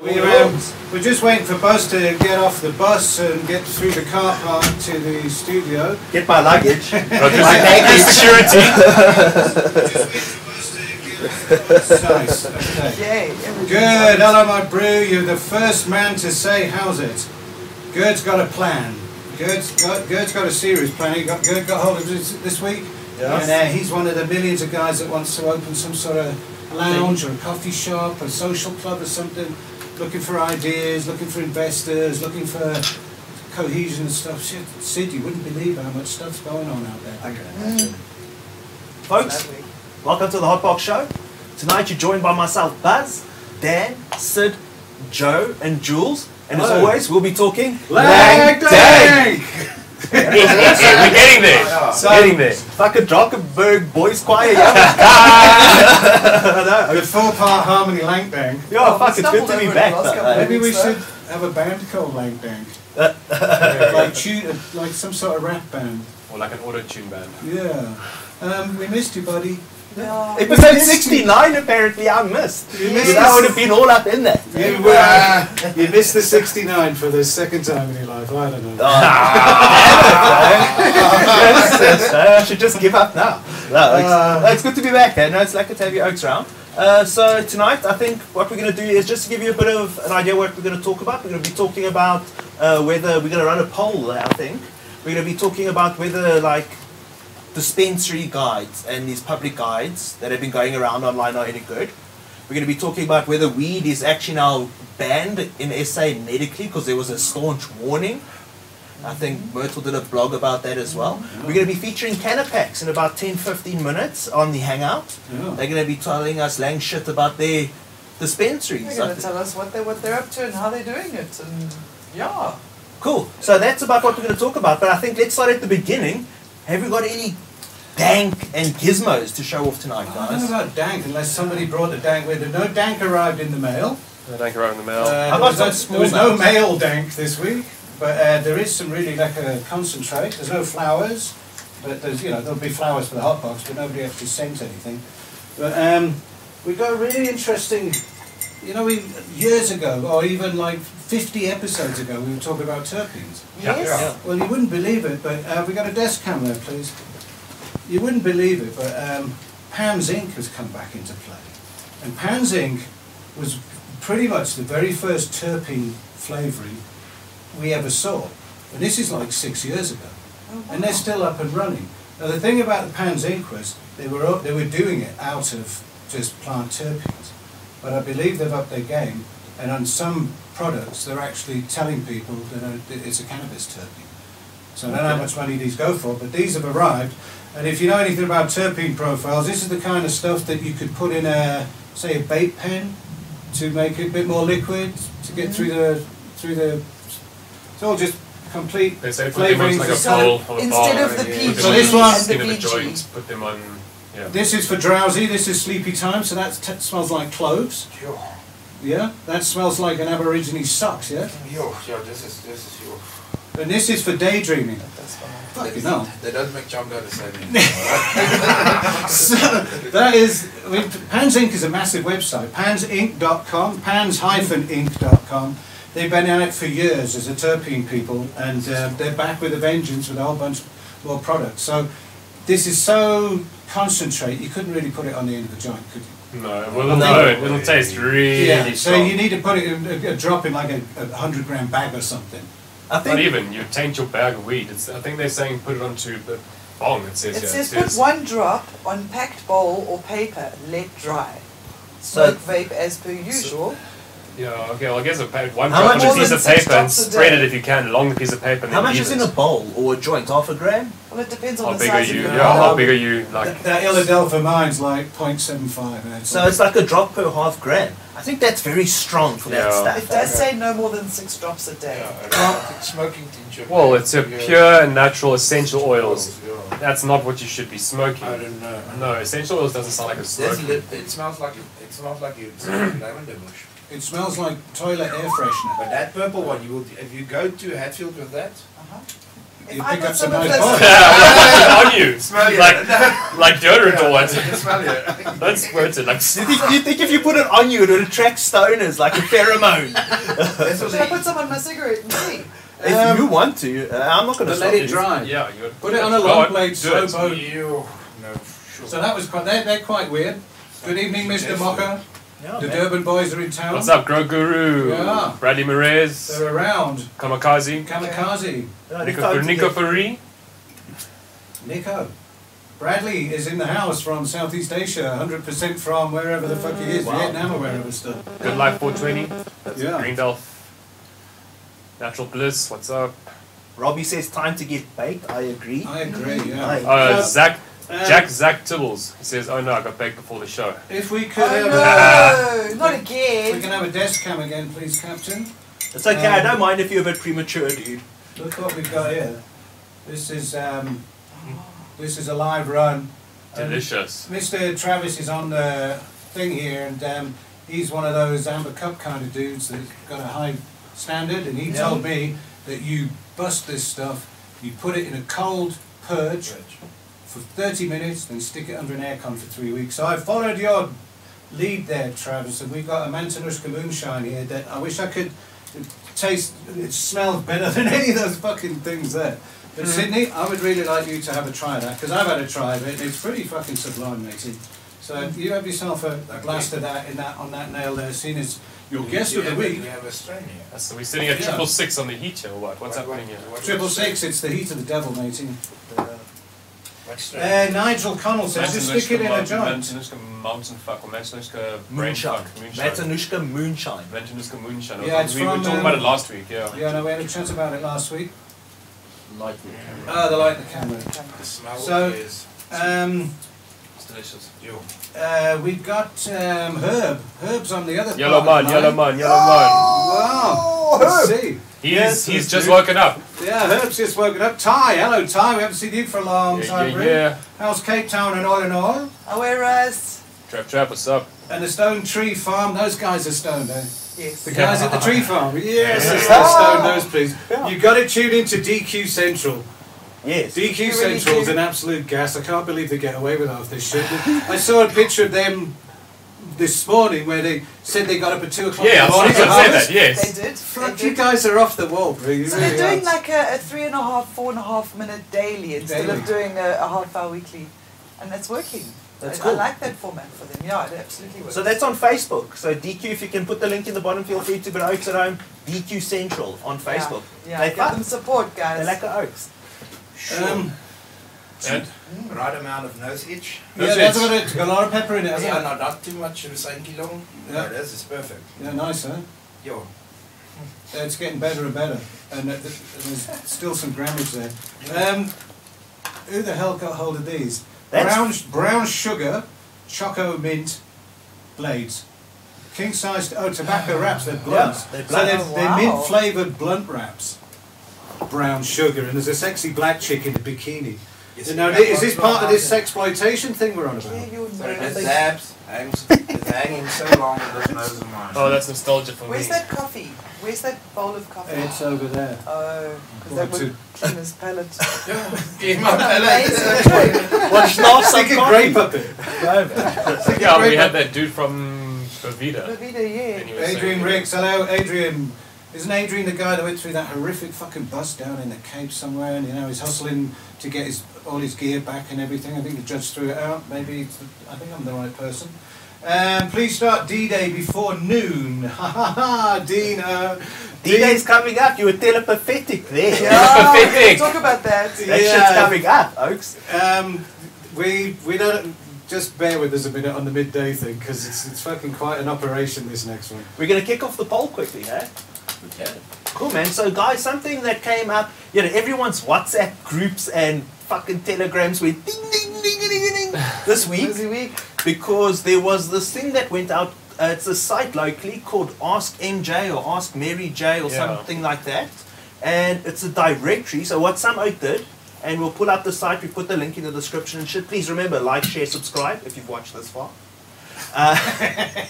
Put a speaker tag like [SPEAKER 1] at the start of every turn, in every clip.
[SPEAKER 1] We're, um, we're just waiting for Buzz to get off the bus and get through the car park to the studio.
[SPEAKER 2] Get my luggage.
[SPEAKER 1] My
[SPEAKER 2] baggage.
[SPEAKER 1] Just waiting for Buzz to get off the bus. Nice. Okay.
[SPEAKER 3] Yay.
[SPEAKER 1] Good. Hello, my brew. You're the first man to say, "How's it?" Good's got a plan. Good's got Good's got a serious plan. He got Good got hold of this this week,
[SPEAKER 2] Yes.
[SPEAKER 1] and uh, he's one of the millions of guys that wants to open some sort of lounge or a coffee shop or social club or something. Looking for ideas, looking for investors, looking for cohesion and stuff. Shit, Sid, you wouldn't believe how much stuff's going on out there.
[SPEAKER 2] Folks, welcome to the Hot Box Show. Tonight you're joined by myself, Buzz, Dan, Sid, Joe, and Jules. And as
[SPEAKER 1] Hello.
[SPEAKER 2] always, we'll be talking.
[SPEAKER 1] Lag
[SPEAKER 4] day.
[SPEAKER 1] day!
[SPEAKER 4] We're getting there.
[SPEAKER 2] So,
[SPEAKER 4] Getting there.
[SPEAKER 2] Fucking Drakenberg Boys Choir. Yeah,
[SPEAKER 1] The four-part harmony lang bang.
[SPEAKER 2] yeah fuck, it's good to be back. though.
[SPEAKER 1] Maybe we should have a band called Lang Bang. like, shoot, like some sort of rap band.
[SPEAKER 4] Or like an auto tune band.
[SPEAKER 1] Yeah. Um, we missed you, buddy.
[SPEAKER 2] Episode 69, apparently, I missed.
[SPEAKER 1] You
[SPEAKER 2] Because I would have been all up in that.
[SPEAKER 1] You, uh, you missed the 69 for the second time in your life. I don't know.
[SPEAKER 2] I should just give up now. No, it's, no, it's good to be back. eh? No, it's like to have your oaks round. Uh, so tonight, I think what we're going to do is just to give you a bit of an idea what we're going to talk about. We're going to be talking about uh, whether we're going to run a poll. I think we're going to be talking about whether like dispensary guides and these public guides that have been going around online are any good. We're going to be talking about whether weed is actually now banned in SA medically because there was a staunch warning. I think Myrtle did a blog about that as well. We're going to be featuring Canapax in about 10 15 minutes on the Hangout.
[SPEAKER 1] Yeah.
[SPEAKER 2] They're going to be telling us lang shit about their dispensaries.
[SPEAKER 3] They're
[SPEAKER 2] I
[SPEAKER 3] going to
[SPEAKER 2] thi-
[SPEAKER 3] tell us what, they, what they're up to and how they're doing it. And yeah.
[SPEAKER 2] Cool. So that's about what we're going to talk about. But I think let's start at the beginning. Have we got any dank and gizmos to show off tonight,
[SPEAKER 1] I don't know
[SPEAKER 2] guys?
[SPEAKER 1] about dank unless somebody brought a dank with them. No dank arrived in the mail.
[SPEAKER 4] I don't go around the mail.
[SPEAKER 1] Uh, there,
[SPEAKER 2] about
[SPEAKER 1] was no,
[SPEAKER 2] some
[SPEAKER 1] there was
[SPEAKER 2] small
[SPEAKER 1] no mail dank this week, but uh, there is some really like a concentrate. There's no flowers, but there's you know there'll be flowers for the hot box, but nobody actually sends anything. But um, we got a really interesting. You know, we years ago, or even like 50 episodes ago, we were talking about terpenes.
[SPEAKER 4] Yeah.
[SPEAKER 3] Yes.
[SPEAKER 2] Yeah.
[SPEAKER 1] Well, you wouldn't believe it, but uh, we got a desk cam there, please. You wouldn't believe it, but um, Pan Zinc has come back into play, and Pan Zinc was pretty much the very first terpene flavouring we ever saw, and this is like six years ago, and they're still up and running. Now, the thing about the Pan Zinc was they were up, they were doing it out of just plant terpenes, but I believe they've upped their game, and on some products they're actually telling people that uh, that it's a cannabis terpene. So I don't know how much money these go for, but these have arrived. And if you know anything about terpene profiles, this is the kind of stuff that you could put in a, say, a bait pen to make it a bit more liquid to get through the through the. It's all just complete
[SPEAKER 4] They say put them on
[SPEAKER 1] flavouring
[SPEAKER 4] like
[SPEAKER 1] for
[SPEAKER 4] a
[SPEAKER 1] some-
[SPEAKER 4] pole or a
[SPEAKER 3] instead
[SPEAKER 4] bar,
[SPEAKER 3] of the
[SPEAKER 4] put
[SPEAKER 3] PG
[SPEAKER 4] them on
[SPEAKER 1] So this
[SPEAKER 4] the
[SPEAKER 1] one-
[SPEAKER 4] skin of a
[SPEAKER 3] and the
[SPEAKER 4] joint, put them on. Yeah.
[SPEAKER 1] This is for drowsy. This is sleepy time. So that t- smells like cloves. Yeah, that smells like an Aborigine socks. Yeah,
[SPEAKER 5] Yo, yo, this is this is yo.
[SPEAKER 1] and this is for daydreaming.
[SPEAKER 3] That's fine.
[SPEAKER 1] Fucking hell.
[SPEAKER 5] That doesn't make jump down the same. Alright?
[SPEAKER 1] So that is, I mean, Pans Inc. is a massive website. Pansinc.com, pans-inc.com. They've been at it for years as a terpene people, and uh, they're back with a vengeance with a whole bunch more products. So this is so concentrate, you couldn't really put it on the end of the joint, could you?
[SPEAKER 4] No,
[SPEAKER 2] No.
[SPEAKER 4] well, no, it'll taste really
[SPEAKER 1] yeah, so
[SPEAKER 4] strong.
[SPEAKER 1] you need to put it in a, a drop in like a, a 100 gram bag or something.
[SPEAKER 2] I
[SPEAKER 4] Not
[SPEAKER 2] think
[SPEAKER 4] even, you taint your bag of weed. It's, I think they're saying put it onto the bong, it says
[SPEAKER 3] It
[SPEAKER 4] here.
[SPEAKER 3] says put one drop on packed bowl or paper, let dry.
[SPEAKER 2] So-
[SPEAKER 3] Smoke vape as per usual.
[SPEAKER 4] Yeah, okay, well, I guess a pa- one
[SPEAKER 2] How
[SPEAKER 4] drop
[SPEAKER 2] much
[SPEAKER 4] on a
[SPEAKER 2] more
[SPEAKER 4] piece
[SPEAKER 3] than
[SPEAKER 4] of
[SPEAKER 3] six
[SPEAKER 4] paper and
[SPEAKER 3] drops a
[SPEAKER 4] spread
[SPEAKER 3] day?
[SPEAKER 4] it if you can along the piece of paper and
[SPEAKER 2] how
[SPEAKER 4] then
[SPEAKER 2] much
[SPEAKER 4] leave
[SPEAKER 2] is
[SPEAKER 4] it.
[SPEAKER 2] in a bowl or a joint? Half a gram?
[SPEAKER 3] Well, it depends on
[SPEAKER 4] How
[SPEAKER 3] the
[SPEAKER 4] big are
[SPEAKER 3] size
[SPEAKER 4] you? Um,
[SPEAKER 3] of the
[SPEAKER 4] Yeah, how
[SPEAKER 3] roll.
[SPEAKER 4] big are you?
[SPEAKER 1] That,
[SPEAKER 4] Like,
[SPEAKER 1] that Illadelpha mine's like 0.75. and it's
[SPEAKER 2] So it's like a drop per half gram. I think that's very strong for that
[SPEAKER 4] Yeah.
[SPEAKER 2] stuff.
[SPEAKER 3] It does say no more than six drops a day.
[SPEAKER 5] Yeah, I don't think smoking tincture.
[SPEAKER 4] Well, it's a
[SPEAKER 5] Yeah.
[SPEAKER 4] pure and natural essential oils.
[SPEAKER 5] Yeah.
[SPEAKER 4] That's not what you should be smoking.
[SPEAKER 5] I don't know.
[SPEAKER 4] No, essential oils doesn't sound like a
[SPEAKER 5] That's
[SPEAKER 4] smoke.
[SPEAKER 5] lip, it smells like it smells like you lavender bush.
[SPEAKER 1] It smells like toilet air freshener.
[SPEAKER 5] But that purple one, you will if you go to Hatfield with that.
[SPEAKER 3] Uh-huh. If
[SPEAKER 1] You
[SPEAKER 3] I
[SPEAKER 1] pick
[SPEAKER 3] got
[SPEAKER 1] up
[SPEAKER 3] some
[SPEAKER 1] some
[SPEAKER 3] of
[SPEAKER 1] nice
[SPEAKER 3] this-
[SPEAKER 1] body.
[SPEAKER 4] Yeah, on you,
[SPEAKER 5] Smell it.
[SPEAKER 4] like like deodorant or
[SPEAKER 5] I
[SPEAKER 4] what?
[SPEAKER 5] can smell it.
[SPEAKER 4] That's squirted like.
[SPEAKER 2] Do you, think, do you think if you put it on you, it would attract stoners like a pheromone?
[SPEAKER 5] That's what
[SPEAKER 3] Should I
[SPEAKER 5] they
[SPEAKER 3] put some on my cigarette and see? Um,
[SPEAKER 2] if you want to, uh, I'm not going
[SPEAKER 1] But
[SPEAKER 2] to stop
[SPEAKER 1] let it
[SPEAKER 2] you.
[SPEAKER 1] dry.
[SPEAKER 4] Yeah, you would
[SPEAKER 1] Put it on a
[SPEAKER 4] Go
[SPEAKER 1] long blade,
[SPEAKER 4] do
[SPEAKER 1] slow
[SPEAKER 4] it.
[SPEAKER 1] boat.
[SPEAKER 5] You no sure.
[SPEAKER 1] So that was quite, they're, they're quite weird. Good evening, Mr. Mocker.
[SPEAKER 2] Yeah,
[SPEAKER 1] The
[SPEAKER 2] man.
[SPEAKER 1] Durban boys are in town.
[SPEAKER 4] What's up, Grow Guru?
[SPEAKER 1] Yeah.
[SPEAKER 4] Bradley Merez,
[SPEAKER 1] They're around.
[SPEAKER 4] Kamikaze,
[SPEAKER 1] Kamikaze.
[SPEAKER 2] Yeah,
[SPEAKER 4] Nico,
[SPEAKER 2] Nico-
[SPEAKER 4] Nico Ferri.
[SPEAKER 1] Nico. Bradley is in the house from Southeast Asia, 100% from wherever the fuck he is,
[SPEAKER 2] Wow.
[SPEAKER 1] Vietnam or wherever stuff.
[SPEAKER 4] Good Life 420.
[SPEAKER 1] Yeah.
[SPEAKER 4] Greendale. Natural Bliss, what's up?
[SPEAKER 2] Robbie says time to get baked. I agree.
[SPEAKER 1] I agree,
[SPEAKER 2] Aye.
[SPEAKER 1] yeah.
[SPEAKER 4] Uh, Zach,
[SPEAKER 1] Um,
[SPEAKER 4] Jack Zach Tibbles. He says, oh no, I got baked before the show.
[SPEAKER 1] If we could have a,
[SPEAKER 3] Oh no, not
[SPEAKER 1] if we
[SPEAKER 3] again.
[SPEAKER 1] can have a desk cam again, please, Captain.
[SPEAKER 2] It's okay.
[SPEAKER 1] um,
[SPEAKER 2] I don't mind if you're a bit premature, dude.
[SPEAKER 1] Look what we've got here. This is um, this is a live run. And
[SPEAKER 4] Delicious.
[SPEAKER 1] Mr. Travis is on the thing here, and um, he's one of those Amber Cup kind of dudes that's got a high standard. And he
[SPEAKER 2] Yeah.
[SPEAKER 1] told me that you bust this stuff, you put it in a cold purge for 30 minutes, then stick it under an aircon for three weeks. So I followed your lead there, Travis, and we've got a Mantanushka moonshine here that I wish I could taste. It smells better than any of those fucking things there. But Sydney, I would really like you to have a try of that because I've had a try of it and it's pretty fucking sublimating. So you have yourself a, a blast of that in that on that nail there, seen as your guest
[SPEAKER 5] you
[SPEAKER 1] of the
[SPEAKER 5] have a-
[SPEAKER 1] week.
[SPEAKER 5] You have a strain here.
[SPEAKER 4] Uh, So we're sitting at
[SPEAKER 1] Yeah.
[SPEAKER 4] triple six on the heat here, or what? What's
[SPEAKER 5] What-
[SPEAKER 4] happening here?
[SPEAKER 5] what- what-
[SPEAKER 1] Triple six, it's the heat of the devil, matey.
[SPEAKER 5] What strain?
[SPEAKER 1] Uh, Nigel Connell says, just stick it in a joint.
[SPEAKER 4] Mantanushka mountain fuck or Mantanushka brain
[SPEAKER 2] Moonshine.
[SPEAKER 4] fuck. Moonshine.
[SPEAKER 2] Matanushka moonshine.
[SPEAKER 4] Mantanushka moonshine.
[SPEAKER 1] Yeah, it's
[SPEAKER 4] we were
[SPEAKER 1] from,
[SPEAKER 4] talking about
[SPEAKER 1] um,
[SPEAKER 4] it last week, yeah.
[SPEAKER 1] Yeah, no, we had a chat about it last week. Ah, they like the camera.
[SPEAKER 5] The smell
[SPEAKER 1] so-
[SPEAKER 5] is
[SPEAKER 1] Um,
[SPEAKER 4] It's delicious.
[SPEAKER 5] you.
[SPEAKER 1] uh, we've got um, Herb. Herb's on the other
[SPEAKER 4] Yellow
[SPEAKER 1] part
[SPEAKER 4] man,
[SPEAKER 1] of the
[SPEAKER 4] yellow
[SPEAKER 1] line.
[SPEAKER 4] man, yellow man.
[SPEAKER 1] Wow. Let's see.
[SPEAKER 4] He's
[SPEAKER 1] Oh. Yes,
[SPEAKER 4] he's
[SPEAKER 1] that's
[SPEAKER 4] just
[SPEAKER 1] good.
[SPEAKER 4] woken up.
[SPEAKER 1] Yeah, Herb's just woken up. Ty, hello Ty. We haven't seen you for a long
[SPEAKER 4] Yeah,
[SPEAKER 1] time.
[SPEAKER 4] yeah,
[SPEAKER 1] really.
[SPEAKER 4] yeah.
[SPEAKER 1] How's Cape Town and oil and oil?
[SPEAKER 3] Oh, whereas
[SPEAKER 4] Trap trap, what's up?
[SPEAKER 1] And the Stone Tree Farm. Those guys are stoned, eh?
[SPEAKER 3] yes.
[SPEAKER 1] The guys at the Tree Farm. Yes, it's
[SPEAKER 2] Yeah.
[SPEAKER 1] the Stone Nose, please.
[SPEAKER 2] Yeah.
[SPEAKER 1] You've got to tune into DQ Central.
[SPEAKER 2] Yes.
[SPEAKER 1] DQ
[SPEAKER 3] You really
[SPEAKER 1] Central's
[SPEAKER 3] do.
[SPEAKER 1] an absolute gas. I can't believe they get away with half this shit. I saw a picture of them this morning where they said they got up at two o'clock.
[SPEAKER 4] Yeah, I
[SPEAKER 1] in the
[SPEAKER 4] was
[SPEAKER 1] morning.
[SPEAKER 4] going to
[SPEAKER 1] I
[SPEAKER 4] say
[SPEAKER 1] was-
[SPEAKER 4] that, yes.
[SPEAKER 3] They did.
[SPEAKER 1] Fuck,
[SPEAKER 3] they
[SPEAKER 1] you
[SPEAKER 3] did.
[SPEAKER 1] guys are off the wall, bro. You
[SPEAKER 3] So
[SPEAKER 1] really
[SPEAKER 3] they're doing
[SPEAKER 1] are.
[SPEAKER 3] like a, a three and a half, four and a half minute daily instead of
[SPEAKER 1] Daily.
[SPEAKER 3] doing a, a half hour weekly, and that's working.
[SPEAKER 2] That's
[SPEAKER 3] I,
[SPEAKER 2] cool.
[SPEAKER 3] I like that format for them. Yeah, it absolutely works.
[SPEAKER 2] So that's on Facebook. So DQ, if you can put the link in the bottom, feel free to. But Oaks at Home, DQ Central on
[SPEAKER 3] Yeah,
[SPEAKER 2] Facebook.
[SPEAKER 3] Yeah,
[SPEAKER 2] They
[SPEAKER 3] give
[SPEAKER 2] fuck.
[SPEAKER 3] them support,
[SPEAKER 2] They
[SPEAKER 3] guys.
[SPEAKER 2] like the Oaks.
[SPEAKER 5] Sure.
[SPEAKER 1] Um,
[SPEAKER 4] And
[SPEAKER 5] right amount of nose itch.
[SPEAKER 1] Mm. yeah, that's about it. It's Got a lot of pepper in it. hasn't
[SPEAKER 5] Yeah,
[SPEAKER 1] it?
[SPEAKER 5] no, not too much of Sanky Long.
[SPEAKER 1] Yeah.
[SPEAKER 5] No, this is perfect.
[SPEAKER 1] Yeah, nice, huh?
[SPEAKER 5] Yo.
[SPEAKER 1] It's getting better and better, and uh, th- there's still some grammage there. Um, who the hell got hold of these?
[SPEAKER 2] That's-
[SPEAKER 1] brown brown sugar, choco mint blades, king sized oh tobacco wraps. They're blunts.
[SPEAKER 2] they're
[SPEAKER 1] So they're,
[SPEAKER 2] blunts.
[SPEAKER 1] they're
[SPEAKER 3] Wow.
[SPEAKER 1] mint flavored blunt wraps. Brown sugar, and there's a sexy black chick in a bikini.
[SPEAKER 5] Yes,
[SPEAKER 1] now,
[SPEAKER 5] yeah,
[SPEAKER 1] is this
[SPEAKER 5] well,
[SPEAKER 1] part of this
[SPEAKER 5] well,
[SPEAKER 1] exploitation thing we're on
[SPEAKER 3] Yeah,
[SPEAKER 1] about?
[SPEAKER 3] you
[SPEAKER 5] So
[SPEAKER 3] know.
[SPEAKER 5] this abs hangs, it's hanging so long with this nose of mine.
[SPEAKER 4] oh, that's nostalgia for me.
[SPEAKER 3] Where's that coffee? Where's that bowl of coffee?
[SPEAKER 1] It's over there.
[SPEAKER 3] Oh, because
[SPEAKER 1] Well,
[SPEAKER 3] that would
[SPEAKER 1] to-
[SPEAKER 3] clean his palate.
[SPEAKER 5] Yeah, my palate.
[SPEAKER 3] Amazing.
[SPEAKER 2] Well, it's not some
[SPEAKER 1] Stick a
[SPEAKER 2] coffee.
[SPEAKER 1] grape up it.
[SPEAKER 4] Yeah, we had that dude from Bavita.
[SPEAKER 3] Lovita, yeah.
[SPEAKER 1] Adrian Riggs, hello, Adrian. Isn't Adrian the guy that went through that horrific fucking bus down in the Cape somewhere, and you know he's hustling to get his all his gear back and everything? I think the judge threw it out. Maybe it's the- I think I'm the right person. Um, please start D-Day before noon. Ha ha ha, Dino.
[SPEAKER 2] D-Day's coming up. You were telepathetic there.
[SPEAKER 3] Yeah,
[SPEAKER 4] Pathetic.
[SPEAKER 3] Oh, talk about that.
[SPEAKER 2] That
[SPEAKER 1] Yeah.
[SPEAKER 2] shit's coming up, Oaks.
[SPEAKER 1] Um, we we don't just bear with us a minute on the midday thing because it's it's fucking quite an operation this next one.
[SPEAKER 2] We're gonna kick off the poll quickly, eh?
[SPEAKER 5] Yeah.
[SPEAKER 2] Cool, man. So, guys, something that came up, you know, everyone's WhatsApp groups and fucking telegrams went ding, ding, ding, ding, ding, ding this week
[SPEAKER 3] Busy week.
[SPEAKER 2] because there was this thing that went out uh, it's a site locally called Ask MJ or Ask Mary J or
[SPEAKER 4] Yeah.
[SPEAKER 2] something like that, and it's a directory. So what Sam Oak did, and we'll pull up the site. We put the link in the description and shit. Please remember like, share, subscribe if you've watched this far. Uh,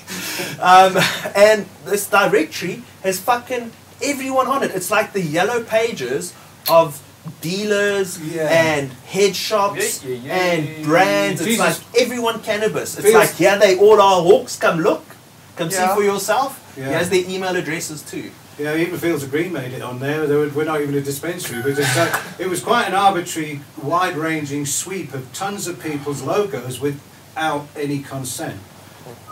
[SPEAKER 2] um, and this directory has fucking everyone on it. It's like the yellow pages of dealers
[SPEAKER 1] Yeah.
[SPEAKER 2] and head shops
[SPEAKER 4] Yeah, yeah, yeah, yeah, yeah,
[SPEAKER 2] and brands.
[SPEAKER 1] yeah.
[SPEAKER 2] It's
[SPEAKER 1] Jesus.
[SPEAKER 2] like everyone cannabis. It's
[SPEAKER 1] Feels-
[SPEAKER 2] like yeah, they all are hawks. Come look, come see
[SPEAKER 3] Yeah.
[SPEAKER 2] for yourself.
[SPEAKER 1] Yeah.
[SPEAKER 2] Here's their email addresses too.
[SPEAKER 1] Yeah, even Fields of Green made it on there. They were, we're not even a dispensary, but it's like, it was quite an arbitrary, wide-ranging sweep of tons of people's logos without any consent.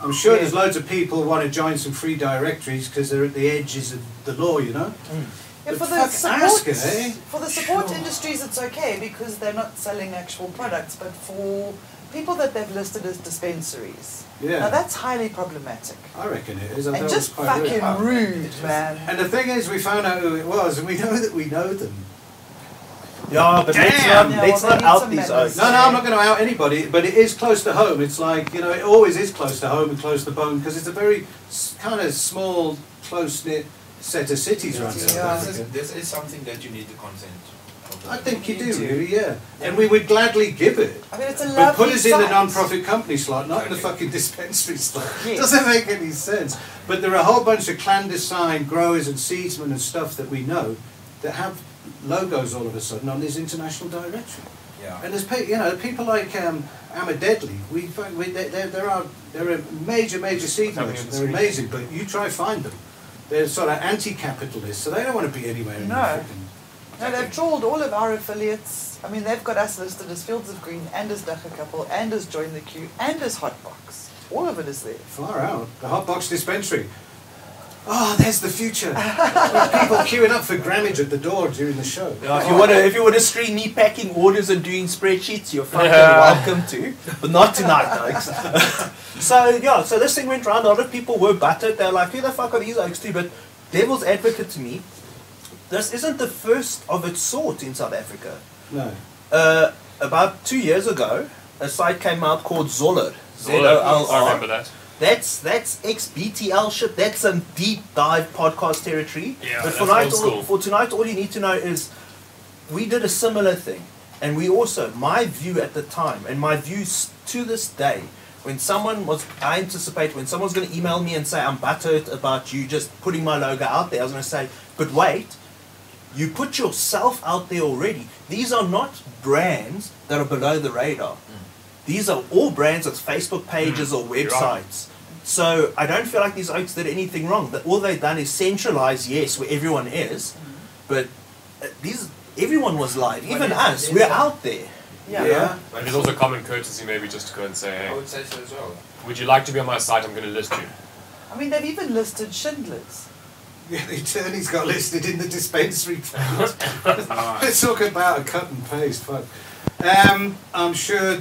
[SPEAKER 1] I'm sure there's loads of people want to join some free directories because they're at the edges of the law, you know.
[SPEAKER 3] Yeah,
[SPEAKER 1] But
[SPEAKER 3] for the
[SPEAKER 1] fuck,
[SPEAKER 3] support,
[SPEAKER 1] ask it, eh?
[SPEAKER 3] for the support industries, it's okay because they're not selling actual products. But for people that they've listed as dispensaries,
[SPEAKER 1] Yeah.
[SPEAKER 3] now that's highly problematic
[SPEAKER 1] I reckon it is. I thought
[SPEAKER 3] and
[SPEAKER 1] it was
[SPEAKER 3] just
[SPEAKER 1] quite rude.
[SPEAKER 3] fucking rude, man.
[SPEAKER 1] And the thing is, we found out who it was, and we know that we know them.
[SPEAKER 2] Yeah, but let's
[SPEAKER 1] Damn.
[SPEAKER 2] not,
[SPEAKER 3] Yeah,
[SPEAKER 2] let's
[SPEAKER 3] well, they
[SPEAKER 2] not
[SPEAKER 3] need
[SPEAKER 2] out
[SPEAKER 3] some
[SPEAKER 2] these oaks.
[SPEAKER 3] medals.
[SPEAKER 1] No, no, I'm not going to out anybody, but it is close to home. It's like, you know, it always is close to home and close to bone because it's a very kind of small, close knit set of cities around South
[SPEAKER 3] Yeah.
[SPEAKER 5] This,
[SPEAKER 1] Africa.
[SPEAKER 5] is, this is something that you need to consent. of.
[SPEAKER 1] I think you
[SPEAKER 3] You
[SPEAKER 1] do,
[SPEAKER 3] do.
[SPEAKER 1] really, yeah. And we would gladly give it.
[SPEAKER 3] I mean, it's a
[SPEAKER 1] But
[SPEAKER 3] lovely
[SPEAKER 1] put us in the
[SPEAKER 3] site.
[SPEAKER 1] non-profit company slot, not in the
[SPEAKER 5] Okay.
[SPEAKER 1] fucking dispensary slot.
[SPEAKER 3] Yes.
[SPEAKER 1] Doesn't make any sense. But there are a whole bunch of clandestine growers and seedsmen and stuff that we know that have logos all of a sudden on this international directory.
[SPEAKER 5] Yeah.
[SPEAKER 1] And there's pe- you know people like um, Amma Deadly. We, fi- we they, they, there are there are major major seed
[SPEAKER 4] happening on
[SPEAKER 1] merchants.
[SPEAKER 4] the
[SPEAKER 1] They're
[SPEAKER 4] screen?
[SPEAKER 1] amazing, but you try find them. They're sort of anti-capitalist, so they don't want to be anywhere. in the
[SPEAKER 3] No.
[SPEAKER 1] frickin-
[SPEAKER 3] No, they've trawled all of our affiliates. I mean, they've got us listed as Fields of Green and as Dacha Couple and as Join the Queue and as Hotbox. All of it is there.
[SPEAKER 1] Far out. The hot box dispensary. Oh, there's the future. With people queuing up for grammage at the door during the show.
[SPEAKER 2] Yeah, if you want to, if you want to screen me packing orders and doing spreadsheets, you're fucking
[SPEAKER 4] Yeah.
[SPEAKER 2] welcome to, but not tonight, Alex. so yeah, so this thing went round. A lot of people were buttered. They're like, who the fuck are these oaks to? But devil's advocate to me, this isn't the first of its sort in South Africa.
[SPEAKER 1] No.
[SPEAKER 2] Uh, about two years ago, a site came out called Zoller.
[SPEAKER 4] Zola, Oh, I remember that.
[SPEAKER 2] That's that's XBTL shit. That's some deep dive podcast territory.
[SPEAKER 4] Yeah,
[SPEAKER 2] but
[SPEAKER 4] that's
[SPEAKER 2] for tonight,
[SPEAKER 4] old
[SPEAKER 2] all,
[SPEAKER 4] school.
[SPEAKER 2] for tonight, all you need to know is we did a similar thing, and we also my view at the time, and my views to this day, when someone was, I anticipate when someone's going to email me and say I'm buttered about you just putting my logo out there. I was going to say, but wait, you put yourself out there already. These are not brands that are below the radar. These are all brands with Facebook pages or
[SPEAKER 4] you're right.
[SPEAKER 2] websites. So I don't feel like these oaks did anything wrong. That all they've done is centralize, yes, where everyone is, but uh, these everyone was live, even
[SPEAKER 5] it's-
[SPEAKER 2] us.
[SPEAKER 5] it's-
[SPEAKER 2] We're out there.
[SPEAKER 3] Yeah.
[SPEAKER 4] And it's also common courtesy maybe just to go and say,
[SPEAKER 5] I
[SPEAKER 4] hey,
[SPEAKER 5] would say so as well.
[SPEAKER 4] would you like to be on my site? I'm going to list you.
[SPEAKER 3] I mean, they've even listed Schindler's.
[SPEAKER 1] Yeah, the attorney's got listed in the dispensary.
[SPEAKER 5] Ah,
[SPEAKER 1] Let's talk about a cut and paste. Fuck. Um, I'm sure.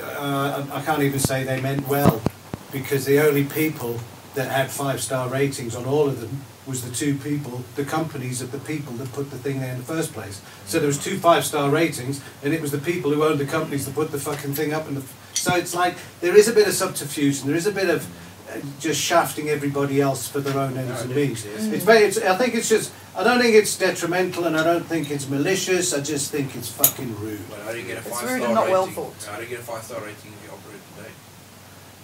[SPEAKER 1] Uh, I I can't even say they meant well, because the only people that had five-star ratings on all of them was the two people, the companies of the people that put the thing there in the first place. So there was two five-star ratings, and it was the people who owned the companies that put the fucking thing up. And the f- so it's like there is a bit of subterfuge, and there is a bit of uh, just shafting everybody else for their own ends and means. It's, very- it's, I think it's just, I don't think it's detrimental and I don't think it's malicious, I just think it's fucking rude.
[SPEAKER 5] But how do you get a
[SPEAKER 3] It's
[SPEAKER 5] five star
[SPEAKER 3] rude
[SPEAKER 5] rating?
[SPEAKER 3] and not well thought.
[SPEAKER 5] How do you get a five star rating if you operate today?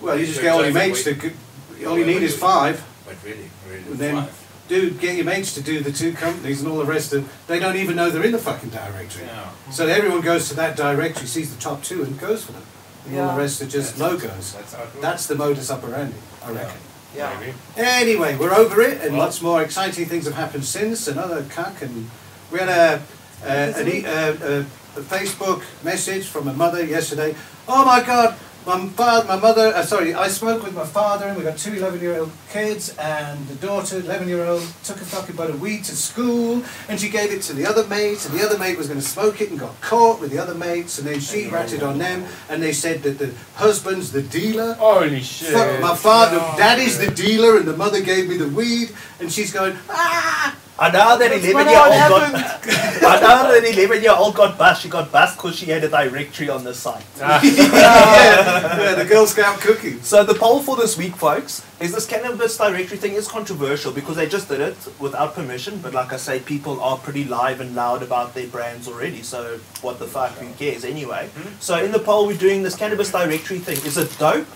[SPEAKER 1] Well, you just get all your mates to, g- all you need is five,
[SPEAKER 5] But really, really,
[SPEAKER 1] and then,
[SPEAKER 5] five.
[SPEAKER 1] dude, get your mates to do the two companies and all the rest of, they don't even know they're in the fucking directory.
[SPEAKER 5] Yeah.
[SPEAKER 1] So everyone goes to that directory, sees the top two and goes for them. And all
[SPEAKER 3] Yeah.
[SPEAKER 1] the rest are just
[SPEAKER 5] That's-
[SPEAKER 1] logos.
[SPEAKER 5] That's how it works.
[SPEAKER 1] That's the modus operandi, I reckon.
[SPEAKER 3] Yeah.
[SPEAKER 4] Maybe.
[SPEAKER 1] Anyway, we're over it, and
[SPEAKER 4] Well-
[SPEAKER 1] lots more exciting things have happened since. Another cuck, and we had a, a, an e- a, a, a Facebook message from a mother yesterday. Oh my God, my father, my mother. Uh, sorry, I spoke with my father, and we got two 11-year-old kids, and the daughter, 11-year-old, took a fucking bud of weed to school, and she gave it to the other mate, and the other mate was going to smoke it, and got caught with the other mates, and then she ratted on them, and they said that the husband's the dealer.
[SPEAKER 4] Holy shit.
[SPEAKER 1] Fuck, my father, daddy's the dealer, and the mother gave me the weed, and she's going, ah,
[SPEAKER 2] I know that
[SPEAKER 3] That's
[SPEAKER 2] 11
[SPEAKER 3] what
[SPEAKER 2] year old
[SPEAKER 3] happened.
[SPEAKER 2] got. I know that 11 year old got bust. She got bust because she had a directory on the site.
[SPEAKER 1] yeah, yeah, the Girl Scout cookies.
[SPEAKER 2] So the poll for this week, folks, is this cannabis directory thing is controversial because they just did it without permission. But like I say, people are pretty live and loud about their brands already. So what the fuck, who cares anyway? So in the poll, we're doing this cannabis directory thing. Is it dope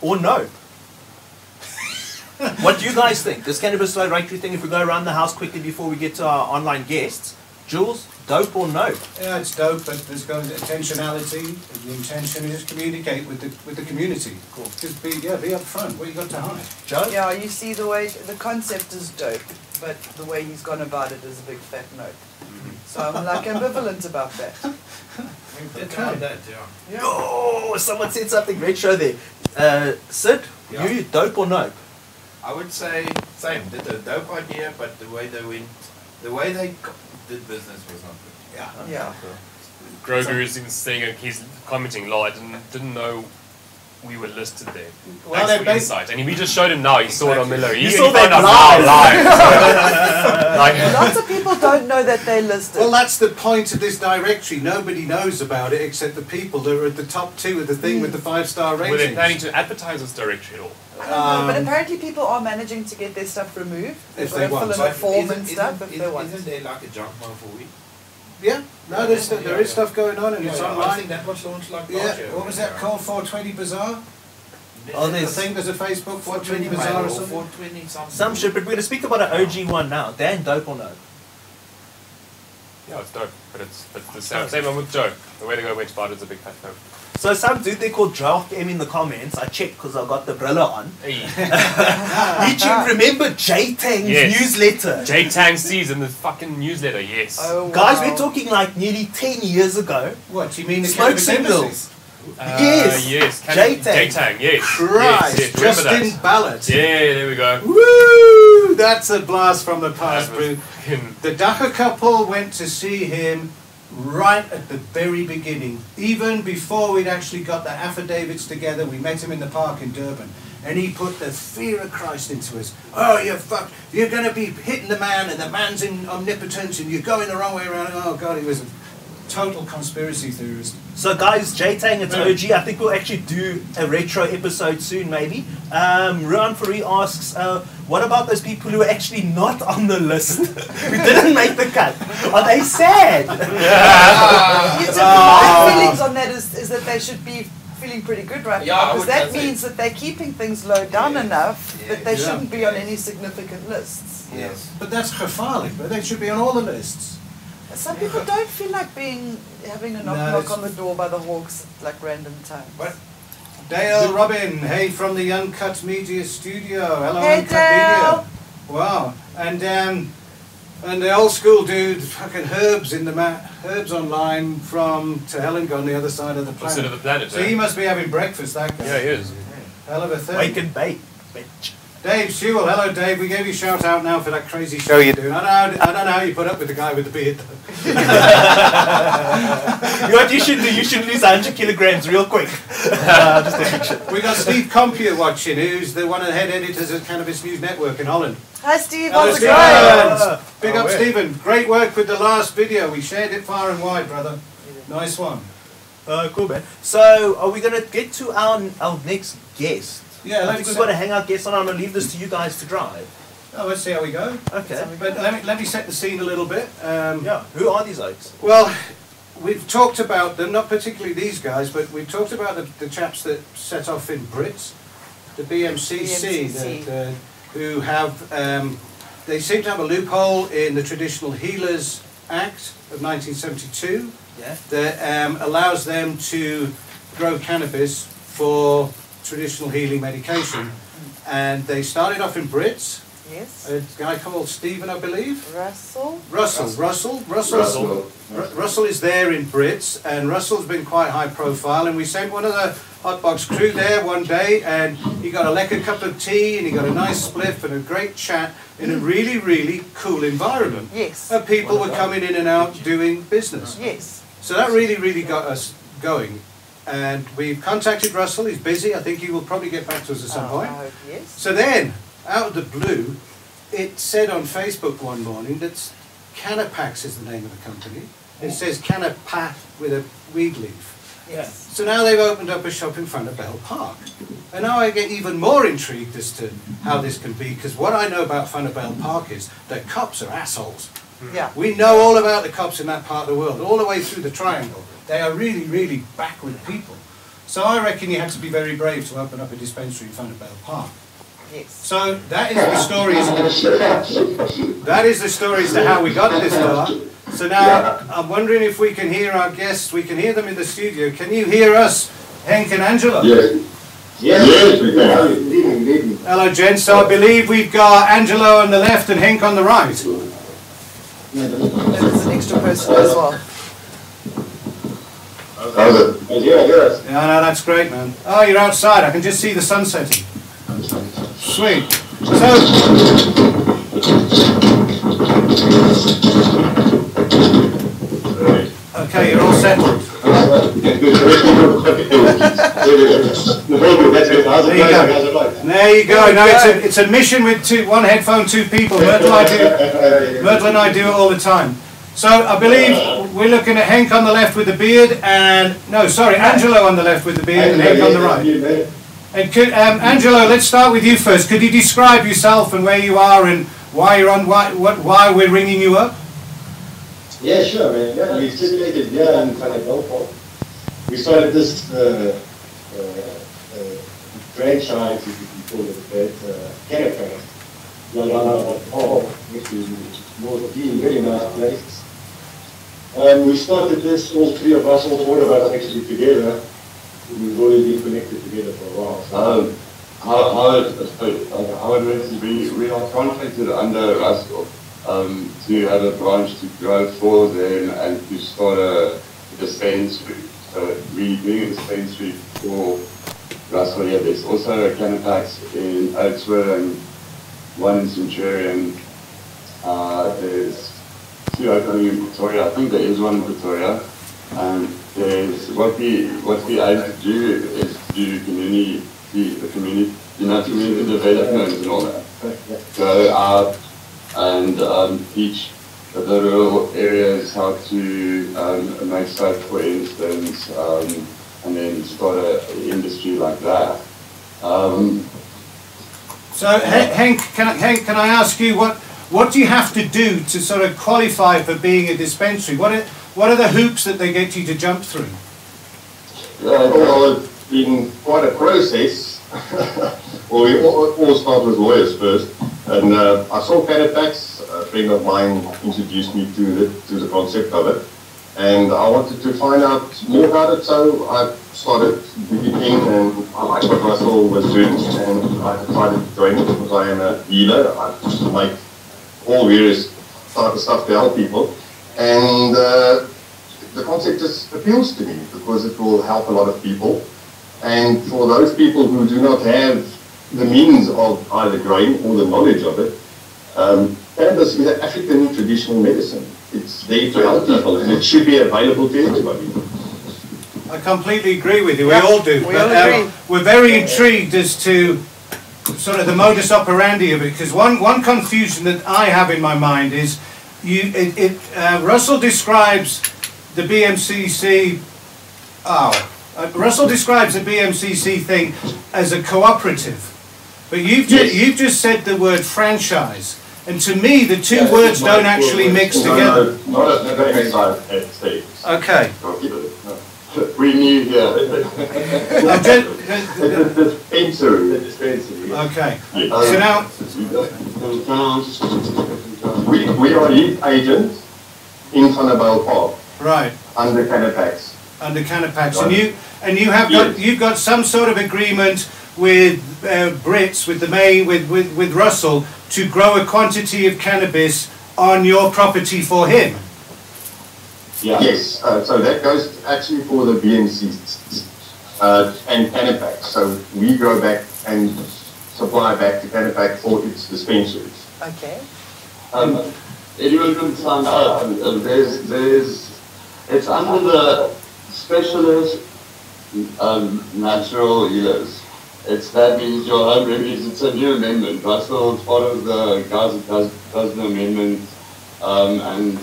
[SPEAKER 2] or no? what do you guys think? This cannabis directory thing. If we go around the house quickly before we get to our online guests, Jules, dope or no?
[SPEAKER 1] Yeah, it's dope, but there's got intentionality. The intention is communicate with the with the community. Cool. Just be yeah, be upfront. What you got to hide?
[SPEAKER 2] Joe.
[SPEAKER 3] Yeah, you see the way the concept is dope, but the way he's gone about it is a big fat no.
[SPEAKER 1] Mm-hmm.
[SPEAKER 3] So I'm like ambivalent about that.
[SPEAKER 5] We
[SPEAKER 1] Okay.
[SPEAKER 5] put down that, yeah.
[SPEAKER 2] Oh, someone said something retro there. Uh, Sid,
[SPEAKER 5] Yeah.
[SPEAKER 2] you dope or no?
[SPEAKER 5] I would say same. Did a dope idea, but the way they went, the way they co- did business was not good.
[SPEAKER 1] Yeah.
[SPEAKER 3] Yeah.
[SPEAKER 4] Grogu is even saying it, he's commenting, "Lol, I didn't didn't know we were listed there."
[SPEAKER 1] Well,
[SPEAKER 4] Thanks
[SPEAKER 1] they're
[SPEAKER 4] for
[SPEAKER 1] basi-
[SPEAKER 4] insight. And we just showed him now. He saw it on Miller. He,
[SPEAKER 2] You
[SPEAKER 4] he
[SPEAKER 2] saw
[SPEAKER 4] found
[SPEAKER 2] that
[SPEAKER 4] out now live. like,
[SPEAKER 3] Lots of people don't know that they're listed.
[SPEAKER 1] Well, that's the point of this directory. Nobody knows about it except the people that are at the top two of the thing with the five star
[SPEAKER 4] were they
[SPEAKER 1] ratings.
[SPEAKER 4] planning to advertise this directory at all?
[SPEAKER 3] I don't know, but apparently people are managing to get their stuff removed.
[SPEAKER 1] um, If
[SPEAKER 3] They've
[SPEAKER 1] they
[SPEAKER 3] got
[SPEAKER 1] want.
[SPEAKER 3] to Fill in a
[SPEAKER 5] But
[SPEAKER 3] form
[SPEAKER 5] isn't-
[SPEAKER 3] and stuff
[SPEAKER 5] isn't-
[SPEAKER 3] if they want.
[SPEAKER 5] Isn't there like a junk mail for weed?
[SPEAKER 1] yeah, no, there's, there is stuff going on and it's
[SPEAKER 5] Yeah, yeah, I think
[SPEAKER 1] online.
[SPEAKER 5] that was launched like last
[SPEAKER 1] Yeah,
[SPEAKER 5] year.
[SPEAKER 1] what was that called? 420 Bazaar?
[SPEAKER 2] Oh,
[SPEAKER 1] I
[SPEAKER 2] there's
[SPEAKER 1] think there's a Facebook 420
[SPEAKER 5] mile
[SPEAKER 1] Bazaar or
[SPEAKER 5] or
[SPEAKER 1] something.
[SPEAKER 5] 420 something.
[SPEAKER 2] some shit, but we're going to speak about an OG one now. Dan, dope or no?
[SPEAKER 4] Yeah, it's dope, but it's but the same, same one with Joe. The way to go went about is a big fat no.
[SPEAKER 2] So some dude they called Jock M in the comments. I checked because I got the brilla on.
[SPEAKER 4] Hey,
[SPEAKER 2] Did you remember J Tang's
[SPEAKER 4] Yes.
[SPEAKER 2] newsletter?
[SPEAKER 4] Jay Tang sees in the fucking newsletter. Yes.
[SPEAKER 3] Oh,
[SPEAKER 2] Guys,
[SPEAKER 3] wow.
[SPEAKER 2] we're talking like nearly 10 years ago.
[SPEAKER 1] What, do you mean the
[SPEAKER 2] Smoke
[SPEAKER 1] cannabis embassies?
[SPEAKER 2] signals.
[SPEAKER 4] Uh,
[SPEAKER 2] yes.
[SPEAKER 4] Yes. Can-
[SPEAKER 2] J-Tang.
[SPEAKER 4] J-Tang, Yes.
[SPEAKER 1] Christ,
[SPEAKER 4] Yes, yes. Remember that.
[SPEAKER 1] Justin Ballard.
[SPEAKER 4] Yeah, there we go.
[SPEAKER 1] Woo! That's a blast from the past,
[SPEAKER 4] That was
[SPEAKER 1] Bruce.
[SPEAKER 4] fucking-
[SPEAKER 1] The Dacher couple went to see him right at the very beginning. Even before we'd actually got the affidavits together, we met him in the park in Durban. And he put the fear of Christ into us. Oh, you're fucked. You're going to be hitting the man, and the man's in omnipotence, and you're going the wrong way around. Oh, God, he was a total conspiracy theorist.
[SPEAKER 2] So, guys, J Tang, it's OG. I think we'll actually do a retro episode soon, maybe. Um, Ruan Fari asks, uh, what about those people who are actually not on the list? who didn't make the cut? Are they sad?
[SPEAKER 1] Ah.
[SPEAKER 3] You took- my feelings on that is, is that they should be feeling pretty good right
[SPEAKER 5] Yeah, I
[SPEAKER 3] now because
[SPEAKER 5] would
[SPEAKER 3] that
[SPEAKER 5] say so.
[SPEAKER 3] means that they're keeping things low down
[SPEAKER 5] Yeah.
[SPEAKER 3] enough that they
[SPEAKER 1] Yeah.
[SPEAKER 3] shouldn't be on any significant lists.
[SPEAKER 5] Yes.
[SPEAKER 1] But that's Khafali, but they should be on all the lists.
[SPEAKER 3] Some people don't feel like being having a knock
[SPEAKER 1] No,
[SPEAKER 3] knock
[SPEAKER 1] it's-
[SPEAKER 3] on the door by the hawks at like random times.
[SPEAKER 1] What? Dale Robin, hey from the Uncut Media Studio. Hello,
[SPEAKER 3] Hey,
[SPEAKER 1] Uncut
[SPEAKER 3] Dale.
[SPEAKER 1] Media. Wow, and um, and the old school dude, fucking Herbs in the ma- Herbs online from to Helen on the other side of the
[SPEAKER 4] Opposite of the
[SPEAKER 1] planet.
[SPEAKER 4] planet.
[SPEAKER 1] So
[SPEAKER 4] eh?
[SPEAKER 1] he must be having breakfast, that guy.
[SPEAKER 4] Yeah, he is.
[SPEAKER 1] Hell of a thing.
[SPEAKER 2] Wake and bake, bitch.
[SPEAKER 1] Dave Sewell, hello Dave. We gave you a shout out now for that crazy show you're doing. I don't, know, I don't know how you put up with the guy with the beard. though.
[SPEAKER 2] You know what you should do? You should lose 100 kilograms real quick. Uh, just a picture.
[SPEAKER 1] We got Steve Compier watching, who's the one of the head editors of Cannabis News Network in Holland.
[SPEAKER 3] Hi Steve,
[SPEAKER 1] Hello,
[SPEAKER 3] how's it
[SPEAKER 1] Steve.
[SPEAKER 3] going?
[SPEAKER 1] Hello. Big
[SPEAKER 2] Oh,
[SPEAKER 1] up,
[SPEAKER 2] wait.
[SPEAKER 1] Stephen. Great work with the last video. We shared it far and wide, brother. Nice one.
[SPEAKER 2] Uh, cool, man. So, are we going to get to our, our next guest?
[SPEAKER 1] Yeah,
[SPEAKER 2] I
[SPEAKER 1] let's
[SPEAKER 2] think we've
[SPEAKER 1] set-
[SPEAKER 2] got a hangout guest on. I'm going to leave this to you guys to drive.
[SPEAKER 1] Oh, let's see how we go.
[SPEAKER 2] Okay.
[SPEAKER 1] But let me, let me set the scene a little bit. Um,
[SPEAKER 2] Yeah. Who are these oaks?
[SPEAKER 1] Well, we've talked about them, not particularly these guys, but we've talked about the, the chaps that set off in Brits, the BMCC,
[SPEAKER 3] BMCC.
[SPEAKER 1] That, uh, who have, um, they seem to have a loophole in the Traditional Healers Act of 1972.
[SPEAKER 2] Yeah.
[SPEAKER 1] that um, allows them to grow cannabis for traditional healing medication. And they started off in Brits,
[SPEAKER 3] Yes.
[SPEAKER 1] a guy called Stephen, I believe.
[SPEAKER 3] Russell.
[SPEAKER 1] Russell, Russell, Russell.
[SPEAKER 4] Russell.
[SPEAKER 1] Ru- Russell is there in Brits, and Russell's been quite high profile. And we sent one of the Hotbox crew there one day, and he got a lekker cup of tea, and he got a nice spliff and a great chat in a really, really cool environment.
[SPEAKER 3] Yes.
[SPEAKER 1] And people were coming in and out doing business.
[SPEAKER 3] Yes.
[SPEAKER 1] So that really, really got us going. And we've contacted Russell, he's busy, I think he will probably get back to us at some
[SPEAKER 3] Oh, I
[SPEAKER 1] point.
[SPEAKER 3] hope yes.
[SPEAKER 1] So then, out of the blue, it said on Facebook one morning that Canapax is the name of the company. It says Canapat with a weed leaf.
[SPEAKER 3] Yes.
[SPEAKER 1] So now they've opened up a shop in front of Bell Park. And now I get even more intrigued as to how this can be, because what I know about Funnabell Park is that cops are assholes.
[SPEAKER 3] Yeah.
[SPEAKER 1] We know all about the cops in that part of the world, all the way through the triangle. They are really, really backward people. So I reckon you had to be very brave to open up a dispensary in front of Bell Park.
[SPEAKER 3] Yes.
[SPEAKER 1] So that is the stories. That is the stories to how we got this far. So now I'm wondering if we can hear our guests. We can hear them in the studio. Can you hear us, Henk and Angela?
[SPEAKER 6] Yes. Yes, we can.
[SPEAKER 1] Hello, gents. So I believe we've got Angelo on the left and Henk on the right.
[SPEAKER 3] And there's an extra person as well.
[SPEAKER 6] How's it? Yeah, yes.
[SPEAKER 1] Yeah, no, that's great, man. Oh, you're outside. I can just see the sun setting. Sweet. So. Okay, you're all settled. There you go. Now it's a it's a mission with two one headphone, two people. Myrtle, I do. Myrtle and I do it all the time. So I believe we're looking at Henk on the left with the beard, and no, sorry, Angelo on the left with the beard, and Henk on the right. And could, um, Angelo, let's start with you first. Could you describe yourself and where you are and why you're on why what why we're ringing you up?
[SPEAKER 6] Yeah, sure, man. Yeah, we circulated yeah in Fanadelpo. We started this uh, uh, uh, franchise, if you can call it that, uh, caravan. La La La La Paul, which is North Dean, very nice place. And we started this, all three of us, all four of us actually together. We've already been connected together for a while. So
[SPEAKER 7] Um, how, how, it, uh, how it works is we, we are contracted under Russell um, to have a branch to grow for them and to start a dispensary. So we're doing a dispensary for Russell here. There's also a Canapax in Oakswood and one in Centurion. Uh, there's two opening in Pretoria. I think there is one in Pretoria. Um, there's what we what we aim to do is to do community the community you know community development and all that. Go out and um, teach the rural areas how to um, make soap, for instance, um, and then start an industry like that. Um,
[SPEAKER 1] So Hen- Henk, can I, Henk, can I ask you what what do you have to do to sort of qualify for being a dispensary? What are what are the hoops that they get you to jump through?
[SPEAKER 7] yeah,
[SPEAKER 6] Well, it's been quite a process.
[SPEAKER 7] Well, we all, all start with lawyers first, and uh, I saw Canapax, a friend of mine introduced me to the, to the concept of it, and I wanted to find out more about it, so I started digging in, and I liked what Russell was doing, and I decided to join it because I am a dealer, I just make all various type of stuff to help people, and uh, the concept just appeals to me because it will help a lot of people. And for those people who do not have the means of either growing or the knowledge of it, um, cannabis is an African traditional medicine. It's there to help people and it should be available to everybody.
[SPEAKER 1] I completely agree with you. We
[SPEAKER 3] Yeah,
[SPEAKER 1] all do. um,
[SPEAKER 3] we all agree.
[SPEAKER 1] we're very intrigued as to sort of the modus operandi of it because one, one confusion that I have in my mind is you it, it uh, Russell describes the BMCC oh uh, Russell describes the BMCC thing as a cooperative, but you've ju-
[SPEAKER 7] Yes.
[SPEAKER 1] you've just said the word franchise, and to me the two
[SPEAKER 6] Yeah,
[SPEAKER 1] words
[SPEAKER 6] my
[SPEAKER 1] don't
[SPEAKER 6] poor
[SPEAKER 1] actually
[SPEAKER 6] words.
[SPEAKER 1] mix
[SPEAKER 7] No,
[SPEAKER 1] together.
[SPEAKER 7] no, Not at the side at stage.
[SPEAKER 1] Okay,
[SPEAKER 7] We need uh,
[SPEAKER 1] I'm ju-
[SPEAKER 7] the dispensary.
[SPEAKER 1] okay.
[SPEAKER 7] Yeah.
[SPEAKER 1] So now
[SPEAKER 7] We, we are lead agents in Sanabel Park
[SPEAKER 1] right.
[SPEAKER 7] under Canapax.
[SPEAKER 1] under Canapax, and you and you have got
[SPEAKER 7] Yes.
[SPEAKER 1] you've got some sort of agreement with uh, Brits, with the May, with, with with Russell to grow a quantity of cannabis on your property for him.
[SPEAKER 7] Yes, uh, so that goes actually for the BMCs uh, and Canapac. So we go back and supply back to Canapac for its dispensaries.
[SPEAKER 3] Okay.
[SPEAKER 7] Um, anyone can sign up. Uh, there's, there's, it's under the specialist um, natural healers.
[SPEAKER 6] It's that means your home remedies. It's a new amendment. Russell is part of the guys that does, does the amendment, um, and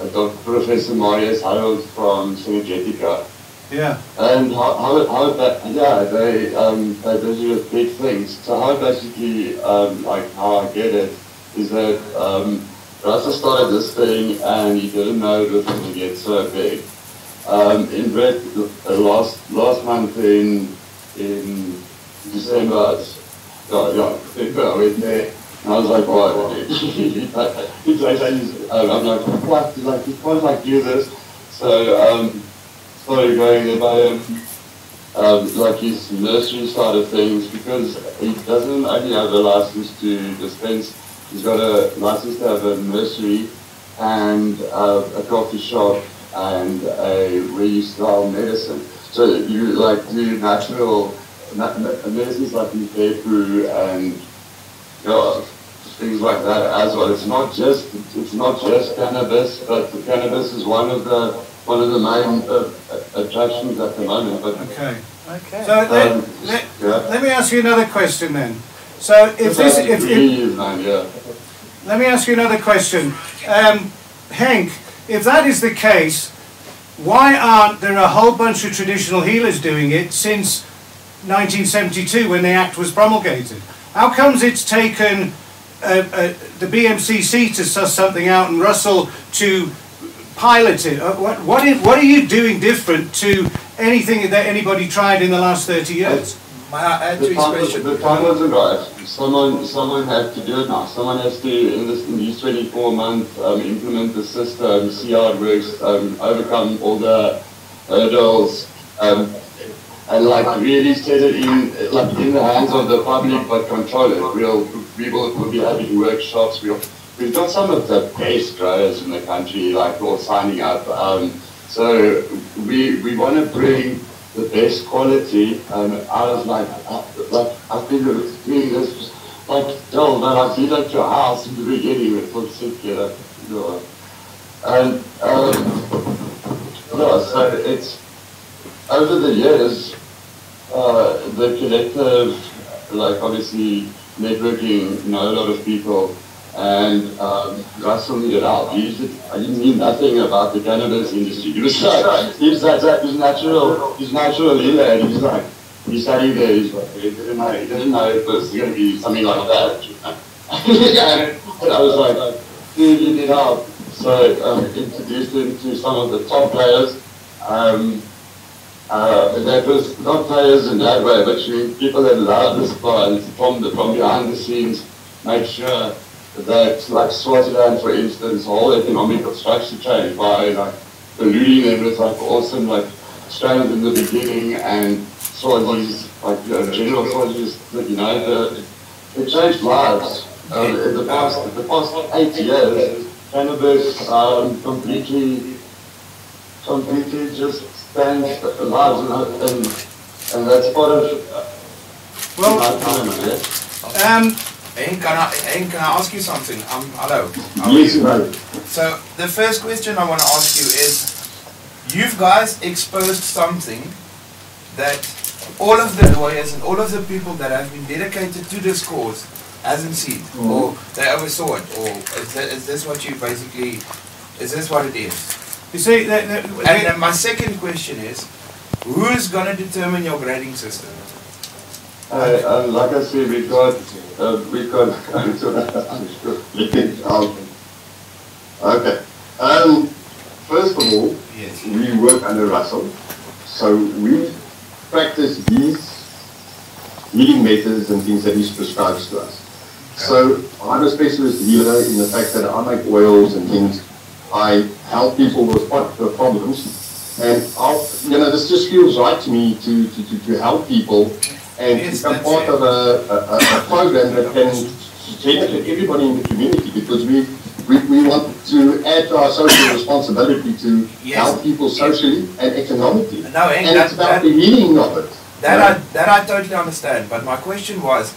[SPEAKER 6] uh, Dr. Professor Marius Harold from Synergetica.
[SPEAKER 1] Yeah.
[SPEAKER 6] And how, how, how that, yeah, they, um, they're busy with big things. So how basically, um, like how I get it, is that, um, Russell started this thing and he didn't know it was going to get so big. Um, in fact, uh, last, last month in, in December, yeah, yeah, December, I went there. And I was like, oh, he's like, he's, um, I'm like, what? He's like, you can't like do this. So, um, started going about him, um, like his nursery side of things, because he doesn't only have a license to dispense, he's got a license to have a nursery and uh, a coffee shop and a where you sell medicine. So you like do natural na- na- medicines like you pay through and yeah, things like that as well. It's not just it's not just cannabis, but the cannabis is one of the one of the main uh, uh, attractions at the moment. But
[SPEAKER 1] Okay.
[SPEAKER 3] Okay.
[SPEAKER 1] So let,
[SPEAKER 6] um,
[SPEAKER 1] let,
[SPEAKER 6] yeah,
[SPEAKER 1] let me ask you another question then. So if this if, if
[SPEAKER 6] Really, man, yeah.
[SPEAKER 1] Let me ask you another question. Um, Henk, if that is the case, why aren't there a whole bunch of traditional healers doing it since 1972 when the Act was promulgated? How comes it's taken uh, uh, the BMCC to suss something out and Russell to pilot it? Uh, what, what, is, what are you doing different to anything that anybody tried in the last 30 years?
[SPEAKER 5] May I add to
[SPEAKER 6] The
[SPEAKER 5] his
[SPEAKER 6] time, was,
[SPEAKER 5] question?
[SPEAKER 6] the time wasn't right. Someone, someone had to do it now. Someone has to, in this in these 24 months, um, implement the system, see how it works, um, overcome all the hurdles, um, and like really set it in, like in the hands of the public, but control it. We'll, we will, we'll be having workshops. We'll, we've got some of the best growers in the country, like all signing up. Um, so we, we want to bring the best quality. Um, I was like, uh, like I've been doing this like Joel, when I've been at your house in the beginning with full circular. You know. And um, yeah, so it's over the years, uh, the collective, like obviously networking, you know a lot of people, and um, Russell knew it out. He used it, I didn't mean nothing about the cannabis industry. He was like, he was like, that, he was natural, he's natural in there, and he's like, he's studying there, he's like, he didn't know, he didn't know it was going to be something like that. you know. and I was like, dude, you did out. So um, introduced him to some of the top players. Um, uh, that was not players in that way, but you mean people that love the sport and from the from behind the scenes make sure that like Swaziland for instance, whole economic structure change by like alluding them with like awesome like strands in the beginning and Swazi's like you know, general Swazi's you know the, it changed lives. Um, in the past in the past eight years cannabis um, completely completely just stands large and, and, and that's part of uh,
[SPEAKER 1] Well-
[SPEAKER 6] my time, yeah?
[SPEAKER 1] Um,
[SPEAKER 5] Henk, can I, Henk, can I ask you something? Um, hello. How are
[SPEAKER 6] Yes,
[SPEAKER 5] you?
[SPEAKER 6] mate.
[SPEAKER 5] So the first question I want to ask you is, you've guys exposed something that all of the lawyers and all of the people that have been dedicated to this cause hasn't seen,
[SPEAKER 6] Mm-hmm.
[SPEAKER 5] or they oversaw it, or is, that, is this what you basically, is this what it is?
[SPEAKER 1] you see, the, the,
[SPEAKER 5] And then my second question is, who's going to determine your grading system?
[SPEAKER 6] Uh, and like I said, we got, uh, we got, um, okay. Um, first of all,
[SPEAKER 5] Yes.
[SPEAKER 6] we work under Russell, so we practice these healing methods and things that he prescribes to us. So I'm a specialist healer in the fact that I make oils and things. I help people with what the problems, and I'll, you know this just feels right to me to to, to, to help people and
[SPEAKER 5] Yes,
[SPEAKER 6] become
[SPEAKER 5] that's
[SPEAKER 6] part
[SPEAKER 5] it.
[SPEAKER 6] of a, a, a a program that can benefit everybody in the community because we. We, we want to add to our social responsibility to
[SPEAKER 5] Yes.
[SPEAKER 6] help people socially and economically.
[SPEAKER 5] No, Hank,
[SPEAKER 6] and
[SPEAKER 5] that-
[SPEAKER 6] it's about
[SPEAKER 5] that-
[SPEAKER 6] the healing of it.
[SPEAKER 5] That I that I totally understand, but my question was,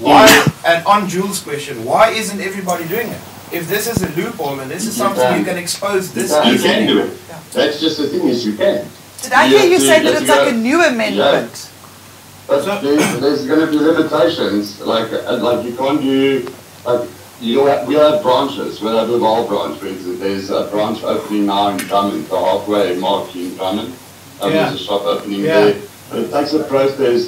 [SPEAKER 5] why? And on Jules' question, why isn't everybody doing it? If this is a loophole and this is
[SPEAKER 6] You
[SPEAKER 5] something you
[SPEAKER 6] can.
[SPEAKER 5] can expose this
[SPEAKER 6] you can
[SPEAKER 5] easily,
[SPEAKER 6] do it. That's just the thing is you can.
[SPEAKER 3] Did I
[SPEAKER 6] You
[SPEAKER 3] hear you
[SPEAKER 6] have to-
[SPEAKER 3] say
[SPEAKER 6] you
[SPEAKER 3] that
[SPEAKER 6] have
[SPEAKER 3] it's
[SPEAKER 6] to
[SPEAKER 3] like a
[SPEAKER 6] go-
[SPEAKER 3] new amendment?
[SPEAKER 6] But
[SPEAKER 1] So-
[SPEAKER 6] there's, there's going to be limitations. Like, uh, like you can't do, like, you'll have, we'll have branches. We'll have a whole branch, for instance. There's a branch opening now in Drummond, the halfway mark in Drummond. Um,
[SPEAKER 1] Yeah.
[SPEAKER 6] There's a shop opening
[SPEAKER 1] Yeah.
[SPEAKER 6] there. But it takes a process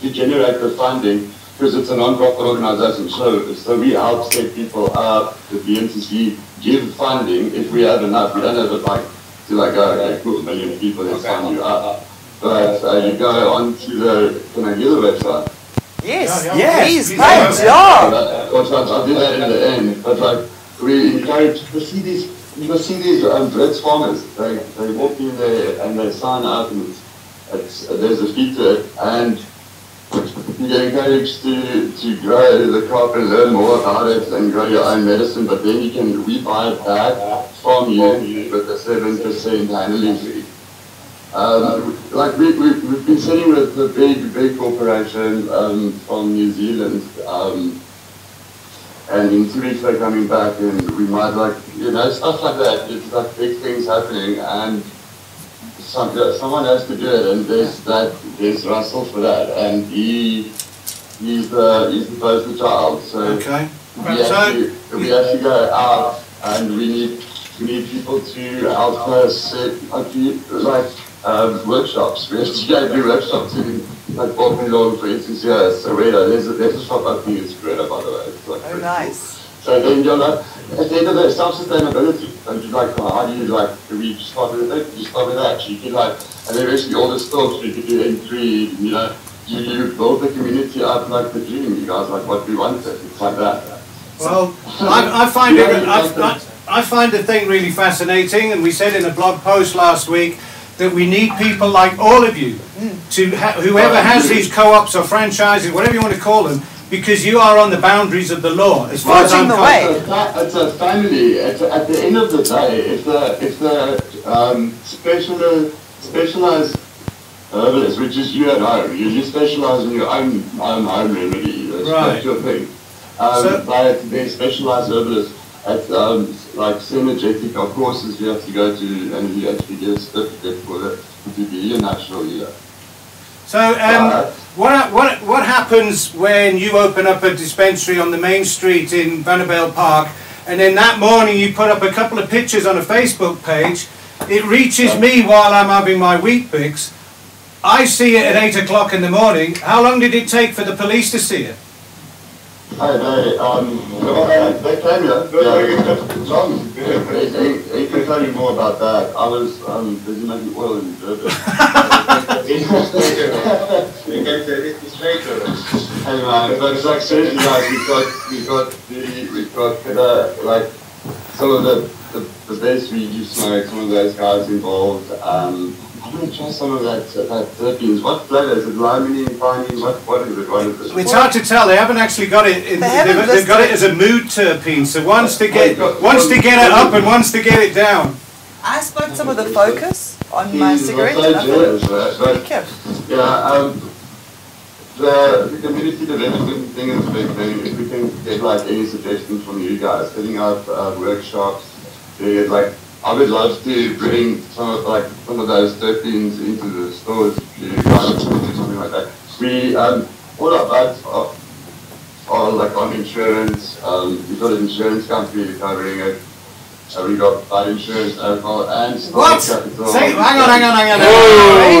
[SPEAKER 6] to generate the funding because it's a non-profit organization. So, so we help set people up. The BNCC give funding if we have enough. We don't have it like, to like, oh, okay, cool, a million people, let's fund you up. But uh, you go on to the, can I do the website?
[SPEAKER 3] Yes,
[SPEAKER 5] Yeah,
[SPEAKER 2] yeah.
[SPEAKER 3] please,
[SPEAKER 5] Please,
[SPEAKER 3] thanks,
[SPEAKER 5] yeah.
[SPEAKER 3] yeah.
[SPEAKER 6] Uh, But but I'll do that in the end, but like, we encourage, you see these, you see these, um, Brits farmers, they, they walk in there and they sign up and it's- it's, there's a feature and you're encouraged to, to grow the crop and learn more about it and grow your own medicine, but then you can, we buy it back from you with a seven percent handling fee. Um, like we, we, we've been sitting with the big, big corporation um, from New Zealand, um, and in two weeks they're coming back, and we might like, you know, stuff like that. It's like big things happening, and some, someone has to do it, and there's that, there's Russell for that, and he, he's the, he's the poster child. So
[SPEAKER 1] Okay.
[SPEAKER 6] we
[SPEAKER 1] Right,
[SPEAKER 6] have
[SPEAKER 1] so-
[SPEAKER 6] to, we have to go out and we need, we need people to help us set, like, you- like, um, workshops. We have to go do workshops in, like, Baldwin Lawn, for instance, yeah, Serena, there's a, there's a shop up here in Serena, by the way. It's like
[SPEAKER 3] Oh,
[SPEAKER 6] pretty cool.
[SPEAKER 3] nice.
[SPEAKER 6] So then you're like, at the end of the day, it's self-sustainability. And you like, well, how do you like, do we start with it? You start with that. So you can like, and then basically all the stores you can do in three, you know, you, you build the community up like the dream. You guys like what we wanted. It's like that.
[SPEAKER 1] Well, I, I find it, I, I, I find the thing really fascinating, and we said in a blog post last week that we need people like all of you to ha- whoever has these co-ops or franchises, whatever you want to call them, because you are on the boundaries of the law. As far as I'm
[SPEAKER 3] Forging the
[SPEAKER 1] concerned.
[SPEAKER 3] way.
[SPEAKER 6] It's a, fa- it's a family. It's a, at the end of the day, if the if the um, special specialized herbalist, which is you at home, you, you specialize in your own own home remedy. That's,
[SPEAKER 1] Right.
[SPEAKER 6] that's your thing. Um,
[SPEAKER 1] So-
[SPEAKER 6] but they specialize herbalists at um, like synergetic or courses you have to go to, and you actually get a certificate for that to be a natural healer.
[SPEAKER 1] So, um, what, ha- what, what happens when you open up a dispensary on the main street in Vanderbilt Park, and then that morning you put up a couple of pictures on a Facebook page? It reaches me while I'm having my wheat bix. I see it at eight o'clock in the morning. How long did it take for the police to see it?
[SPEAKER 6] Hey, they, um, they came here. Yeah. John, he, he, he can tell you more about that. I was um, busy making oil in Durban. Hey man, but it's like seriously, like we've got, we've got the, we've got the, like some of the, the, the best we used to know, some of those guys involved. Um, I'm gonna try some of that that terpenes. What flavor is it? Limony and piney? What what is it? What is it?
[SPEAKER 1] It's hard to tell. They haven't actually got it. In,
[SPEAKER 3] They
[SPEAKER 1] they've,
[SPEAKER 3] haven't
[SPEAKER 1] they've got it as
[SPEAKER 3] listed
[SPEAKER 1] a mood terpene. So once to get,
[SPEAKER 6] They've got-
[SPEAKER 1] once to get it up and once to get it down.
[SPEAKER 3] I smoked some of the focus on my
[SPEAKER 6] Jesus,
[SPEAKER 3] cigarette
[SPEAKER 6] I'm so
[SPEAKER 3] and I thought,
[SPEAKER 6] jealous, right?
[SPEAKER 3] "Pretty
[SPEAKER 6] But-
[SPEAKER 3] cute."
[SPEAKER 6] Yeah, um, the, the community development thing is a big thing. If we can get like any suggestions from you guys, setting up uh, workshops, there's like, I would love to bring some of like some of those terpenes into the stores. if You guys want to do something like that. We um, all of us are, are like on insurance. Um, we've got an insurance company covering it. Uh, we got bad insurance, alcohol, and stock
[SPEAKER 1] What?
[SPEAKER 6] capital.
[SPEAKER 1] Say, hang on, hang on, hang on.
[SPEAKER 4] Whoa,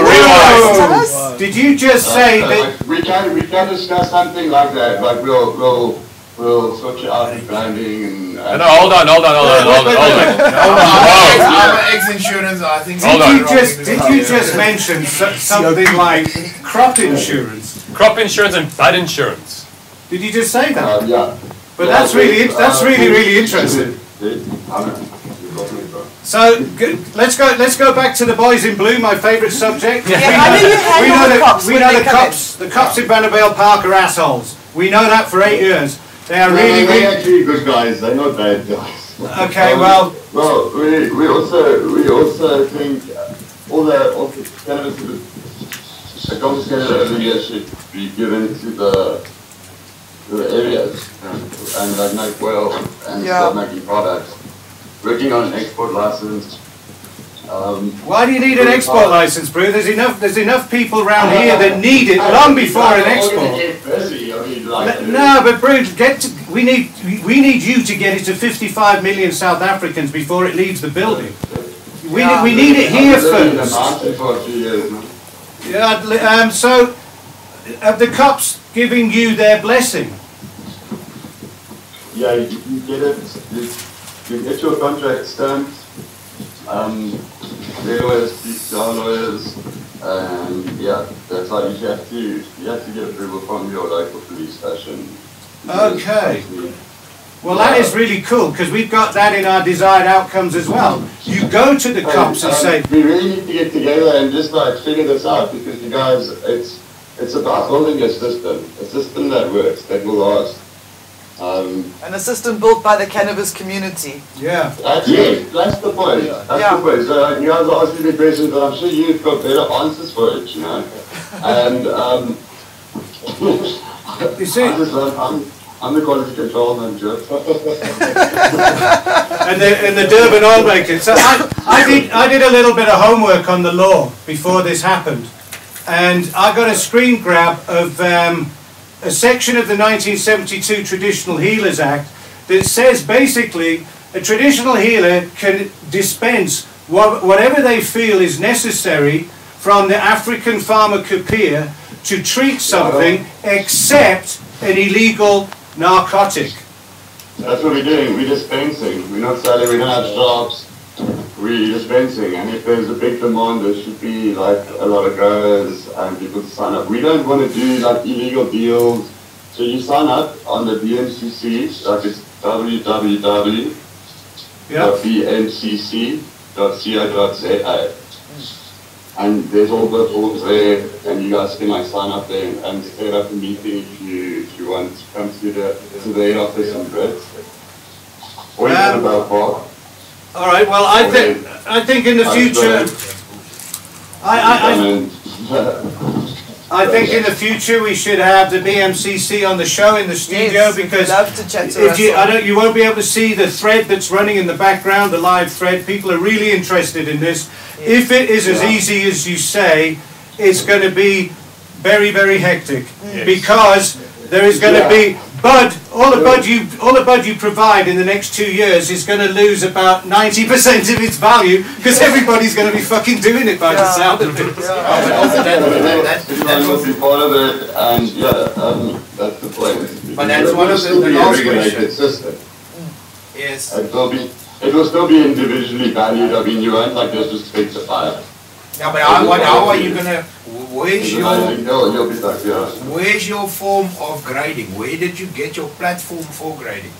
[SPEAKER 1] Whoa.
[SPEAKER 4] rewind.
[SPEAKER 3] Tell us.
[SPEAKER 1] Did you just say
[SPEAKER 6] Uh,
[SPEAKER 1] that?
[SPEAKER 6] like, we can we can discuss something like that. Like we'll we'll we'll sort you out with branding and.
[SPEAKER 4] Uh, No,
[SPEAKER 6] and
[SPEAKER 4] no, hold on, hold on, hold on, hold on, hold on.
[SPEAKER 5] I'm ex insurance, I think.
[SPEAKER 4] Hold
[SPEAKER 5] we're
[SPEAKER 4] on.
[SPEAKER 1] Did you
[SPEAKER 5] wrong
[SPEAKER 1] just,
[SPEAKER 5] in this
[SPEAKER 1] did
[SPEAKER 5] house.
[SPEAKER 1] you just mention so- something like crop insurance?
[SPEAKER 4] Crop insurance and bad insurance.
[SPEAKER 1] Did you just say that?
[SPEAKER 6] Uh, yeah.
[SPEAKER 1] But
[SPEAKER 6] Yeah,
[SPEAKER 1] that's really,
[SPEAKER 6] uh,
[SPEAKER 1] that's really, really interesting.
[SPEAKER 6] I don't know. You've got me, bro.
[SPEAKER 1] So g- let's go, let's go back to the boys in blue, my favourite subject.
[SPEAKER 3] Yeah,
[SPEAKER 1] We
[SPEAKER 3] I
[SPEAKER 1] know-
[SPEAKER 3] knew you had
[SPEAKER 1] we know
[SPEAKER 3] all the
[SPEAKER 1] that-
[SPEAKER 3] cops
[SPEAKER 1] We
[SPEAKER 3] when
[SPEAKER 1] know
[SPEAKER 3] they
[SPEAKER 1] the
[SPEAKER 3] come in.
[SPEAKER 1] cops, the cops in Vanderbilt Park are assholes. We know that for eight years. They are
[SPEAKER 6] No, no,
[SPEAKER 1] really,
[SPEAKER 6] they're
[SPEAKER 1] really,
[SPEAKER 6] actually good guys. They're not bad guys. Um,
[SPEAKER 1] okay, well,
[SPEAKER 6] Well, we, we also we also think uh, all the all the cannabis that was confiscated over the years should be given to the to the areas and like make well and
[SPEAKER 3] Yeah.
[SPEAKER 6] start making products. Working on an export license. Um,
[SPEAKER 1] Why do you need an export license, Brew? There's enough, there's enough people around here that need it long before an
[SPEAKER 6] We're gonna
[SPEAKER 1] export.
[SPEAKER 6] get busy, I mean, like.
[SPEAKER 1] N- No, but Brew, get to, we need, we need you to get it to fifty-five million South Africans before it leaves the building. We, ne- we need it here
[SPEAKER 6] I've lived in the
[SPEAKER 1] first.
[SPEAKER 6] mountain for a few years now.
[SPEAKER 1] Yeah, I'd li- um, so, have the cops giving you their blessing?
[SPEAKER 6] Yeah, you, you get it. You, you get your contract stamped. Um, their lawyers speak to our lawyers. Um, yeah, that's how you have to. You have to get approval from your local police station.
[SPEAKER 1] Okay. Well, that is really cool, because we've got that in our desired outcomes as well. You go to the cops and say,
[SPEAKER 6] um, we really need to get together and just like figure this out because you guys, it's it's about building a system, a system that works, that will last. Um,
[SPEAKER 3] And a system built by the cannabis community.
[SPEAKER 1] yeah,
[SPEAKER 6] That's it. That's the point. That's
[SPEAKER 3] Yeah.
[SPEAKER 6] the point. So like, you guys are asking me questions, but I'm sure you've got better answers for it, you know. and um,
[SPEAKER 1] You see-
[SPEAKER 6] I just love, I'm, I'm the quality control manager.
[SPEAKER 1] and the, and the Durban oil makers. So I, I did, I did a little bit of homework on the law before this happened, and I got a screen grab of um, a section of the 1972 Traditional Healers Act that says basically a traditional healer can dispense wha- whatever they feel is necessary from the African pharmacopoeia to treat something except an illegal narcotic.
[SPEAKER 6] That's what we're doing. We're dispensing. We're not selling. We don't have shops. We're dispensing. And if there's a big demand, there should be like a lot of growers and people to sign up. We don't want to do like illegal deals. So you sign up on the BMCC. Like it's www
[SPEAKER 1] Yeah.
[SPEAKER 6] bmcc.co.za.
[SPEAKER 5] Hmm.
[SPEAKER 6] And there's all the forms there, and you guys can like sign up there and, and set up a meeting if you, if you want to come to the, to the head office in Brits. Or you
[SPEAKER 1] Um,
[SPEAKER 6] can about Park.
[SPEAKER 1] All right. Well, I think I think in the future, I, I, I I think in the future we should have the BMCC on the show in the studio
[SPEAKER 3] Yes, we'd
[SPEAKER 1] because
[SPEAKER 3] love to chat to
[SPEAKER 1] if you, I
[SPEAKER 3] Russell.
[SPEAKER 1] don't, you won't be able to see the thread that's running in the background, the live thread. People are really interested in this. If it is as easy as you say, it's going to be very very hectic
[SPEAKER 4] Yes.
[SPEAKER 1] because there is going to
[SPEAKER 6] Yeah.
[SPEAKER 1] be bud. All the bud you all the bud you provide in the next two years is going to lose about ninety percent of its value because everybody's going to be fucking doing it by the
[SPEAKER 3] Yeah.
[SPEAKER 1] sound of it.
[SPEAKER 5] that- that- that was-
[SPEAKER 6] be part of it, and yeah, um, that's the point.
[SPEAKER 5] But that's one of the- the last
[SPEAKER 6] Regulated
[SPEAKER 5] question.
[SPEAKER 6] system.
[SPEAKER 5] Yes.
[SPEAKER 6] It will be, it will still be individually valued, I mean, you won't like just expect to fire.
[SPEAKER 5] Yeah, but how, what, how are you gonna? Where's your
[SPEAKER 6] You'll, you'll be stuck, yeah.
[SPEAKER 5] Where's your form of grading? Where did you get your platform for grading?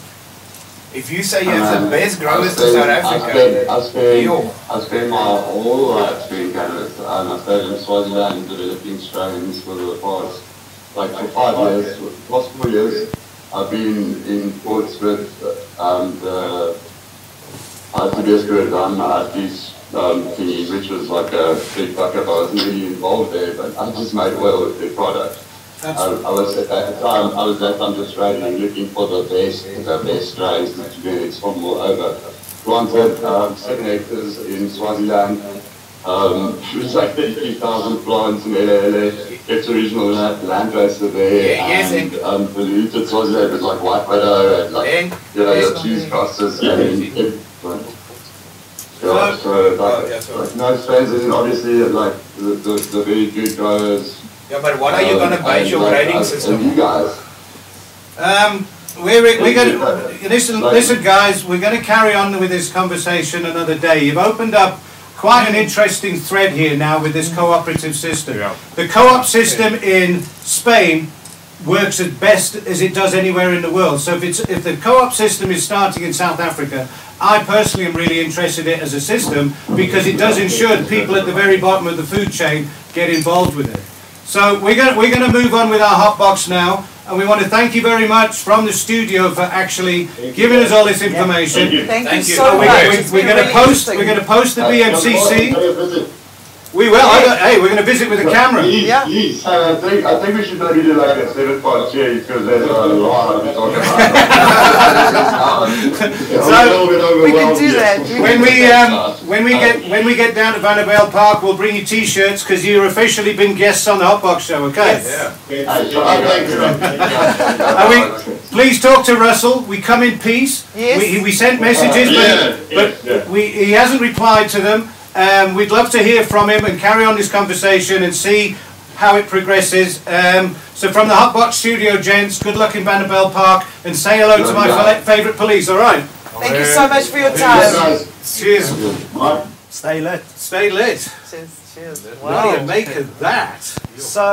[SPEAKER 5] If you say you have the
[SPEAKER 6] Um,
[SPEAKER 5] best growers
[SPEAKER 6] I
[SPEAKER 5] in South
[SPEAKER 6] spent- I spent,
[SPEAKER 5] Africa,
[SPEAKER 6] I spent,
[SPEAKER 5] Yo.
[SPEAKER 6] I spent my whole life doing cannabis, and I stayed in Swaziland developing strains for the past, like for five years, for the past four years. I've been in Portsmouth, uh, and, uh, I had the best growers, I'm at these, um, thingy, which was like a big bucket, I wasn't really involved there, but I just made oil with the product. I, I was at that time, I was at time just and looking for the best, the best strains that you can from all over. Planted um, seven hectares in Swaziland. Um, it was like 33,000 plants in LLA. It's original land, land racer there.
[SPEAKER 5] Yeah, yes,
[SPEAKER 6] and um, polluted Swaziland was like white widow and like,
[SPEAKER 5] And-
[SPEAKER 6] you know, your
[SPEAKER 5] yes,
[SPEAKER 6] cheese
[SPEAKER 5] okay.
[SPEAKER 6] crosses and everything. Yeah, so
[SPEAKER 5] Oh, yeah,
[SPEAKER 6] like,
[SPEAKER 5] sorry.
[SPEAKER 6] like no strains, and obviously like the, the, the very good growers
[SPEAKER 5] yeah, but what are you
[SPEAKER 6] um,
[SPEAKER 5] gonna base
[SPEAKER 6] and,
[SPEAKER 5] your
[SPEAKER 6] like,
[SPEAKER 5] grading
[SPEAKER 6] us and You
[SPEAKER 5] system? on?
[SPEAKER 6] guys.
[SPEAKER 1] Um, we're, we're going to listen, listen, guys. We're going to carry on with this conversation another day. You've opened up quite an interesting thread here now with this cooperative system.
[SPEAKER 4] Yeah.
[SPEAKER 1] The co-op system in Spain works as best as it does anywhere in the world. So if it's if the co-op system is starting in South Africa, I personally am really interested in it as a system because it does ensure that people at the very bottom of the food chain get involved with it. So we're going we're going to move on with our hot box now, and we want to thank you very much from the studio for actually giving us all this information.
[SPEAKER 3] Thank,
[SPEAKER 5] Thank
[SPEAKER 3] you
[SPEAKER 5] you.
[SPEAKER 3] so
[SPEAKER 1] Oh, We,
[SPEAKER 3] much.
[SPEAKER 1] are
[SPEAKER 3] It's been
[SPEAKER 1] going to
[SPEAKER 3] really
[SPEAKER 1] post we're
[SPEAKER 3] interesting.
[SPEAKER 1] going to post the
[SPEAKER 6] Uh, come on,
[SPEAKER 1] BMCC.
[SPEAKER 6] pay a visit.
[SPEAKER 1] We will. I don't- hey, we're going to visit with a camera.
[SPEAKER 6] Yes,
[SPEAKER 3] Yeah.
[SPEAKER 6] yes. And I think, I think we should maybe do like a seven part series because there's a lot to talk about. so,
[SPEAKER 1] So,
[SPEAKER 3] we can do that. We can
[SPEAKER 1] When we um, when
[SPEAKER 6] Uh,
[SPEAKER 1] we get when we get down to Vanderbilt Park, we'll bring you T-shirts because you've officially been guests on the Hot Box Show. Okay. And we, please talk to Russell. We come in peace.
[SPEAKER 3] Yes.
[SPEAKER 1] We, we sent messages,
[SPEAKER 6] Yeah,
[SPEAKER 1] but,
[SPEAKER 6] yeah,
[SPEAKER 1] but
[SPEAKER 6] yeah.
[SPEAKER 1] We, he hasn't replied to them. Um, we'd love to hear from him and carry on this conversation and see how it progresses. Um, so from the Hot Box Studio, gents, good luck in Vanderbilt Park and say hello to my
[SPEAKER 6] Yeah.
[SPEAKER 1] favourite police, all right?
[SPEAKER 3] Thank you so much for your time.
[SPEAKER 6] Guys,
[SPEAKER 1] Cheers.
[SPEAKER 6] Mark,
[SPEAKER 2] Stay lit.
[SPEAKER 1] Stay lit.
[SPEAKER 3] Cheers. Cheers.
[SPEAKER 1] What do you make of that?
[SPEAKER 2] So,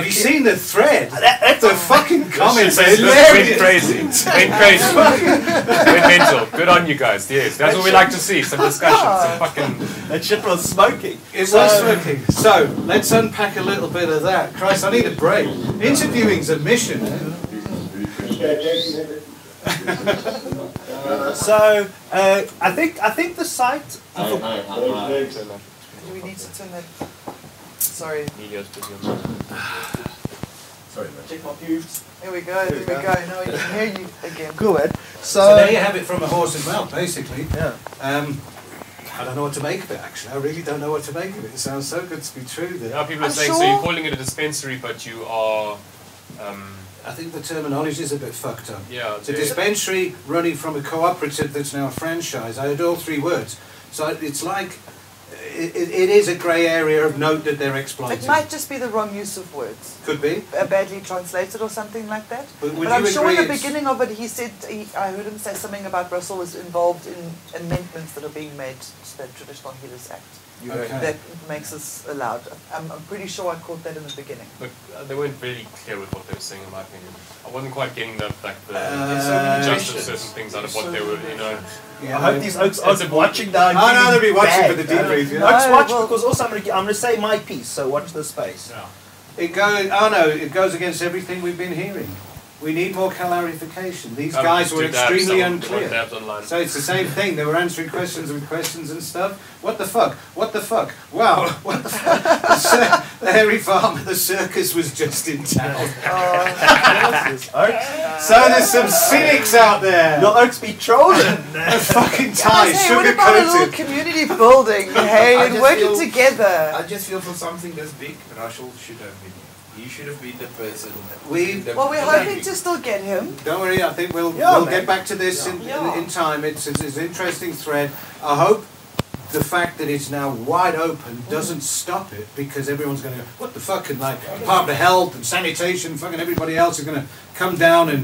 [SPEAKER 1] Have you seen the thread?
[SPEAKER 2] that, that's
[SPEAKER 1] The
[SPEAKER 2] a
[SPEAKER 1] fucking comments are
[SPEAKER 4] Went
[SPEAKER 1] hilarious.
[SPEAKER 4] crazy. Went crazy. Went mental. Good on you guys. Yes, that's what we like to see. Some
[SPEAKER 1] Oh,
[SPEAKER 4] discussion. Some fucking.
[SPEAKER 2] that shit was smoking.
[SPEAKER 1] It was working. So let's unpack a little bit of that. Christ, I need a break. Interviewing's a mission. eh?
[SPEAKER 2] So, uh, I think I think the site.
[SPEAKER 3] Do we need to turn that? Sorry. There we go. There we go. Now we can hear you again.
[SPEAKER 2] Good.
[SPEAKER 1] So
[SPEAKER 2] So,
[SPEAKER 1] there you have it from a horse's mouth, basically.
[SPEAKER 2] yeah.
[SPEAKER 1] Um, I don't know what to make of it. Actually, I really don't know what to make of it. It sounds so good to be true. That
[SPEAKER 4] Now people are
[SPEAKER 3] I'm
[SPEAKER 4] saying, so you're
[SPEAKER 3] sure-
[SPEAKER 4] calling it a dispensary, but you are. Um,
[SPEAKER 1] I think the terminology is a bit fucked up.
[SPEAKER 4] yeah.
[SPEAKER 1] It's a dispensary running from a cooperative that's now a franchise. I had all three words, so it's like it, it, it is a grey area of note that they're exploiting.
[SPEAKER 3] It might just be the wrong use of words.
[SPEAKER 1] Could be.
[SPEAKER 3] uh, badly translated or something like that.
[SPEAKER 1] But would
[SPEAKER 3] I'm
[SPEAKER 1] you
[SPEAKER 3] sure
[SPEAKER 1] agree
[SPEAKER 3] in the
[SPEAKER 1] it's-
[SPEAKER 3] beginning of it, he said he, I heard him say something about Russell was involved in amendments that are being made to the Traditional Healers Act
[SPEAKER 1] Okay.
[SPEAKER 3] that makes us allowed. I'm, I'm pretty sure I caught that in the beginning.
[SPEAKER 4] But uh, they weren't really clear with what they were saying, in my opinion. I wasn't quite getting the like the
[SPEAKER 1] Uh,
[SPEAKER 4] justice of certain things out of what they were, you know. um,
[SPEAKER 1] Yeah,
[SPEAKER 2] I hope these oaks are
[SPEAKER 4] It's a-
[SPEAKER 2] watching now.
[SPEAKER 1] Oh, no, they'll be watching
[SPEAKER 2] Bad.
[SPEAKER 1] for the debrief, yeah.
[SPEAKER 2] Oaks
[SPEAKER 3] No,
[SPEAKER 2] watch
[SPEAKER 3] well-
[SPEAKER 2] because also I'm gonna, I'm gonna say my piece. So watch this space.
[SPEAKER 4] Yeah.
[SPEAKER 1] It goes. Oh no, it goes against everything we've been hearing. We need more clarification. These
[SPEAKER 4] Um,
[SPEAKER 1] guys were
[SPEAKER 4] two dabs,
[SPEAKER 1] extremely
[SPEAKER 4] someone- one
[SPEAKER 1] unclear.
[SPEAKER 4] dabs online.
[SPEAKER 1] So it's the same thing. They were answering questions and questions and stuff. What the fuck? What the fuck? Wow! What the fuck? The, cir- the hairy farm, the circus was just in town.
[SPEAKER 3] Uh,
[SPEAKER 2] This is Oaks.
[SPEAKER 1] So there's some cynics out there.
[SPEAKER 2] Your Oaks be trolling.
[SPEAKER 1] a fucking
[SPEAKER 3] I
[SPEAKER 1] tie,
[SPEAKER 3] say, what about a little
[SPEAKER 1] sugar coated.
[SPEAKER 3] community building? Hey,
[SPEAKER 5] I
[SPEAKER 3] and
[SPEAKER 5] just
[SPEAKER 3] working
[SPEAKER 5] feel- I
[SPEAKER 3] together.
[SPEAKER 5] just feel for something this big, Russell should have been here. He should have been the person.
[SPEAKER 1] We-
[SPEAKER 5] that-
[SPEAKER 3] Well, we're hoping to still get him.
[SPEAKER 1] Don't worry, I think we'll
[SPEAKER 2] Yeah,
[SPEAKER 1] we'll
[SPEAKER 2] man.
[SPEAKER 1] get back to this in,
[SPEAKER 3] Yeah.
[SPEAKER 1] in, in time. It's, it's, it's an interesting thread. I hope the fact that it's now wide open doesn't stop it because everyone's going to go, what the fuck? And like Department of Health and sanitation, fucking everybody else is going to come down and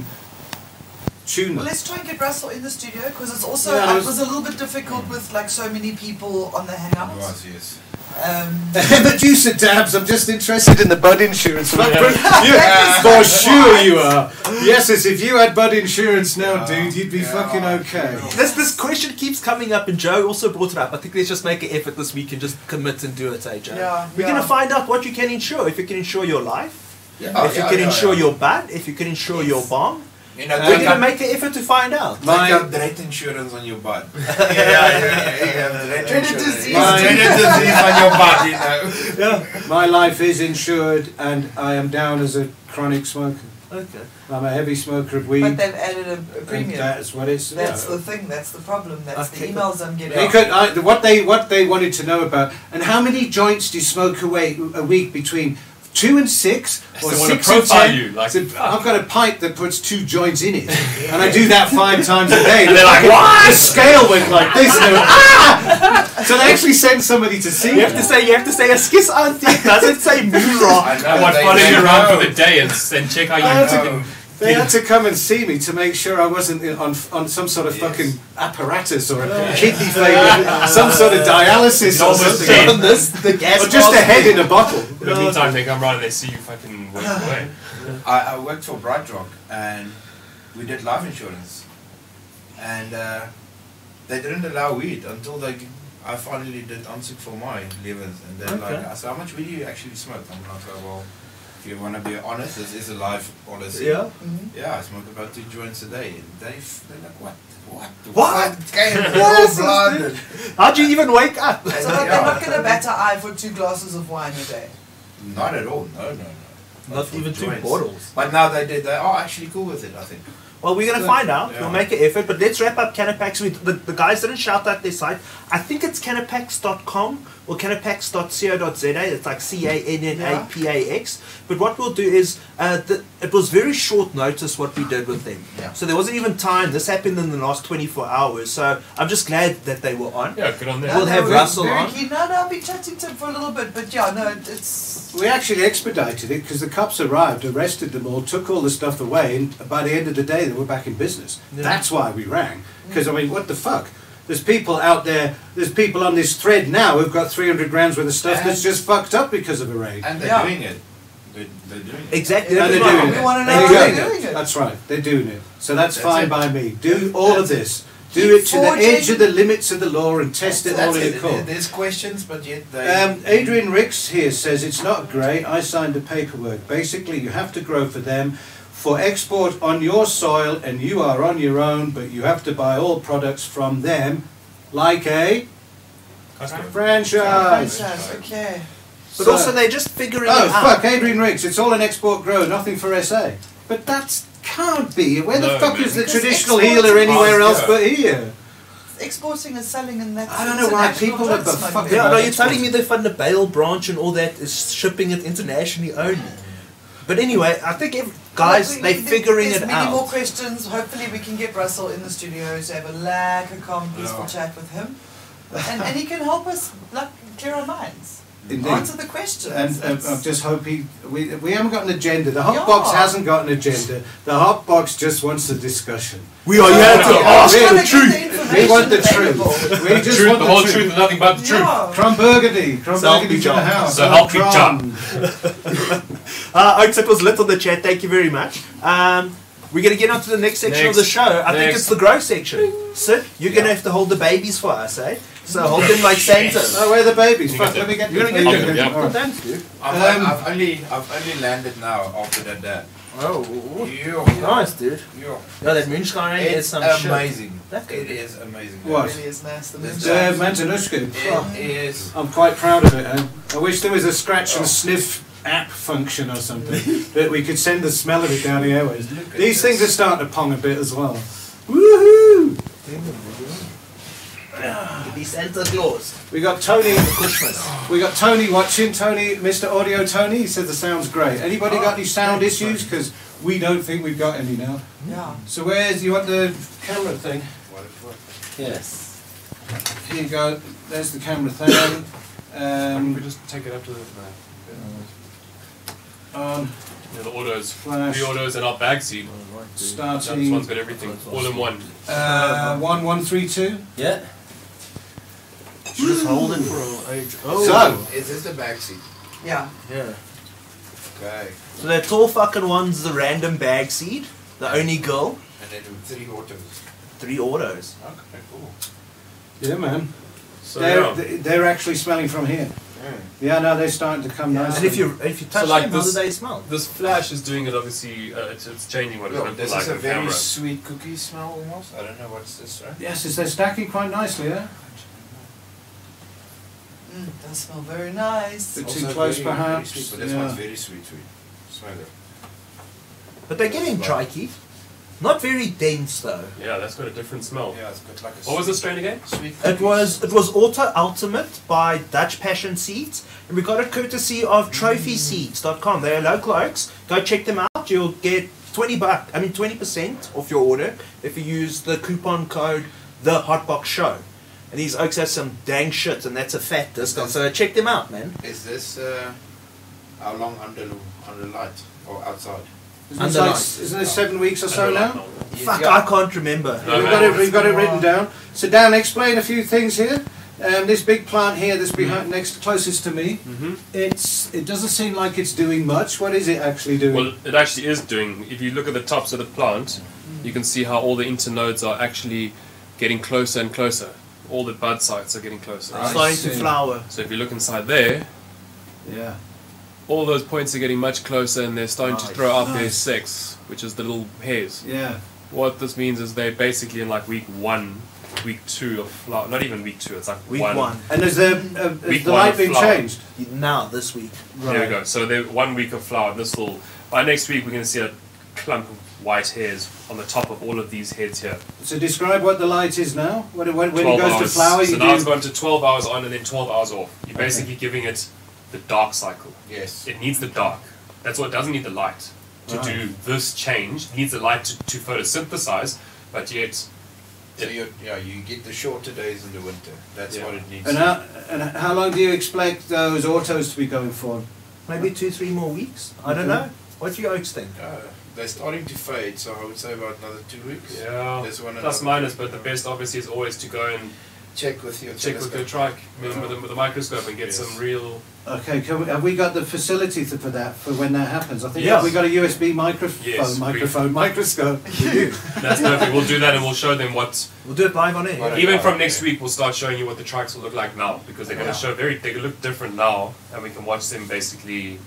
[SPEAKER 1] tune
[SPEAKER 8] Well,
[SPEAKER 1] them.
[SPEAKER 8] let's try and get Russell in the studio because it's also
[SPEAKER 1] Yeah, I
[SPEAKER 8] it
[SPEAKER 1] was-
[SPEAKER 8] was a little bit difficult with like so many people on the Hangouts.
[SPEAKER 5] yes.
[SPEAKER 8] Um,
[SPEAKER 1] but you said dabs, I'm just interested in the bud insurance. Fuck,
[SPEAKER 4] Yeah.
[SPEAKER 1] bud- you- for sure you are. Yes, it's if you had bud insurance now, dude, you'd be fucking okay.
[SPEAKER 2] This this question keeps coming up, and Joe also brought it up. I think let's just make an effort this week and just commit and do it, eh, Joe?
[SPEAKER 3] Yeah,
[SPEAKER 2] We're
[SPEAKER 3] yeah.
[SPEAKER 2] gonna find out what you can insure. If you can insure your life,
[SPEAKER 5] Yeah.
[SPEAKER 2] if you can insure your butt, if you can insure your bomb.
[SPEAKER 5] You know,
[SPEAKER 2] We're
[SPEAKER 5] take
[SPEAKER 2] gonna
[SPEAKER 5] up,
[SPEAKER 2] make an effort to find out.
[SPEAKER 5] take
[SPEAKER 1] My,
[SPEAKER 5] up direct insurance on your butt. yeah, yeah, yeah, yeah. Direct insurance.
[SPEAKER 8] disease.
[SPEAKER 5] Yeah, direct disease on your butt, you know.
[SPEAKER 1] my life is insured and I am down as a chronic smoker.
[SPEAKER 2] Okay.
[SPEAKER 1] I'm a heavy smoker of weed.
[SPEAKER 8] but they've added a, a
[SPEAKER 1] and uh,
[SPEAKER 8] premium.
[SPEAKER 1] That's what it's.
[SPEAKER 8] that's
[SPEAKER 1] yeah.
[SPEAKER 8] the thing. That's the problem. That's
[SPEAKER 2] Okay.
[SPEAKER 8] the emails I'm getting.
[SPEAKER 1] They could, I, uh, the- what they what they wanted to know about and how many joints do you smoke away a week between two and six or
[SPEAKER 4] They wanna
[SPEAKER 1] six and
[SPEAKER 4] profile
[SPEAKER 1] ten?
[SPEAKER 4] you, like-
[SPEAKER 1] So I've got a pipe that puts two joints in it, and I do that five times a day.
[SPEAKER 4] And they're like,
[SPEAKER 1] The
[SPEAKER 4] "What?"
[SPEAKER 1] scale went like this. And they went, ah! So they actually sent somebody to see.
[SPEAKER 2] You have to say you have to say a skis auntie doesn't say moorah.
[SPEAKER 5] I know,
[SPEAKER 4] I want
[SPEAKER 5] they-
[SPEAKER 4] following
[SPEAKER 5] they
[SPEAKER 4] you around
[SPEAKER 5] know.
[SPEAKER 4] for the day and, s- and check how you
[SPEAKER 1] That's a
[SPEAKER 4] fucking.
[SPEAKER 1] They had to come and see me to make sure I wasn't in- on on some sort of fucking apparatus or a kidney failure, some sort of dialysis or
[SPEAKER 4] Almost
[SPEAKER 1] something,
[SPEAKER 4] dead.
[SPEAKER 2] On this, the gas
[SPEAKER 1] or just a
[SPEAKER 2] mask.
[SPEAKER 1] head in a bottle.
[SPEAKER 4] In the meantime, they come round and they see you fucking work away.
[SPEAKER 5] I, I worked for Bright Rock and we did life insurance. And uh, they didn't allow weed until they, I finally did unsick for my livers. And then like,
[SPEAKER 2] Okay.
[SPEAKER 5] I said, how much weed do you actually smoke? I'm like, oh, well, if you want to be honest, this is a life policy.
[SPEAKER 2] Yeah.
[SPEAKER 5] Yeah, I smoke about two joints a day. And they, f- they're like, what? What?
[SPEAKER 2] What?
[SPEAKER 5] Came
[SPEAKER 2] What
[SPEAKER 5] all
[SPEAKER 2] is this,
[SPEAKER 5] blood.
[SPEAKER 2] How do you even wake up?
[SPEAKER 5] And
[SPEAKER 8] So that they're not going
[SPEAKER 5] yeah,
[SPEAKER 8] to bat an eye for two glasses of wine a day.
[SPEAKER 5] Not at all. No, no, no.
[SPEAKER 2] Not
[SPEAKER 5] for
[SPEAKER 2] even two
[SPEAKER 5] joints.
[SPEAKER 2] bottles.
[SPEAKER 5] But now they did. They are actually cool with it. I think.
[SPEAKER 2] Well, we're going to find out.
[SPEAKER 5] Yeah.
[SPEAKER 2] We'll make an effort. But let's wrap up Canapax. We, the, the guys didn't shout out their site. I think it's canapax.com or canapax.co.za. It's like C A N N A P A X. But what we'll do is, uh, the, it was very short notice what we did with them.
[SPEAKER 5] Yeah.
[SPEAKER 2] So there wasn't even time. This happened in the last 24 hours. So I'm just glad that they were on.
[SPEAKER 4] Yeah, good on them.
[SPEAKER 2] We'll
[SPEAKER 8] No,
[SPEAKER 2] have
[SPEAKER 8] we're
[SPEAKER 2] Russell
[SPEAKER 8] very
[SPEAKER 2] on.
[SPEAKER 8] keen. No, no, I'll be chatting to him for a little bit, but yeah, no, it's.
[SPEAKER 1] We actually expedited it because the cops arrived, arrested them all, took all the stuff away, and by the end of the day, they were back in business. That's why we rang. Because, I mean, what the fuck? There's people out there, there's people on this thread now who've got 300 grams worth of stuff
[SPEAKER 5] And-
[SPEAKER 1] that's just fucked up because of a raid.
[SPEAKER 5] And they're
[SPEAKER 8] Yeah.
[SPEAKER 5] doing it. They're, they're doing it.
[SPEAKER 2] Exactly.
[SPEAKER 1] No,
[SPEAKER 2] that
[SPEAKER 1] they're
[SPEAKER 2] was my-
[SPEAKER 1] doing
[SPEAKER 8] We
[SPEAKER 1] it.
[SPEAKER 8] want to know
[SPEAKER 1] They're
[SPEAKER 8] how they're
[SPEAKER 1] doing it.
[SPEAKER 8] doing it.
[SPEAKER 1] That's right, they're doing it. So that's,
[SPEAKER 5] That's
[SPEAKER 1] fine
[SPEAKER 5] it.
[SPEAKER 1] by me. Do all of this. Do it to the
[SPEAKER 8] forging.
[SPEAKER 1] edge of the limits of the law and test it all
[SPEAKER 5] That's
[SPEAKER 1] in
[SPEAKER 5] it.
[SPEAKER 1] court.
[SPEAKER 5] There- There's questions, but yet they.
[SPEAKER 1] Um, Adrian Ricks here says it's not great. I signed the paperwork. Basically, you have to grow for them for export on your soil, and you are on your own, but you have to buy all products from them, like a franchise.
[SPEAKER 8] Franchise, okay.
[SPEAKER 2] But
[SPEAKER 1] So-
[SPEAKER 2] also, they're just figuring
[SPEAKER 1] Oh
[SPEAKER 2] it out.
[SPEAKER 1] fuck, Adrian Riggs! It's all an export grow, nothing for SA. But that's can't be. Where the
[SPEAKER 4] No,
[SPEAKER 1] fuck
[SPEAKER 4] man.
[SPEAKER 1] is the
[SPEAKER 8] Because
[SPEAKER 1] traditional
[SPEAKER 8] exports-
[SPEAKER 1] healer anywhere
[SPEAKER 4] Oh,
[SPEAKER 1] else
[SPEAKER 4] yeah.
[SPEAKER 1] but here?
[SPEAKER 8] Exporting and selling, and that's.
[SPEAKER 1] I don't know why
[SPEAKER 8] international
[SPEAKER 1] people are
[SPEAKER 8] drug
[SPEAKER 1] the fuck-
[SPEAKER 8] smuggling.
[SPEAKER 2] Yeah,
[SPEAKER 1] Yeah,
[SPEAKER 2] no,
[SPEAKER 1] that's
[SPEAKER 2] you're telling me they fund the bail branch and all that is shipping it internationally only. But anyway, I think if, guys,
[SPEAKER 8] Look, we-
[SPEAKER 2] they're
[SPEAKER 8] we-
[SPEAKER 2] figuring
[SPEAKER 8] there's
[SPEAKER 2] it
[SPEAKER 8] many more
[SPEAKER 2] out.
[SPEAKER 8] questions. Hopefully, we can get Russell in the studio to have a lack of calm, peaceful
[SPEAKER 5] Yeah.
[SPEAKER 8] chat with him, and, and he can help us like clear our minds,
[SPEAKER 1] Indeed.
[SPEAKER 8] answer the questions.
[SPEAKER 1] And um,
[SPEAKER 8] It's-
[SPEAKER 1] I just hope he. We, we haven't got an agenda. The hot
[SPEAKER 8] Yeah.
[SPEAKER 1] box hasn't got an agenda. The hot box just wants the discussion.
[SPEAKER 2] We are here
[SPEAKER 4] to
[SPEAKER 8] ask
[SPEAKER 1] we,
[SPEAKER 8] for the truth.
[SPEAKER 1] We want the
[SPEAKER 8] Available.
[SPEAKER 1] truth. We just
[SPEAKER 4] Truth,
[SPEAKER 1] want
[SPEAKER 4] the whole truth and nothing but the truth.
[SPEAKER 8] Yeah.
[SPEAKER 1] Crum Burgundy. Crum
[SPEAKER 2] So help me
[SPEAKER 1] Burgundy's in the
[SPEAKER 2] John.
[SPEAKER 1] house.
[SPEAKER 4] So help me
[SPEAKER 1] Crum.
[SPEAKER 4] John.
[SPEAKER 2] Uh, Oaks, it was lit on the chat. Thank you very much. Um, we're going to get on to the next section of the
[SPEAKER 4] Next.
[SPEAKER 2] show. I think
[SPEAKER 4] Next.
[SPEAKER 2] it's the grow section. Sid, you're going to have to hold the babies for us, eh? So hold them like Santa.
[SPEAKER 1] Oh, where are the babies?
[SPEAKER 4] You
[SPEAKER 1] Fuck,
[SPEAKER 4] got
[SPEAKER 1] let me get
[SPEAKER 2] You're
[SPEAKER 1] them.
[SPEAKER 2] gonna get
[SPEAKER 4] them, yeah.
[SPEAKER 1] All right.
[SPEAKER 2] Thank you.
[SPEAKER 5] I've,
[SPEAKER 1] um,
[SPEAKER 5] I've only I've only landed now after that day.
[SPEAKER 2] Oh,
[SPEAKER 5] Yo,
[SPEAKER 2] nice, dude.
[SPEAKER 5] yo.
[SPEAKER 2] Yeah, that moonshine is
[SPEAKER 5] It's
[SPEAKER 2] some shit.
[SPEAKER 5] amazing.
[SPEAKER 2] That's good.
[SPEAKER 5] It is amazing.
[SPEAKER 1] What?
[SPEAKER 5] It
[SPEAKER 8] Really is nice. The
[SPEAKER 5] That's
[SPEAKER 8] moonshine.
[SPEAKER 1] Uh, Mantanushka. Oh,
[SPEAKER 5] is.
[SPEAKER 1] I'm quite proud of it. eh? I wish there was a scratch
[SPEAKER 5] Oh.
[SPEAKER 1] and sniff app function or something that we could send the smell of it down the airways.
[SPEAKER 5] Look at
[SPEAKER 1] These things are
[SPEAKER 5] this.
[SPEAKER 1] starting to pong a bit as well. Woohoo!
[SPEAKER 2] Be Santa Claus.
[SPEAKER 1] We got Tony.
[SPEAKER 2] Christmas.
[SPEAKER 1] We got Tony watching. Tony, Mr. Audio Tony, he said the sound's great. Anybody got any sound issues? Because we don't think we've got any now.
[SPEAKER 8] yeah.
[SPEAKER 1] So where's you want the camera thing?
[SPEAKER 2] Yes.
[SPEAKER 1] Here you go. There's the camera thing. Um,
[SPEAKER 4] just take it up to the.
[SPEAKER 1] on
[SPEAKER 4] the orders.
[SPEAKER 1] Flash.
[SPEAKER 4] Three orders and our bag seat. This one's
[SPEAKER 1] starting.
[SPEAKER 4] got everything all in one.
[SPEAKER 1] Uh, one one three two.
[SPEAKER 2] Yeah. Just holding for a age. Oh.
[SPEAKER 1] So
[SPEAKER 5] Is this the backseat?
[SPEAKER 8] Yeah.
[SPEAKER 2] yeah.
[SPEAKER 5] Okay.
[SPEAKER 2] So that tall fucking one's the random bag seed, the only girl,
[SPEAKER 5] And then with three autos.
[SPEAKER 2] three autos.
[SPEAKER 5] Okay, cool.
[SPEAKER 1] yeah, man.
[SPEAKER 4] So
[SPEAKER 1] They're
[SPEAKER 4] yeah.
[SPEAKER 1] they're actually smelling from here. Yeah, no, they're starting to come
[SPEAKER 2] And if
[SPEAKER 1] nicely.
[SPEAKER 2] you if you touch
[SPEAKER 4] like
[SPEAKER 2] them, how do
[SPEAKER 4] this-
[SPEAKER 2] they smell?
[SPEAKER 4] This flash is doing it obviously. Uh, it's, it's changing what it's
[SPEAKER 5] Look,
[SPEAKER 4] going to
[SPEAKER 5] this
[SPEAKER 4] like
[SPEAKER 5] is a
[SPEAKER 4] on
[SPEAKER 5] very
[SPEAKER 4] camera.
[SPEAKER 5] sweet cookie smell almost. I don't know what's this, right?
[SPEAKER 1] Yes, is they're stacking quite nicely, yeah.
[SPEAKER 3] Hmm,
[SPEAKER 8] Mm, does smell very nice.
[SPEAKER 1] Bit too close,
[SPEAKER 5] very,
[SPEAKER 1] perhaps.
[SPEAKER 5] Very sweet, but this
[SPEAKER 1] yeah.
[SPEAKER 5] one's very sweet, sweet. Smell it.
[SPEAKER 2] But they're getting trikey. Not very dense though.
[SPEAKER 4] Yeah, that's got a different smell.
[SPEAKER 5] Yeah, it's got like a
[SPEAKER 4] Oh. What was
[SPEAKER 5] sweet,
[SPEAKER 4] the strain again?
[SPEAKER 5] sweet
[SPEAKER 2] It was it was Auto Ultimate by Dutch Passion Seeds, and we got it courtesy of Mm. TrophySeeds.com. They are local oaks. Go check them out. You'll get twenty buck. I mean twenty percent off your order if you use the coupon code the Hotbox Show. And these oaks have some dang shit, and that's a fat discount. So check them out, man.
[SPEAKER 5] Is this uh, how long under under light or outside?
[SPEAKER 1] Isn't it,
[SPEAKER 2] Under
[SPEAKER 1] like,
[SPEAKER 2] light.
[SPEAKER 1] isn't it seven weeks or so now?
[SPEAKER 2] Fuck,
[SPEAKER 5] Yeah.
[SPEAKER 2] I can't remember.
[SPEAKER 4] No,
[SPEAKER 1] we've
[SPEAKER 4] no,
[SPEAKER 1] got
[SPEAKER 4] no,
[SPEAKER 1] it. We've
[SPEAKER 4] it's
[SPEAKER 1] got it
[SPEAKER 8] been a
[SPEAKER 1] written
[SPEAKER 8] while.
[SPEAKER 1] down. So Dan, explain a few things here. Um, this big plant here, that's
[SPEAKER 4] Mm-hmm.
[SPEAKER 1] behind, next closest to me, it's it doesn't seem like it's doing much. What is it actually doing?
[SPEAKER 4] Well, it actually is doing. If you look at the tops of the plant, you can see how all the internodes are actually getting closer and closer. All the bud sites are getting closer.
[SPEAKER 1] Right.
[SPEAKER 2] Starting to
[SPEAKER 1] see.
[SPEAKER 2] flower.
[SPEAKER 4] So if you look inside there,
[SPEAKER 1] yeah.
[SPEAKER 4] all those points are getting much closer and they're starting to
[SPEAKER 2] Nice.
[SPEAKER 4] throw out their six, which is the little hairs.
[SPEAKER 1] Yeah.
[SPEAKER 4] What this means is they're basically in like week one week two of la- not even week two. It's like
[SPEAKER 2] Week
[SPEAKER 4] one.
[SPEAKER 2] one.
[SPEAKER 1] And has the, uh, has
[SPEAKER 4] Week
[SPEAKER 1] the
[SPEAKER 4] one
[SPEAKER 1] light
[SPEAKER 4] of
[SPEAKER 1] been
[SPEAKER 4] flower.
[SPEAKER 1] changed?
[SPEAKER 2] Now, this week.
[SPEAKER 4] There we go. So there, one week of flower. and This will by next week we're going to see a clump of white hairs on the top of all of these heads here.
[SPEAKER 1] So describe what the light is now. When, when, when it
[SPEAKER 4] 12
[SPEAKER 1] goes to
[SPEAKER 4] hours.
[SPEAKER 1] flower,
[SPEAKER 4] so
[SPEAKER 1] you
[SPEAKER 4] now it's
[SPEAKER 1] do.
[SPEAKER 4] going to 12 hours on and then 12 hours off. You're basically giving it the dark cycle.
[SPEAKER 5] Yes.
[SPEAKER 4] It needs the dark. That's what it doesn't need the light to
[SPEAKER 1] Right.
[SPEAKER 4] do this change. It needs the light to, to photosynthesize, but yet
[SPEAKER 5] So you yeah, you get the shorter days in the winter. That's
[SPEAKER 4] Yeah.
[SPEAKER 5] what it needs.
[SPEAKER 1] And how, and how long do you expect those autos to be going for?
[SPEAKER 2] Maybe two, three more weeks. I don't
[SPEAKER 1] Okay.
[SPEAKER 2] know. What do you oaks think?
[SPEAKER 5] Uh, they're starting to fade, so I would say about another two weeks.
[SPEAKER 4] yeah,
[SPEAKER 5] There's one
[SPEAKER 4] plus
[SPEAKER 5] another-
[SPEAKER 4] minus. But the best obviously is always to go and
[SPEAKER 5] Check with your
[SPEAKER 4] check with your
[SPEAKER 5] telescope.
[SPEAKER 4] trike, with, with, the, with the microscope, and get
[SPEAKER 5] Yes.
[SPEAKER 4] some real.
[SPEAKER 1] Okay, can we, have we got the facility to, for that for when that happens? I think
[SPEAKER 4] Yes.
[SPEAKER 1] have we got a USB microphone,
[SPEAKER 4] Yes, we-
[SPEAKER 1] microphone, microscope. We do.
[SPEAKER 4] That's perfect. We'll do that, and we'll show them what.
[SPEAKER 2] We'll do it live on air.
[SPEAKER 5] Right.
[SPEAKER 4] Even from next week, we'll start showing you what the trikes will look like now because they're going to show very. They look different now, and we can watch them basically.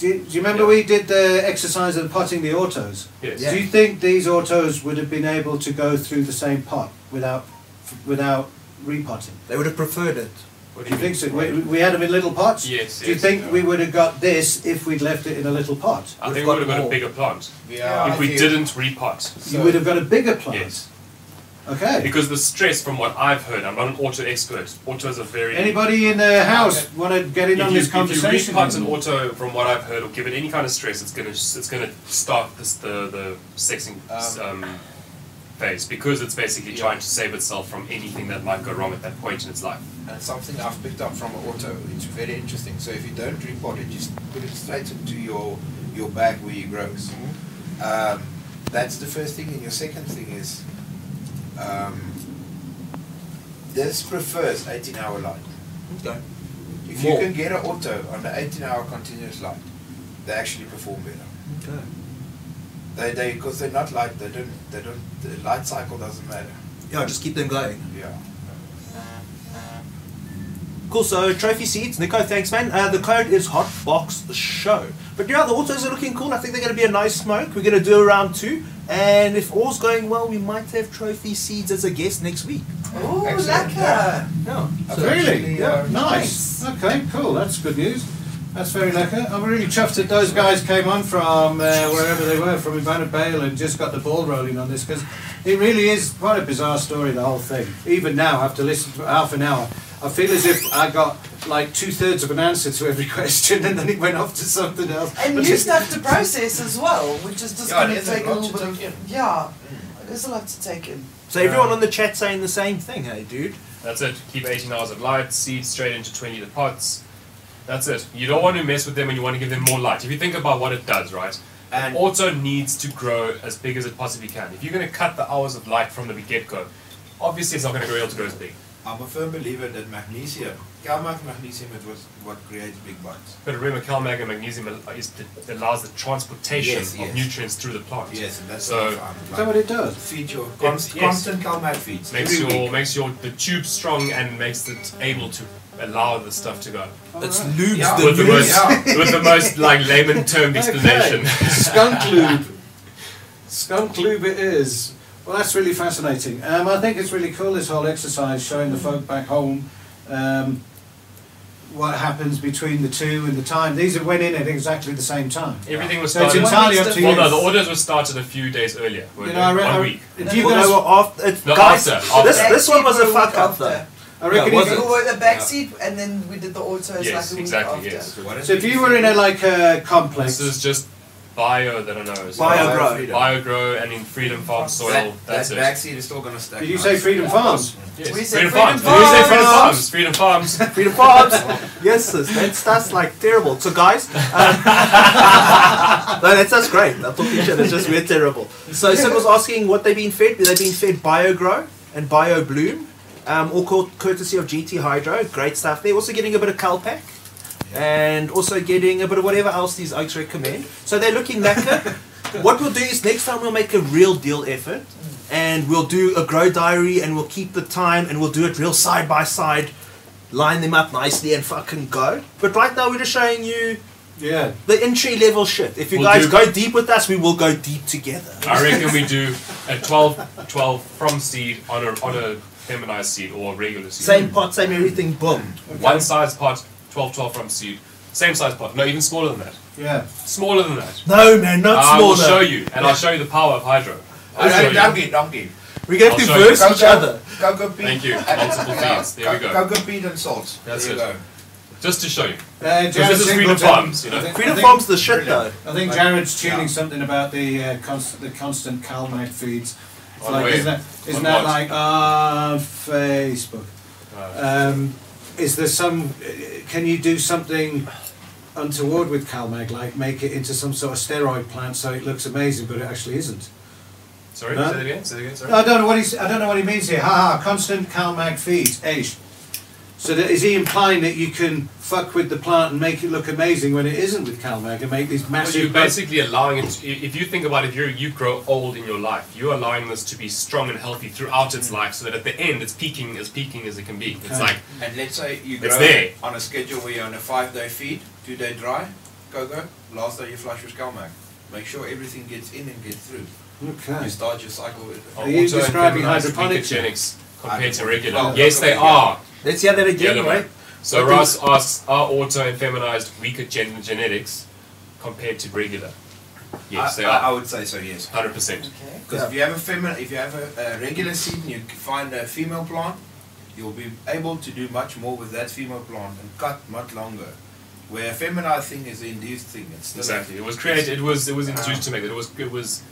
[SPEAKER 1] Do, do you remember
[SPEAKER 4] Yeah.
[SPEAKER 1] we did the exercise of potting the autos?
[SPEAKER 4] Yes.
[SPEAKER 1] Do you think these autos would have been able to go through the same pot without without repotting?
[SPEAKER 2] They would have preferred it.
[SPEAKER 4] What
[SPEAKER 1] Do you think so?
[SPEAKER 4] mean?
[SPEAKER 1] We, we had them in little pots.
[SPEAKER 4] Yes,
[SPEAKER 1] Do you
[SPEAKER 4] yes,
[SPEAKER 1] think
[SPEAKER 4] yeah.
[SPEAKER 1] we would have got this if we'd left it in a little pot?
[SPEAKER 4] I
[SPEAKER 2] We've
[SPEAKER 4] think we
[SPEAKER 2] got
[SPEAKER 4] would have got a
[SPEAKER 2] more.
[SPEAKER 4] bigger plant
[SPEAKER 5] Yeah, I
[SPEAKER 4] if we
[SPEAKER 5] think-
[SPEAKER 4] didn't repot.
[SPEAKER 1] you would have got a bigger plant.
[SPEAKER 4] Yes,
[SPEAKER 1] Okay.
[SPEAKER 4] because the stress from what I've heard, I'm not an auto expert. Autos are very.
[SPEAKER 1] Anybody in the house want to get
[SPEAKER 4] if
[SPEAKER 1] in
[SPEAKER 4] you,
[SPEAKER 1] on this
[SPEAKER 4] if you
[SPEAKER 1] conversation?
[SPEAKER 4] repot an auto, from what I've heard, or give it any kind of stress, it's gonna it's gonna start this the the sexing um, phase because it's basically
[SPEAKER 5] Yeah.
[SPEAKER 4] trying to save itself from anything that might go wrong at that point in its life.
[SPEAKER 5] And uh, something I've picked up from auto, it's very interesting. So if you don't repot it, just put it straight into your your bag where it grows.
[SPEAKER 1] Mm-hmm.
[SPEAKER 5] Um, that's the first thing, and your second thing is um, this prefers 18 hour light.
[SPEAKER 2] Okay.
[SPEAKER 5] If
[SPEAKER 2] More.
[SPEAKER 5] you can get an auto on the 18 hour continuous light, they actually perform better.
[SPEAKER 2] Okay.
[SPEAKER 5] They they because they're not light. They don't they don't the light cycle doesn't matter.
[SPEAKER 2] Yeah, just keep them going.
[SPEAKER 5] Yeah.
[SPEAKER 2] Cool, so trophy seats. Nico, thanks, man. Uh, the code is Hotbox Show. But yeah, the autos are looking cool. I think they're going to be a nice smoke. We're going to do a round two. And if all's going well, we might have trophy seeds as a guest next week.
[SPEAKER 3] Oh,
[SPEAKER 5] Excellent.
[SPEAKER 3] lekker.
[SPEAKER 2] Yeah.
[SPEAKER 5] So
[SPEAKER 1] Oh, really?
[SPEAKER 5] actually,
[SPEAKER 1] Yeah.
[SPEAKER 5] uh,
[SPEAKER 1] Nice. Okay, cool. That's good news. That's very lucky. I'm really chuffed that those guys came on from uh, wherever they were, from Ivana Bale, and just got the ball rolling on this because it really is quite a bizarre story, the whole thing. Even now, after listening to half an hour, I feel as if I got like two thirds of an answer to every question and then it went off to something else.
[SPEAKER 3] And
[SPEAKER 1] But
[SPEAKER 3] new
[SPEAKER 1] it-
[SPEAKER 3] stuff to process as well, which is just
[SPEAKER 5] Yeah,
[SPEAKER 3] going
[SPEAKER 5] it
[SPEAKER 3] to
[SPEAKER 5] is a
[SPEAKER 3] take a
[SPEAKER 5] lot
[SPEAKER 3] little
[SPEAKER 5] to
[SPEAKER 3] bit of.
[SPEAKER 5] take in.
[SPEAKER 3] Yeah, there's a lot to take in.
[SPEAKER 2] So everyone on the chat saying the same thing, hey, dude.
[SPEAKER 4] That's it. Keep 18 hours of light, seed straight into 20 the pots. That's it. You don't want to mess with them and you want to give them more light. If you think about what it does, right?
[SPEAKER 5] And-
[SPEAKER 4] it also needs to grow as big as it possibly can. If you're going to cut the hours of light from the get go, obviously it's not going to be able to grow as big.
[SPEAKER 5] I'm a firm believer that magnesium, Kalmark magnesium, it was what creates big bugs.
[SPEAKER 4] But remember, CalMag and magnesium al- is the, allows the transportation
[SPEAKER 5] Yes, yes.
[SPEAKER 4] of nutrients through the plant.
[SPEAKER 5] Yes, and that's
[SPEAKER 4] so
[SPEAKER 5] what I found.
[SPEAKER 1] Is that what it does?
[SPEAKER 5] feed your const-
[SPEAKER 4] yes.
[SPEAKER 5] constant Kalmark feeds
[SPEAKER 4] makes
[SPEAKER 5] every
[SPEAKER 4] your
[SPEAKER 5] week.
[SPEAKER 4] makes your the tube strong and makes it able to allow the stuff to go.
[SPEAKER 2] It's lubes
[SPEAKER 5] Yeah.
[SPEAKER 2] the
[SPEAKER 4] With the
[SPEAKER 2] lubes.
[SPEAKER 4] most
[SPEAKER 5] Yeah.
[SPEAKER 4] with the most like layman termed
[SPEAKER 1] Okay.
[SPEAKER 4] explanation.
[SPEAKER 1] Skunk lube. Skunk lube it is. Well, that's really fascinating. Um, I think it's really cool this whole exercise showing the folk back home um, what happens between the two and the time. These have went in at exactly the same time.
[SPEAKER 4] Everything was
[SPEAKER 1] So it's
[SPEAKER 4] started.
[SPEAKER 1] entirely up to you.
[SPEAKER 4] well, no, the orders were started a few days earlier. weren't
[SPEAKER 1] You
[SPEAKER 4] they?
[SPEAKER 1] know, I, re-
[SPEAKER 4] One
[SPEAKER 1] I,
[SPEAKER 4] week.
[SPEAKER 1] do you
[SPEAKER 2] Well,
[SPEAKER 1] guys,
[SPEAKER 2] they were off- it-
[SPEAKER 4] No,
[SPEAKER 2] guys,
[SPEAKER 4] after, after.
[SPEAKER 2] This, this one was a
[SPEAKER 3] Backseat
[SPEAKER 2] fuck up,
[SPEAKER 3] after.
[SPEAKER 2] though.
[SPEAKER 1] I reckon you
[SPEAKER 2] No, it
[SPEAKER 1] guys-
[SPEAKER 3] We
[SPEAKER 2] wasn't.
[SPEAKER 3] were the back seat, and then we did the autos
[SPEAKER 4] Yes,
[SPEAKER 3] like a week
[SPEAKER 4] exactly,
[SPEAKER 3] after.
[SPEAKER 4] yes.
[SPEAKER 5] What is
[SPEAKER 1] So if
[SPEAKER 5] it?
[SPEAKER 1] you were in a like a complex,
[SPEAKER 4] This is just bio that I know. Is
[SPEAKER 2] Bio
[SPEAKER 5] Bio
[SPEAKER 2] bro.
[SPEAKER 5] freedom.
[SPEAKER 4] bio grow and in freedom farm soil.
[SPEAKER 5] that,
[SPEAKER 4] that's
[SPEAKER 5] that
[SPEAKER 4] it.
[SPEAKER 5] vaccine is still going to stack.
[SPEAKER 1] did you
[SPEAKER 5] nice.
[SPEAKER 1] say Freedom Farms?
[SPEAKER 4] Yes.
[SPEAKER 3] We
[SPEAKER 4] freedom,
[SPEAKER 3] said freedom
[SPEAKER 4] farms. We say freedom
[SPEAKER 2] farms.
[SPEAKER 4] farms. Freedom farms.
[SPEAKER 2] Freedom Farms. yes, sis. That's, that's like terrible. So, guys, um, no, that's, that's great. I thought you said it's just we're terrible. So, Sim was asking what they've been fed. They've been fed BioGrow and BioBloom, um, all co- courtesy of GT Hydro. Great stuff. They're also getting a bit of Calpac. And also getting a bit of whatever else these oaks recommend. So they're looking lekker. what we'll do is next time we'll make a real deal effort and we'll do a grow diary and we'll keep the time and we'll do it real side by side line them up nicely and fucking go. But right now we're just showing you
[SPEAKER 1] Yeah.
[SPEAKER 2] The entry level shit. If you
[SPEAKER 4] We'll
[SPEAKER 2] guys
[SPEAKER 4] do-
[SPEAKER 2] go deep with us, we will go deep together.
[SPEAKER 4] I reckon we do a 12, 12 from seed on a, on a feminized seed or a regular seed.
[SPEAKER 2] Same pot, same everything, boom.
[SPEAKER 4] One size pot, 12, 12 from seed. Same size pot. No, even smaller than that.
[SPEAKER 1] Yeah.
[SPEAKER 4] Smaller than that.
[SPEAKER 2] No, man, not
[SPEAKER 4] I
[SPEAKER 2] smaller.
[SPEAKER 4] will Ah, show you, and I'll show you the power of hydro. I'll show
[SPEAKER 5] Donkey,
[SPEAKER 4] you.
[SPEAKER 5] donkey, donkey.
[SPEAKER 2] We get
[SPEAKER 4] I'll
[SPEAKER 2] to
[SPEAKER 4] show you.
[SPEAKER 2] verse
[SPEAKER 5] Go,
[SPEAKER 2] each
[SPEAKER 5] go-
[SPEAKER 2] other.
[SPEAKER 5] Go, go, Pete.
[SPEAKER 4] Thank you. Multiple feeds. There we
[SPEAKER 5] Go,
[SPEAKER 4] go.
[SPEAKER 5] go, Pete and salt.
[SPEAKER 4] That's
[SPEAKER 5] there
[SPEAKER 4] it.
[SPEAKER 5] you go.
[SPEAKER 4] Just to show you.
[SPEAKER 1] Uh, Jared
[SPEAKER 4] this is Freedom
[SPEAKER 1] Singleton-
[SPEAKER 4] Farms, you know.
[SPEAKER 1] I think- I
[SPEAKER 2] Freedom
[SPEAKER 1] think-
[SPEAKER 2] Farm's the shit, though.
[SPEAKER 1] I think
[SPEAKER 5] Like-
[SPEAKER 1] Jared's tuning
[SPEAKER 5] Yeah.
[SPEAKER 1] something about the uh, constant, the constant CalMag feeds. It's
[SPEAKER 4] On
[SPEAKER 1] like,
[SPEAKER 4] where?
[SPEAKER 1] isn't that, isn't
[SPEAKER 4] On
[SPEAKER 1] that
[SPEAKER 4] what?
[SPEAKER 1] like on Facebook? Um, is there some? Can you do something untoward with CalMag, like make it into some sort of steroid plant so it looks amazing, but it actually isn't?
[SPEAKER 4] Sorry,
[SPEAKER 1] Huh? Uh,
[SPEAKER 4] say that again. Say that again. Sorry.
[SPEAKER 1] No, I don't know what he's. I don't know what he means here. Ha ha! Constant CalMag feeds. Aish. So that, is he implying that you can fuck with the plant and make it look amazing when it isn't with CalMag and make these
[SPEAKER 4] So you're
[SPEAKER 1] massive?
[SPEAKER 4] basically allowing it. To, if you think about it, if you you grow old in your life, you're allowing this to be strong and healthy throughout its life, so that at the end it's peaking as peaking as it can be. It's
[SPEAKER 1] Okay.
[SPEAKER 4] like
[SPEAKER 5] And let's say you
[SPEAKER 4] It's
[SPEAKER 5] grow
[SPEAKER 4] there.
[SPEAKER 5] on a schedule where you're on a five day feed, two day dry, go go, last day you flush with Calmac. Make sure everything gets in and gets through.
[SPEAKER 1] okay.
[SPEAKER 5] You start your cycle with
[SPEAKER 1] Are you
[SPEAKER 4] auto and
[SPEAKER 1] describing
[SPEAKER 4] feminized
[SPEAKER 1] hydroponics here?
[SPEAKER 4] ecogenics compared to regular?
[SPEAKER 5] Well,
[SPEAKER 4] yes, they
[SPEAKER 5] yeah.
[SPEAKER 4] are.
[SPEAKER 2] Let's hear that
[SPEAKER 4] The
[SPEAKER 2] again,
[SPEAKER 4] other
[SPEAKER 2] right?
[SPEAKER 4] way. So
[SPEAKER 2] What
[SPEAKER 4] Ross asks, are auto and feminized weaker gen- genetics compared to regular? Yes,
[SPEAKER 5] I,
[SPEAKER 4] they
[SPEAKER 5] I, I
[SPEAKER 4] are.
[SPEAKER 5] would say so, yes.
[SPEAKER 4] Hundred percent.
[SPEAKER 8] Okay.
[SPEAKER 5] Because if you have a female, if you have a, a regular seed and you c- find a female plant, you'll be able to do much more with that female plant and cut much longer. Where a feminized thing is the induced thing, it's still
[SPEAKER 4] Exactly. It was created. It was. It
[SPEAKER 5] Ah.
[SPEAKER 4] was introduced to make that. It was. It was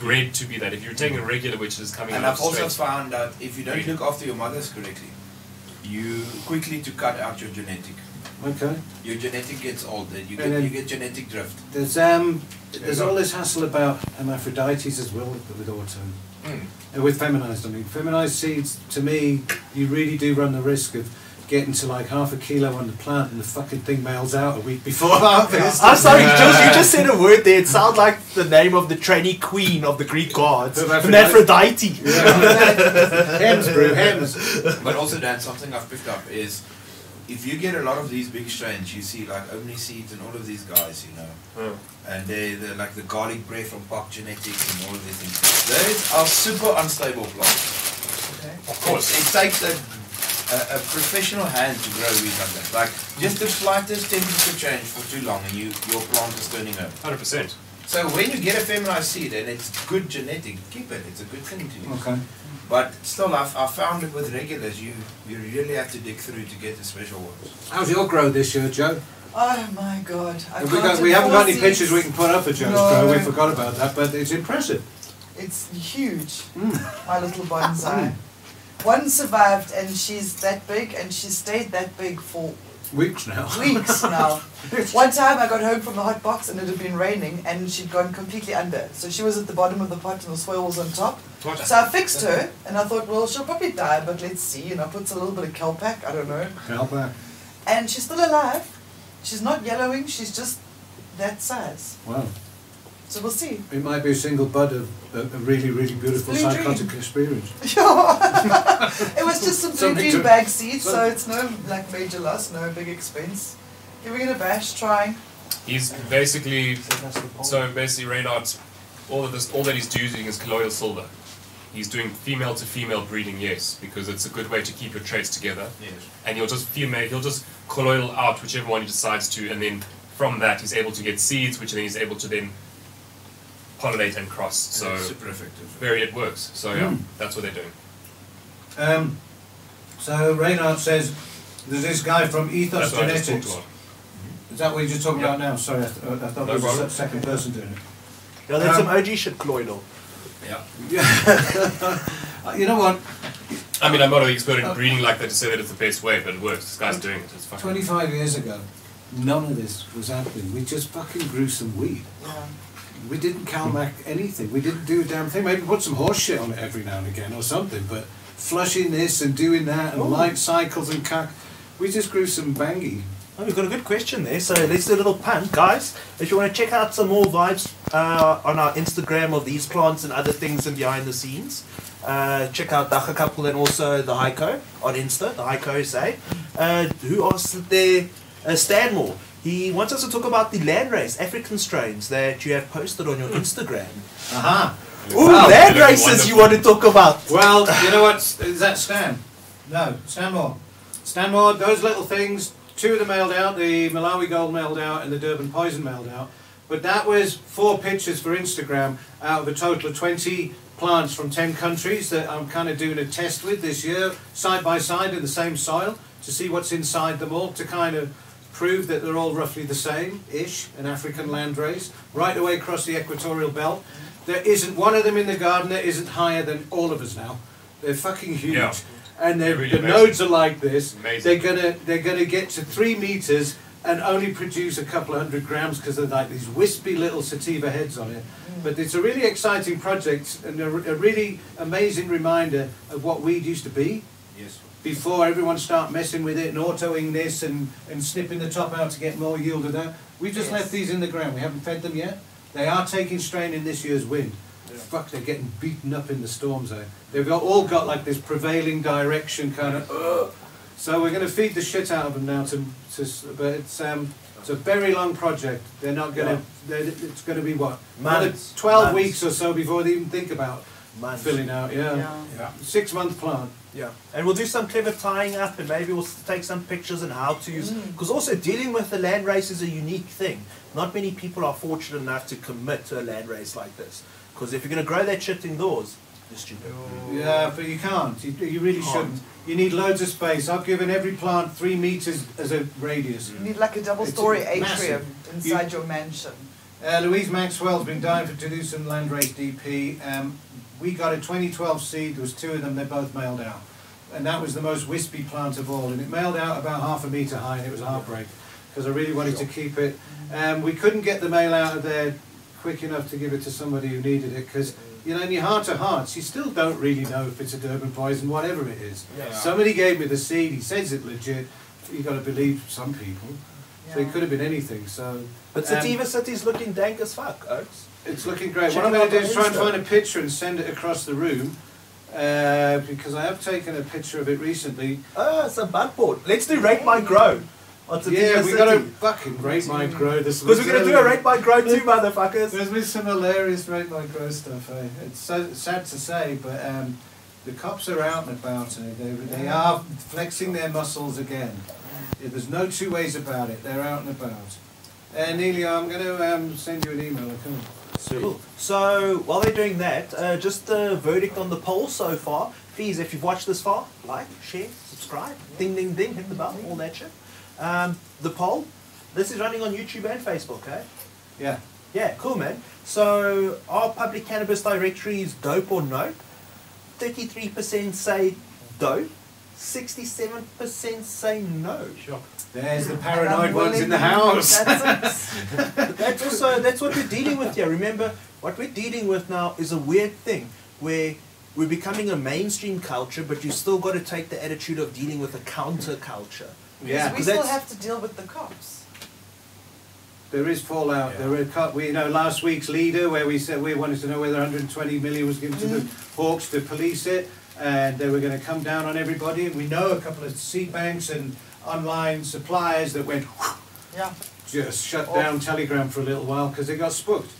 [SPEAKER 4] bred to be that. If you're taking a regular, which is coming
[SPEAKER 5] And
[SPEAKER 4] out
[SPEAKER 5] I've also
[SPEAKER 4] straight,
[SPEAKER 5] found out if you don't look after your mothers correctly, you quickly to cut out your genetic.
[SPEAKER 1] Okay.
[SPEAKER 5] Your genetic gets older. You
[SPEAKER 1] And
[SPEAKER 5] get
[SPEAKER 1] then-
[SPEAKER 5] you get genetic drift.
[SPEAKER 1] There's um, there's all this hassle about hermaphrodites as well with with auto, Uh, with feminised. I mean, feminised seeds. To me, you really do run the risk of getting to like half a kilo on the plant, and the fucking thing mails out a week before harvest.
[SPEAKER 2] I'm Ah, sorry, just, you just said a word there. It sounds like the name of the tranny queen of the Greek gods,
[SPEAKER 1] Hermaphrodite.
[SPEAKER 2] Hermaphrodite.
[SPEAKER 1] Hems, bro, hems.
[SPEAKER 5] But also Dan, something I've picked up is if you get a lot of these big strains, you see like Omni Seeds and all of these guys, you know.
[SPEAKER 4] Hmm.
[SPEAKER 5] And they they're like the garlic bread from Pop Genetics and all of these things. Those are super unstable plants.
[SPEAKER 4] of course.
[SPEAKER 5] It takes a, a, a professional hand to grow weed like that. Like just the slightest temperature change for too long and you your plant is turning over.
[SPEAKER 4] Hundred percent.
[SPEAKER 5] So when you get a feminized seed and it's good genetic, keep it. It's a good thing to use.
[SPEAKER 1] Okay.
[SPEAKER 5] But still, I've, I found it with regulars, you you really have to dig through to get the special ones.
[SPEAKER 1] How's your grow this year, Joe?
[SPEAKER 8] Oh my god. I
[SPEAKER 1] Have we, got,
[SPEAKER 8] planted
[SPEAKER 1] we haven't got
[SPEAKER 8] four
[SPEAKER 1] any pictures we
[SPEAKER 8] seeds.
[SPEAKER 1] can put up of Joe's
[SPEAKER 8] No.
[SPEAKER 1] grow. We forgot about that, but it's impressive. Hmm.
[SPEAKER 8] It's huge, my little bonsai. One survived and she's that big and she stayed that big for
[SPEAKER 1] Weeks now.
[SPEAKER 8] weeks now. One time I got home from the hot box and it had been raining and she'd gone completely under. So she was at the bottom of the pot and the soil was on top. So I fixed her and I thought, well, she'll probably die, but let's see. And I put a little bit of Kelpac, I don't know.
[SPEAKER 1] How back?
[SPEAKER 8] And she's still alive. She's not yellowing, she's just that size.
[SPEAKER 1] Wow.
[SPEAKER 8] So we'll see.
[SPEAKER 1] It might be a single bud of a, a really, really beautiful
[SPEAKER 8] Blue dream.
[SPEAKER 1] psychotic experience.
[SPEAKER 8] It was just some blue
[SPEAKER 1] Something
[SPEAKER 8] green
[SPEAKER 1] to-
[SPEAKER 8] bag seed, so
[SPEAKER 1] some-
[SPEAKER 8] it's no like major loss, no big expense. Giving it a bash, trying.
[SPEAKER 4] He's basically so basically Reynard. All of this, all that he's doing is colloidal silver. He's doing female to female breeding, yes, because it's a good way to keep your traits together.
[SPEAKER 5] Yes.
[SPEAKER 4] And he'll just female, he'll just colloidal out whichever one he decides to, and then from that he's able to get seeds, which then he's able to then pollinate and cross. So
[SPEAKER 5] it's super Hmm. effective.
[SPEAKER 4] very it works. So yeah, that's what they're doing.
[SPEAKER 1] Um, so Reynard says there's this guy from Ethos
[SPEAKER 4] That's what I just talked
[SPEAKER 1] Genetics.
[SPEAKER 4] about.
[SPEAKER 1] Is that what you're just talking
[SPEAKER 4] Yeah.
[SPEAKER 1] about now? Sorry, I, th- I thought
[SPEAKER 4] No
[SPEAKER 1] there was
[SPEAKER 4] problem.
[SPEAKER 1] a se- second person doing it.
[SPEAKER 2] Yeah, that's
[SPEAKER 1] Um,
[SPEAKER 2] some OG shit, Cloydal.
[SPEAKER 5] Yeah.
[SPEAKER 1] Uh, You know what?
[SPEAKER 4] I mean, I'm not an expert in breeding like that to say that it's the best way, but it works. This guy's doing it. It's fucking.
[SPEAKER 1] 25 years ago, none of this was happening. We just fucking grew some weed.
[SPEAKER 8] Yeah.
[SPEAKER 1] We didn't CalMac anything. We didn't do a damn thing. Maybe put some horse shit on it every now and again or something, but flushing this and doing that and light cycles and cack. We just grew some bangy.
[SPEAKER 2] Oh, we've got a good question there, so let's do a little pun. Guys, if you want to check out some more vibes uh, on our Instagram of these plants and other things and behind the scenes, uh, check out Dacha Couple and also the Heiko on Insta, the Heiko say. Uh, who asked there? Uh, Stanmore. He wants us to talk about the land race, African strains, that you have posted on your Instagram.
[SPEAKER 1] Aha.
[SPEAKER 2] Ooh,
[SPEAKER 4] Wow,
[SPEAKER 2] land
[SPEAKER 4] they look
[SPEAKER 2] races you
[SPEAKER 4] wonderful.
[SPEAKER 2] want to talk about.
[SPEAKER 1] Well, you know what? Is that Stan? No, Stanmore. Stanmore, those little things, two of them mailed out, the Malawi Gold mailed out and the Durban Poison mailed out. But that was four pictures for Instagram out of a total of 20 plants from 10 countries that I'm kind of doing a test with this year, side by side in the same soil, to see what's inside them all, to kind of prove that they're all roughly the same ish, an African land race, right away across the equatorial belt. There isn't one of them in the garden that isn't higher than all of us now. They're fucking huge.
[SPEAKER 4] Yeah.
[SPEAKER 1] And they're,
[SPEAKER 4] Really
[SPEAKER 1] the
[SPEAKER 4] amazing.
[SPEAKER 1] nodes are like this.
[SPEAKER 4] Amazing.
[SPEAKER 1] They're gonna they're gonna get to three meters and only produce a couple of hundred grams because they're like these wispy little sativa heads on it. But it's a really exciting project and a, re- a really amazing reminder of what weed used to be. Yes. Before everyone start messing with it and autoing this and, and snipping the top out to get more yield of that. We've just
[SPEAKER 3] Yes.
[SPEAKER 1] left these in the ground. We haven't fed them yet. They are taking strain in this year's wind. Fuck, they're getting beaten up in the storm zone. They've got, all got like this prevailing direction kind of. "Ugh." So we're going to feed the shit out of them now. To, to s- but it's um, it's a very long project. They're not going to. It's going to be what another
[SPEAKER 2] Months.
[SPEAKER 1] twelve
[SPEAKER 2] Months.
[SPEAKER 1] weeks or so before they even think about
[SPEAKER 2] Months.
[SPEAKER 1] filling out. Yeah,
[SPEAKER 3] Yeah.
[SPEAKER 1] six month plant.
[SPEAKER 2] Yeah, and we'll do some clever tying up, and maybe we'll s- take some pictures and how to use. Because also dealing with the land race is a unique thing. Not many people are fortunate enough to commit to a land race like this. Because if you're going to grow that shit indoors, you're stupid.
[SPEAKER 1] Yeah, but you can't. You, you really
[SPEAKER 2] Can't.
[SPEAKER 1] shouldn't. You need loads of space. I've given every plant three meters as a radius.
[SPEAKER 3] You need like a double
[SPEAKER 1] It's
[SPEAKER 3] story
[SPEAKER 1] massive.
[SPEAKER 3] atrium inside your mansion.
[SPEAKER 1] Uh, Louise Maxwell's been dying for to do some Landrace DP. Um, we got a 2012 seed. There was two of them. They both mailed out, and that was the most wispy plant of all. And it mailed out about half a meter high, and it was a heartbreak because I really wanted to keep it. Um, we couldn't get the mail out of there quick enough to give it to somebody who needed it because. You know, in your heart of hearts, you still don't really know if it's a Durban poison, whatever it is.
[SPEAKER 5] Yeah.
[SPEAKER 1] Somebody gave me the seed. He says it legit. You got to believe some people. So it
[SPEAKER 3] Yeah.
[SPEAKER 1] could have been anything. So,
[SPEAKER 2] But
[SPEAKER 1] um,
[SPEAKER 2] Sativa City's looking dank as fuck, Oaks.
[SPEAKER 1] it's looking great.
[SPEAKER 2] Check
[SPEAKER 1] what I'm
[SPEAKER 2] it
[SPEAKER 1] going
[SPEAKER 2] out
[SPEAKER 1] to do
[SPEAKER 2] on
[SPEAKER 1] is try and
[SPEAKER 2] Insta.
[SPEAKER 1] find a picture and send it across the room uh, because I have taken a picture of it recently.
[SPEAKER 2] Oh, it's a bud board. Let's do Rate My Grow on Sativa
[SPEAKER 1] yeah, we
[SPEAKER 2] City.
[SPEAKER 1] got to fucking rate my grow this
[SPEAKER 2] Because we're going to do a Rate My Grow too, motherfuckers.
[SPEAKER 1] There's been some hilarious rate my grow stuff. Eh? It's so sad to say, but um, the cops are out and about. Eh? They they are flexing their muscles again. Yeah, there's no two ways about it. They're out and about. Uh, Neely, I'm going to um, send you an email. Okay?
[SPEAKER 2] Cool. So while they're doing that, uh, just a verdict on the poll so far. Please, if you've watched this far, like, share, subscribe, ding, ding, ding, hit the bell, all that shit. Um, the poll, this is running on YouTube and Facebook, eh?
[SPEAKER 1] Yeah.
[SPEAKER 2] Yeah, cool, man. So our public cannabis directory is dope or no? 33% say dope, 67% say no.
[SPEAKER 1] There's the
[SPEAKER 3] And I'm
[SPEAKER 1] paranoid ones in the
[SPEAKER 3] willing-
[SPEAKER 1] house.
[SPEAKER 3] That's it.
[SPEAKER 2] That's also that's what we're dealing with here. Remember, what we're dealing with now is a weird thing where we're becoming a mainstream culture, but you still got to take the attitude of dealing with a counter culture.
[SPEAKER 1] Yeah.
[SPEAKER 3] we
[SPEAKER 2] Because
[SPEAKER 3] still
[SPEAKER 2] that's-
[SPEAKER 3] have to deal with the cops.
[SPEAKER 1] There is fallout. There are cut. We you know last week's leader where we said we wanted to know whether 120 million was given to
[SPEAKER 3] Mm.
[SPEAKER 1] the Hawks to police it, and they were going to come down on everybody. And we know a couple of seed banks and online suppliers that went
[SPEAKER 3] Yeah.
[SPEAKER 1] just
[SPEAKER 3] Oh.
[SPEAKER 1] shut down Telegram for a little while because they got spooked.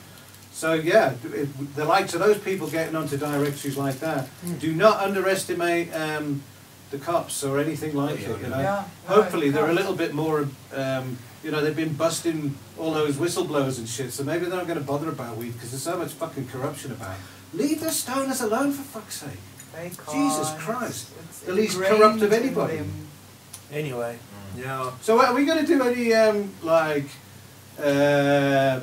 [SPEAKER 1] So yeah, it, the likes of those people getting onto directories like that,
[SPEAKER 3] Hmm.
[SPEAKER 1] do not underestimate um, the cops or anything like it. You know,
[SPEAKER 3] Yeah, no,
[SPEAKER 1] hopefully
[SPEAKER 3] you
[SPEAKER 1] they're a
[SPEAKER 3] can't.
[SPEAKER 1] little bit more. Um, you know, they've been busting all those whistleblowers and shit, so maybe they're not going to bother about weed because there's so much fucking corruption about. it. Leave the stoners alone for fuck's sake.
[SPEAKER 3] They can't.
[SPEAKER 1] Jesus Christ.
[SPEAKER 3] It's
[SPEAKER 1] The least
[SPEAKER 3] ingrained
[SPEAKER 1] corrupt of
[SPEAKER 3] in
[SPEAKER 1] anybody.
[SPEAKER 3] them.
[SPEAKER 2] Anyway, yeah.
[SPEAKER 1] So are we going to do any um, like uh,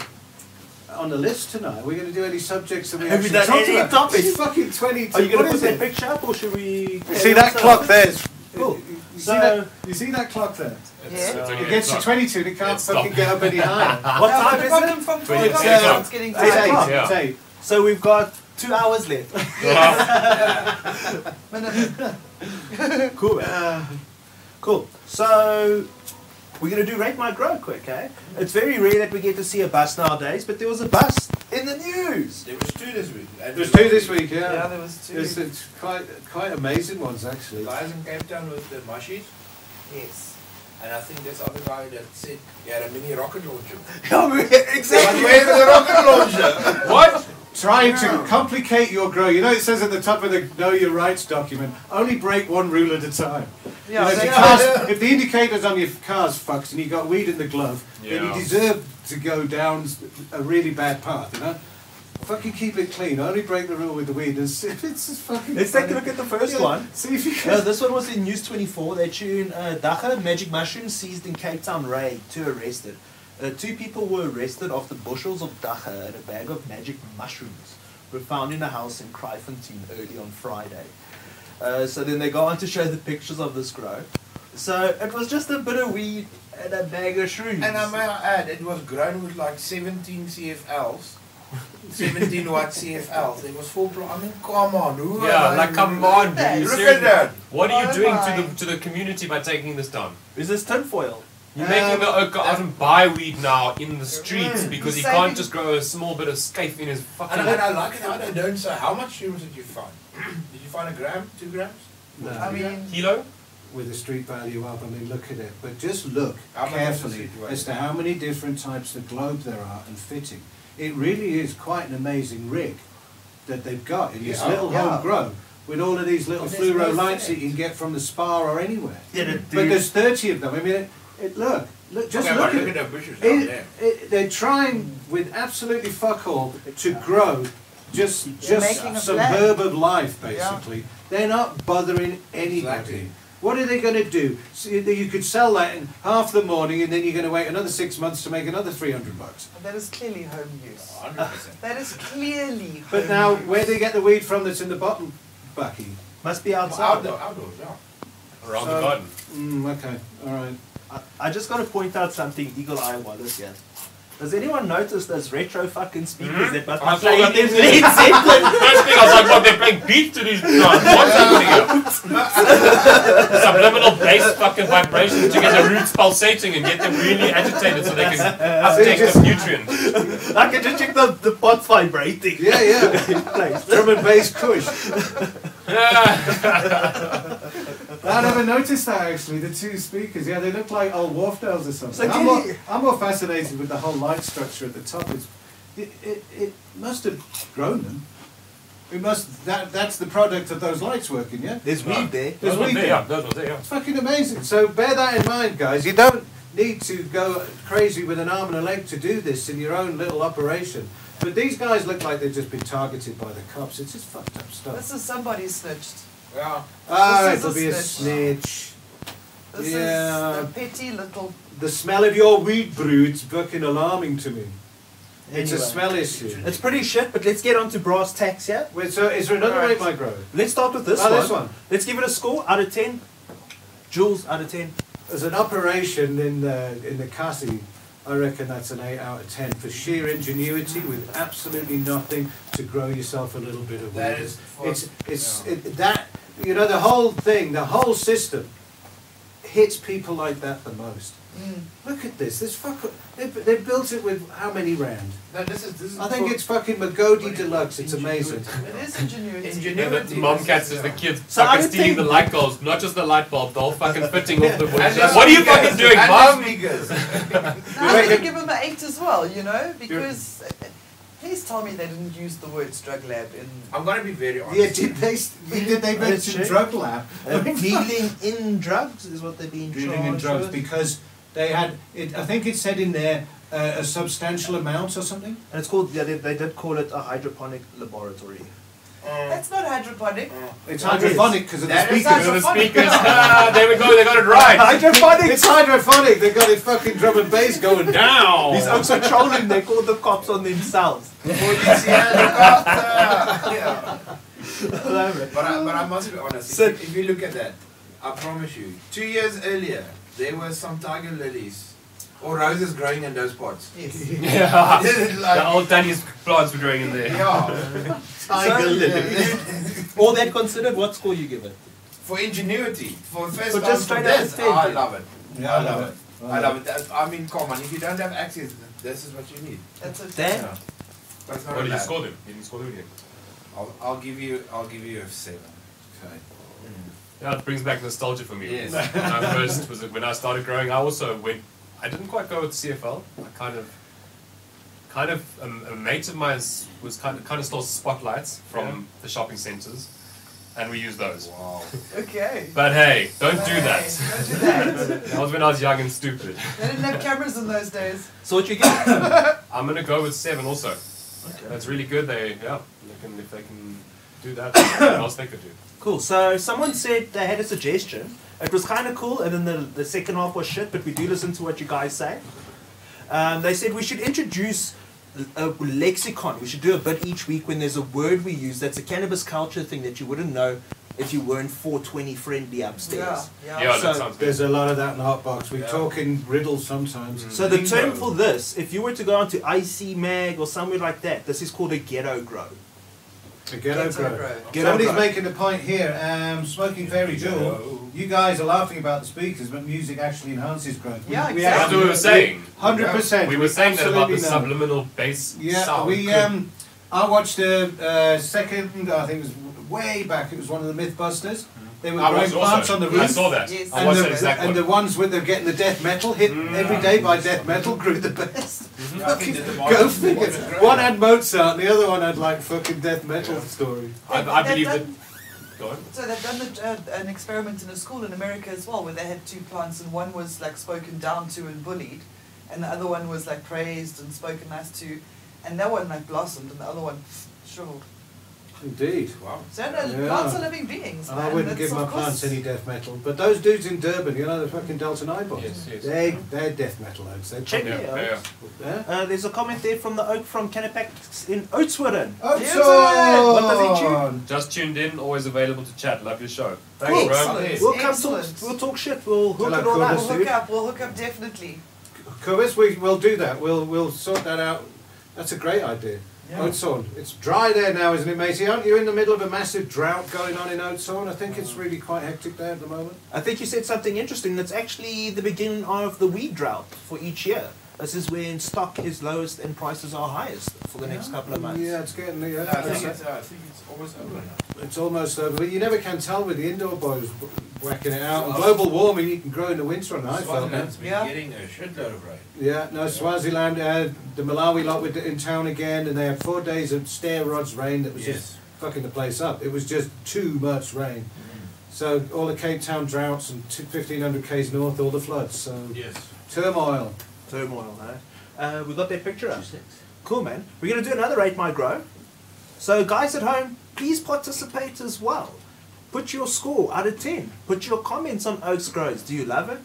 [SPEAKER 1] on the list tonight? Are we going to do any subjects that we
[SPEAKER 2] Have we
[SPEAKER 1] actually
[SPEAKER 2] done
[SPEAKER 1] talked
[SPEAKER 2] any
[SPEAKER 1] about?
[SPEAKER 2] topics?
[SPEAKER 1] It's fucking twenty two.
[SPEAKER 2] Are you going to put that
[SPEAKER 1] it?
[SPEAKER 2] picture up, or should we?
[SPEAKER 1] You see that clock there? It's-
[SPEAKER 2] Cool.
[SPEAKER 1] You, you see
[SPEAKER 2] So-
[SPEAKER 1] that, you see that clock there?
[SPEAKER 4] It's, it's only
[SPEAKER 1] It
[SPEAKER 4] eight
[SPEAKER 1] gets to
[SPEAKER 4] o'clock.
[SPEAKER 1] twenty two. It can't
[SPEAKER 4] It's
[SPEAKER 1] fucking
[SPEAKER 4] stopped.
[SPEAKER 1] get up any higher.
[SPEAKER 2] What
[SPEAKER 3] No, but
[SPEAKER 2] time
[SPEAKER 3] the
[SPEAKER 2] is
[SPEAKER 3] problem
[SPEAKER 2] it?
[SPEAKER 3] from
[SPEAKER 4] Twenty
[SPEAKER 3] from-
[SPEAKER 4] o'clock.
[SPEAKER 3] from- it's getting
[SPEAKER 1] It's
[SPEAKER 3] dark.
[SPEAKER 1] eight.
[SPEAKER 4] Yeah.
[SPEAKER 1] It's eight.
[SPEAKER 2] So we've got two hours left.
[SPEAKER 3] Minimum.
[SPEAKER 2] cool. Uh, cool. So we're gonna do rate my grow quick, eh? It's very rare that we get to see a bus nowadays, but there was a bus in the news.
[SPEAKER 5] There was two this week. and
[SPEAKER 1] There's two this week. Yeah.
[SPEAKER 3] Yeah, there was two.
[SPEAKER 1] It's, it's quite quite amazing ones actually.
[SPEAKER 5] Guys in Cape Town with the mushies.
[SPEAKER 3] Yes.
[SPEAKER 5] And I think this other guy that said he had a mini rocket launcher.
[SPEAKER 2] exactly.
[SPEAKER 5] But where's the rocket launcher?
[SPEAKER 4] What?
[SPEAKER 1] Trying to complicate your grow. You know, it says at the top of the Know Your Rights document, only break one rule at a time. You know,
[SPEAKER 3] Yeah,
[SPEAKER 1] if, the
[SPEAKER 3] so-
[SPEAKER 1] car's- if the indicators on your car's fucked and you got weed in the glove, then you
[SPEAKER 4] Yeah.
[SPEAKER 1] deserve to go down s- a really bad path, you know? Fucking keep it clean. Only break the rule with the weed. It's, it's just fucking.
[SPEAKER 2] Let's take a look at the first
[SPEAKER 1] Yeah,
[SPEAKER 2] one.
[SPEAKER 1] See if you
[SPEAKER 2] No,
[SPEAKER 1] can.
[SPEAKER 2] this one was in News 24. They tune uh, Dacha, Magic Mushroom seized in Cape Town raid, two arrested. Uh, two people were arrested after bushels of Dacha and a bag of magic mushrooms were found in a house in Kryfontein early on Friday. Uh, so then they go on to show the pictures of this grow. So it was just a bit of weed and a bag of shrooms.
[SPEAKER 5] And I may add, it eh, was grown with like 17 CFLs. 17 watt CFLs. It was four pl- I mean, come on. Who
[SPEAKER 4] Yeah,
[SPEAKER 5] are
[SPEAKER 4] like
[SPEAKER 5] they?
[SPEAKER 4] come on,
[SPEAKER 5] Look
[SPEAKER 4] dude.
[SPEAKER 5] at
[SPEAKER 4] seriously.
[SPEAKER 5] that.
[SPEAKER 4] What are
[SPEAKER 3] Oh
[SPEAKER 4] you doing
[SPEAKER 3] my.
[SPEAKER 4] to the to the community by taking this down?
[SPEAKER 2] Is this tinfoil?
[SPEAKER 4] You're
[SPEAKER 1] Um,
[SPEAKER 4] making the oak go out and buy weed now in the streets because he
[SPEAKER 3] Saving-
[SPEAKER 4] can't just grow a small bit of scape in his fucking.
[SPEAKER 5] Mm. And, I- and I like it how they don't say how much shrooms did you find? did you find a gram? Two grams?
[SPEAKER 1] No,
[SPEAKER 3] I mean,
[SPEAKER 4] Kilo?
[SPEAKER 1] with the street value up, I mean, look at it. But just look
[SPEAKER 5] How much is the
[SPEAKER 1] carefully
[SPEAKER 5] street value?
[SPEAKER 1] as to how many different types of globe there are and fitting. It really is quite an amazing rig that they've got in this
[SPEAKER 5] Yeah.
[SPEAKER 1] little
[SPEAKER 5] Yeah.
[SPEAKER 1] home grow with all of these little
[SPEAKER 5] But there's
[SPEAKER 1] fluoro
[SPEAKER 5] no
[SPEAKER 1] lights that
[SPEAKER 5] effect.
[SPEAKER 1] you can get from the spa or anywhere.
[SPEAKER 2] Yeah, the-
[SPEAKER 1] But there's 30 of them. I mean, it, it look, look, just
[SPEAKER 5] okay,
[SPEAKER 1] look
[SPEAKER 5] but
[SPEAKER 1] at
[SPEAKER 5] look
[SPEAKER 1] it.
[SPEAKER 5] at the bushes out
[SPEAKER 1] It,
[SPEAKER 5] there.
[SPEAKER 1] it, they're trying with absolutely fuck all to grow just
[SPEAKER 3] They're
[SPEAKER 1] just
[SPEAKER 3] making a
[SPEAKER 1] some
[SPEAKER 3] plan.
[SPEAKER 1] herb of life basically. They're not bothering anybody.
[SPEAKER 5] Exactly.
[SPEAKER 1] What are they going to do? So you you could sell that in half the morning, and then you're going to wait another six months to make another three hundred bucks.
[SPEAKER 3] that is clearly home use.
[SPEAKER 5] 100%.
[SPEAKER 3] That is clearly home
[SPEAKER 1] But now,
[SPEAKER 3] use.
[SPEAKER 1] where do they get the weed from that's in the bottom, Bucky?
[SPEAKER 2] Must be outside.
[SPEAKER 5] Outdoor, outdoors, yeah.
[SPEAKER 4] Around
[SPEAKER 1] So-
[SPEAKER 4] the garden.
[SPEAKER 1] Mm, okay, all right.
[SPEAKER 2] I, I just got to point out something eagle eye Wallace here. Does anyone notice those retro fucking speakers that must
[SPEAKER 4] I
[SPEAKER 2] be
[SPEAKER 4] saw
[SPEAKER 2] playing
[SPEAKER 4] that.
[SPEAKER 2] in Leeds?
[SPEAKER 4] First thing I was like, what, they're playing beats to these guys. What's happening here? Subliminal bass fucking vibrations to get the roots pulsating and get them really agitated so they can uptake
[SPEAKER 1] just-
[SPEAKER 4] this nutrient.
[SPEAKER 2] I can just check the, the pot vibrating
[SPEAKER 1] Yeah, yeah.
[SPEAKER 2] in place.
[SPEAKER 1] Drum and bass kush. I never noticed that actually. The two speakers, yeah, they look like old wharfdales or something.
[SPEAKER 2] So
[SPEAKER 1] I'm,
[SPEAKER 2] did
[SPEAKER 1] more,
[SPEAKER 2] you-
[SPEAKER 1] I'm more fascinated with the whole light structure at the top. It's, it, it, it must have grown them. It must. That that's the product of those lights working, yeah.
[SPEAKER 2] There's weed there.
[SPEAKER 1] There's
[SPEAKER 4] Those ones
[SPEAKER 1] weed
[SPEAKER 4] there,
[SPEAKER 1] there.
[SPEAKER 4] yeah, those ones there, yeah.
[SPEAKER 1] It's fucking amazing. So bear that in mind, guys. You don't need to go crazy with an arm and a leg to do this in your own little operation. But these guys look like they've just been targeted by the cops. It's just fucked up stuff.
[SPEAKER 3] This is somebody snitched.
[SPEAKER 5] Yeah.
[SPEAKER 1] Ah,
[SPEAKER 3] This is
[SPEAKER 1] it'll
[SPEAKER 3] a
[SPEAKER 1] be a
[SPEAKER 3] snitch.
[SPEAKER 1] snitch.
[SPEAKER 3] This
[SPEAKER 1] Yeah.
[SPEAKER 3] is a petty little.
[SPEAKER 1] The smell of your weed brood's fucking alarming to me. It's a
[SPEAKER 2] Anyway.
[SPEAKER 1] smell issue.
[SPEAKER 2] It's pretty shit, but let's get on to brass tacks here.
[SPEAKER 1] Wait, so is there another
[SPEAKER 2] Right.
[SPEAKER 1] rate my grow?
[SPEAKER 2] Let's start with this,
[SPEAKER 1] Oh,
[SPEAKER 2] one.
[SPEAKER 1] this one.
[SPEAKER 2] Let's give it a score out of 10. Jules out of 10.
[SPEAKER 1] As an operation in the in the Cassie, I reckon that's an eight out of ten for sheer ingenuity with absolutely nothing to grow yourself a little bit of weed.
[SPEAKER 5] That is for-
[SPEAKER 1] it's it's
[SPEAKER 5] yeah.
[SPEAKER 1] it, that you know the whole thing, the whole system hits people like that the most.
[SPEAKER 3] Mm.
[SPEAKER 1] Look at this. This fuck. They, they built it with how many rand?
[SPEAKER 5] No, this is, this is
[SPEAKER 1] I think
[SPEAKER 5] for
[SPEAKER 1] it's fucking Magodi Deluxe. It's amazing.
[SPEAKER 3] It is ingenuity.
[SPEAKER 5] Ingenuity.
[SPEAKER 4] Yeah, the mom cats is the kids
[SPEAKER 2] So I
[SPEAKER 4] fucking
[SPEAKER 2] would
[SPEAKER 4] stealing
[SPEAKER 2] think-
[SPEAKER 4] the light bulbs, not just the light bulb, the whole fucking fitting off the wood.
[SPEAKER 5] And the
[SPEAKER 4] What are you fucking
[SPEAKER 5] speakers,
[SPEAKER 4] doing,
[SPEAKER 5] and the
[SPEAKER 4] mom?
[SPEAKER 5] speakers.
[SPEAKER 3] No, I'm going to give him an eight as well, you know, because uh, please tell me they didn't use the word drug lab in.
[SPEAKER 5] I'm gonna be very honest.
[SPEAKER 1] Yeah, did they did they mention
[SPEAKER 2] check.
[SPEAKER 1] drug lab?
[SPEAKER 2] Uh, dealing in drugs is what they've been
[SPEAKER 1] Dealing in
[SPEAKER 2] charged
[SPEAKER 1] drugs
[SPEAKER 2] with.
[SPEAKER 1] because they had it. I think it said in there uh, a substantial amount or something.
[SPEAKER 2] And it's called, yeah, they, they did call it a hydroponic laboratory.
[SPEAKER 3] That's not hydroponic.
[SPEAKER 1] It's
[SPEAKER 2] That
[SPEAKER 1] hydroponic because of the
[SPEAKER 5] That is
[SPEAKER 1] speakers.
[SPEAKER 4] The speakers, ah, there we go, they got it right.
[SPEAKER 2] Hydroponic!
[SPEAKER 1] It's hydroponic. They got it fucking drum and bass going down.
[SPEAKER 4] Down.
[SPEAKER 2] These oaks are trolling, they called the cops on themselves.
[SPEAKER 5] yeah.
[SPEAKER 2] Elaborate.
[SPEAKER 5] But I, but I must be honest.
[SPEAKER 2] So-
[SPEAKER 5] if, if you look at that, I promise you, two years earlier there were some tiger lilies or roses growing in those pots.
[SPEAKER 3] Yes.
[SPEAKER 4] Yeah. The
[SPEAKER 5] like,
[SPEAKER 4] old Danny's plants were growing in there.
[SPEAKER 5] yeah.
[SPEAKER 2] Tiger
[SPEAKER 5] lily.
[SPEAKER 2] All that considered, what score you give it?
[SPEAKER 5] For ingenuity, for first
[SPEAKER 2] For
[SPEAKER 5] time
[SPEAKER 2] just
[SPEAKER 5] for
[SPEAKER 2] straight out
[SPEAKER 5] this,
[SPEAKER 2] of the
[SPEAKER 5] I
[SPEAKER 2] tin.
[SPEAKER 5] love it.
[SPEAKER 1] Yeah,
[SPEAKER 5] I love it. I love it. That- I mean, come on. If you don't have access, this is what you need.
[SPEAKER 3] That's a
[SPEAKER 2] Dan?
[SPEAKER 5] Yeah. But it's
[SPEAKER 4] What
[SPEAKER 5] not
[SPEAKER 4] Oh, did you
[SPEAKER 5] allowed.
[SPEAKER 4] score them? You didn't score them yet.
[SPEAKER 5] I'll, I'll give you. I'll give you a seven.
[SPEAKER 1] Okay.
[SPEAKER 4] Yeah, it brings back nostalgia for me.
[SPEAKER 5] Yes.
[SPEAKER 4] When I first was when I started growing, I also went. I didn't quite go with CFL. I kind of, kind of um, a mate of mine was kind of kind of stole spotlights from the shopping centres, and we used those. Wow.
[SPEAKER 3] Okay.
[SPEAKER 4] But hey, don't do
[SPEAKER 3] Hey,
[SPEAKER 4] that.
[SPEAKER 3] Don't do that.
[SPEAKER 4] That was when I was young and stupid.
[SPEAKER 3] they didn't have cameras in those days.
[SPEAKER 2] So what you get?
[SPEAKER 4] I'm gonna go with seven also. That's really good. They yeah, they can if they can do that. what else they could do?
[SPEAKER 2] Cool. So someone said they had a suggestion. It was kind of cool, and then the, the second half was shit, but we do listen to what you guys say. Um, they said we should introduce a lexicon. We should do a bit each week when there's a word we use that's a cannabis culture thing that you wouldn't know if you weren't 420 friendly upstairs.
[SPEAKER 3] Yeah. Yeah.
[SPEAKER 4] Yeah,
[SPEAKER 2] So
[SPEAKER 4] that sounds good.
[SPEAKER 1] There's a lot of that in Hotbox. We talk in riddles sometimes.
[SPEAKER 2] Mm. So the term for this, if you were to go onto IC Mag or somewhere like that, this is called a ghetto grow.
[SPEAKER 1] The ghetto
[SPEAKER 3] Ghetto
[SPEAKER 1] grow.
[SPEAKER 3] grow.
[SPEAKER 2] Ghetto
[SPEAKER 1] Somebody's
[SPEAKER 2] grow.
[SPEAKER 1] making the point here. Um, smoking fairy jewel. You guys are laughing about the speakers, but music actually enhances growth.
[SPEAKER 3] Yeah,
[SPEAKER 1] We- we
[SPEAKER 3] exactly.
[SPEAKER 4] That's what we were saying.
[SPEAKER 1] Hundred percent.
[SPEAKER 4] We were saying that about the
[SPEAKER 1] absolutely know.
[SPEAKER 4] subliminal bass
[SPEAKER 1] Yeah,
[SPEAKER 4] sound.
[SPEAKER 1] we.
[SPEAKER 4] could-
[SPEAKER 1] Um, I watched the uh, second. I think it was w- way back. It was one of the MythBusters. They were
[SPEAKER 4] Mm-hmm. I
[SPEAKER 1] growing
[SPEAKER 4] was
[SPEAKER 1] plants
[SPEAKER 4] also.
[SPEAKER 1] on the roof.
[SPEAKER 4] I saw that.
[SPEAKER 3] Yes.
[SPEAKER 4] I
[SPEAKER 1] and
[SPEAKER 4] watched
[SPEAKER 1] the,
[SPEAKER 4] that Mm. exact
[SPEAKER 1] and
[SPEAKER 4] one.
[SPEAKER 1] the ones with they're getting the death metal hit every day by death metal grew the best. Fucking go figure. One had Mozart, the other one had like fucking death metal story.
[SPEAKER 4] I,
[SPEAKER 3] They've-
[SPEAKER 4] I
[SPEAKER 3] they've
[SPEAKER 4] believe that.
[SPEAKER 3] done-
[SPEAKER 4] Go on.
[SPEAKER 3] So they've done the, uh, an experiment in a school in America as well, where they had two plants, and one was like spoken down to and bullied, and the other one was like praised and spoken nice to, and that one like blossomed, and the other one shriveled.
[SPEAKER 1] Indeed.
[SPEAKER 3] So no,
[SPEAKER 1] Yeah.
[SPEAKER 3] plants are living beings,
[SPEAKER 1] And
[SPEAKER 3] man.
[SPEAKER 1] I wouldn't
[SPEAKER 3] That's
[SPEAKER 1] give my
[SPEAKER 3] of course-
[SPEAKER 1] plants any death metal. But those dudes in Durban, you know, the fucking Dalton Eye boys,
[SPEAKER 4] Yes, yes.
[SPEAKER 1] they they're death metal oaks. They
[SPEAKER 2] Check
[SPEAKER 4] Yeah,
[SPEAKER 2] it
[SPEAKER 4] yeah.
[SPEAKER 2] out.
[SPEAKER 4] yeah.
[SPEAKER 1] Yeah.
[SPEAKER 2] Uh, there's a comment there from the oak from Canapax in Oatswitten.
[SPEAKER 1] Oh,
[SPEAKER 3] Yes,
[SPEAKER 1] John!
[SPEAKER 2] what does he chew?
[SPEAKER 4] Just tuned in, always available to chat. Love your show. Thanks,
[SPEAKER 2] Cool.
[SPEAKER 4] bro.
[SPEAKER 3] Solid.
[SPEAKER 2] We'll come talk,
[SPEAKER 3] Excellent.
[SPEAKER 2] we'll talk shit, we'll hook
[SPEAKER 1] Hello,
[SPEAKER 2] it all
[SPEAKER 1] Claudia.
[SPEAKER 2] up.
[SPEAKER 3] We'll hook up. We'll hook up definitely.
[SPEAKER 1] Cobus, we will do that. We'll we'll sort that out. That's a great idea.
[SPEAKER 3] Yeah.
[SPEAKER 1] Oatsorn. It's dry there now, isn't it, matey? Aren't you in the middle of a massive drought going on in Oatsorn? I think it's really quite hectic there at the moment.
[SPEAKER 2] I think you said something interesting. That's actually the beginning of the weed drought for each year. This is when stock is lowest and prices are highest for the next couple of months.
[SPEAKER 1] Yeah, it's getting yeah,
[SPEAKER 5] I think
[SPEAKER 1] it's,
[SPEAKER 5] it's, uh, I think it's almost over now.
[SPEAKER 1] it's almost over, but you never can tell with the indoor boys w- whacking it out. And global warming, you can grow in the winter on iPhone.
[SPEAKER 5] Swaziland's been
[SPEAKER 3] Yeah.
[SPEAKER 5] getting a shitload of rain.
[SPEAKER 1] Yeah, no, Swaziland, uh, the Malawi lot were d- in town again, and they had four days of stair rods rain that was just
[SPEAKER 5] Yes.
[SPEAKER 1] fucking the place up. It was just too much rain. So all the Cape Town droughts and t- 1500 k's north, all the floods. So
[SPEAKER 5] Yes.
[SPEAKER 1] turmoil.
[SPEAKER 2] Turmoil, huh? Uh, we got that picture up. Cool, man. We're going to do another 8 My Grow. So, guys at home, please participate as well. Put your score out of 10. Put your comments on Oaks Grows. Do you love it?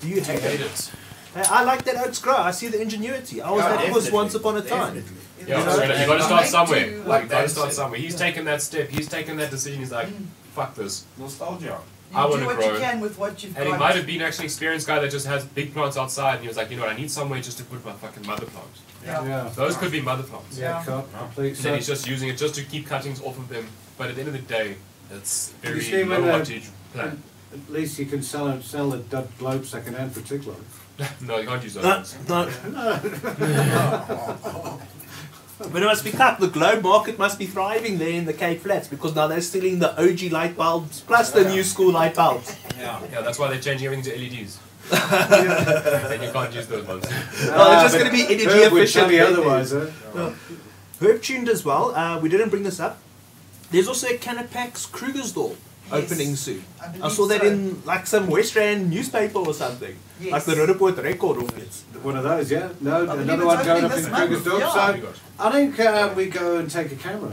[SPEAKER 2] Do you hate
[SPEAKER 4] Hate
[SPEAKER 2] it?
[SPEAKER 4] it.
[SPEAKER 2] Hey, I like that Oaks Grow. I see the ingenuity. I was
[SPEAKER 5] Yeah,
[SPEAKER 2] that was
[SPEAKER 5] definitely,
[SPEAKER 2] once upon a time.
[SPEAKER 5] definitely.
[SPEAKER 4] Yeah,
[SPEAKER 3] know,
[SPEAKER 4] so you gotta
[SPEAKER 3] like
[SPEAKER 4] start
[SPEAKER 3] to-
[SPEAKER 4] somewhere. You
[SPEAKER 5] like
[SPEAKER 4] gotta
[SPEAKER 5] that.
[SPEAKER 4] start somewhere. He's taken that step. He's taken that decision. He's like, fuck this.
[SPEAKER 5] Nostalgia.
[SPEAKER 3] You
[SPEAKER 4] I
[SPEAKER 3] do
[SPEAKER 4] wanna
[SPEAKER 3] what
[SPEAKER 4] grow.
[SPEAKER 3] you can with what you've
[SPEAKER 4] And
[SPEAKER 3] got.
[SPEAKER 4] he might have been actually an experienced guy that just has big plants outside, and he was like, you know what, I need somewhere just to put my fucking mother plant.
[SPEAKER 3] Yeah.
[SPEAKER 1] Yeah,
[SPEAKER 4] Those could be mother plants.
[SPEAKER 1] yeah,
[SPEAKER 3] Yeah.
[SPEAKER 1] can't complete.
[SPEAKER 4] And then he's
[SPEAKER 1] So,
[SPEAKER 4] just using it just to keep cuttings off of them. But at the end of the day, that's
[SPEAKER 1] You
[SPEAKER 4] very
[SPEAKER 1] see when,
[SPEAKER 4] low
[SPEAKER 1] uh,
[SPEAKER 4] wattage plant.
[SPEAKER 1] at least you can sell it- sell the dud globe second hand for tick loads.
[SPEAKER 4] No, you can't use those.
[SPEAKER 2] No,
[SPEAKER 4] ones.
[SPEAKER 2] no. but it must be cut. The globe market must be thriving there in the Cape Flats because now they're stealing the OG light bulbs plus the new school light bulbs.
[SPEAKER 1] Ah,
[SPEAKER 5] Yeah.
[SPEAKER 4] Yeah, that's why they're changing everything to LEDs. then you can't use those ones.
[SPEAKER 2] No, they're just going to be energy
[SPEAKER 1] Herb Ah, would
[SPEAKER 2] efficient.
[SPEAKER 1] tell you otherwise, eh? huh?
[SPEAKER 2] Herb tuned as well. Uh, we didn't bring this up. There's also a Canapax Krugersdorp opening soon.
[SPEAKER 3] I
[SPEAKER 2] I
[SPEAKER 3] believe
[SPEAKER 2] saw that
[SPEAKER 3] so.
[SPEAKER 2] in like some West Rand newspaper or something, like
[SPEAKER 3] Yes.
[SPEAKER 2] the Rudderport Record office.
[SPEAKER 1] One of those, yeah. No,
[SPEAKER 3] believe
[SPEAKER 1] another
[SPEAKER 3] it's
[SPEAKER 1] one going
[SPEAKER 3] opening
[SPEAKER 1] up in
[SPEAKER 3] this month,
[SPEAKER 1] Kruger's Dorp.
[SPEAKER 3] yeah.
[SPEAKER 4] Oh my
[SPEAKER 1] So
[SPEAKER 4] gosh.
[SPEAKER 1] I think uh, we go and take a camera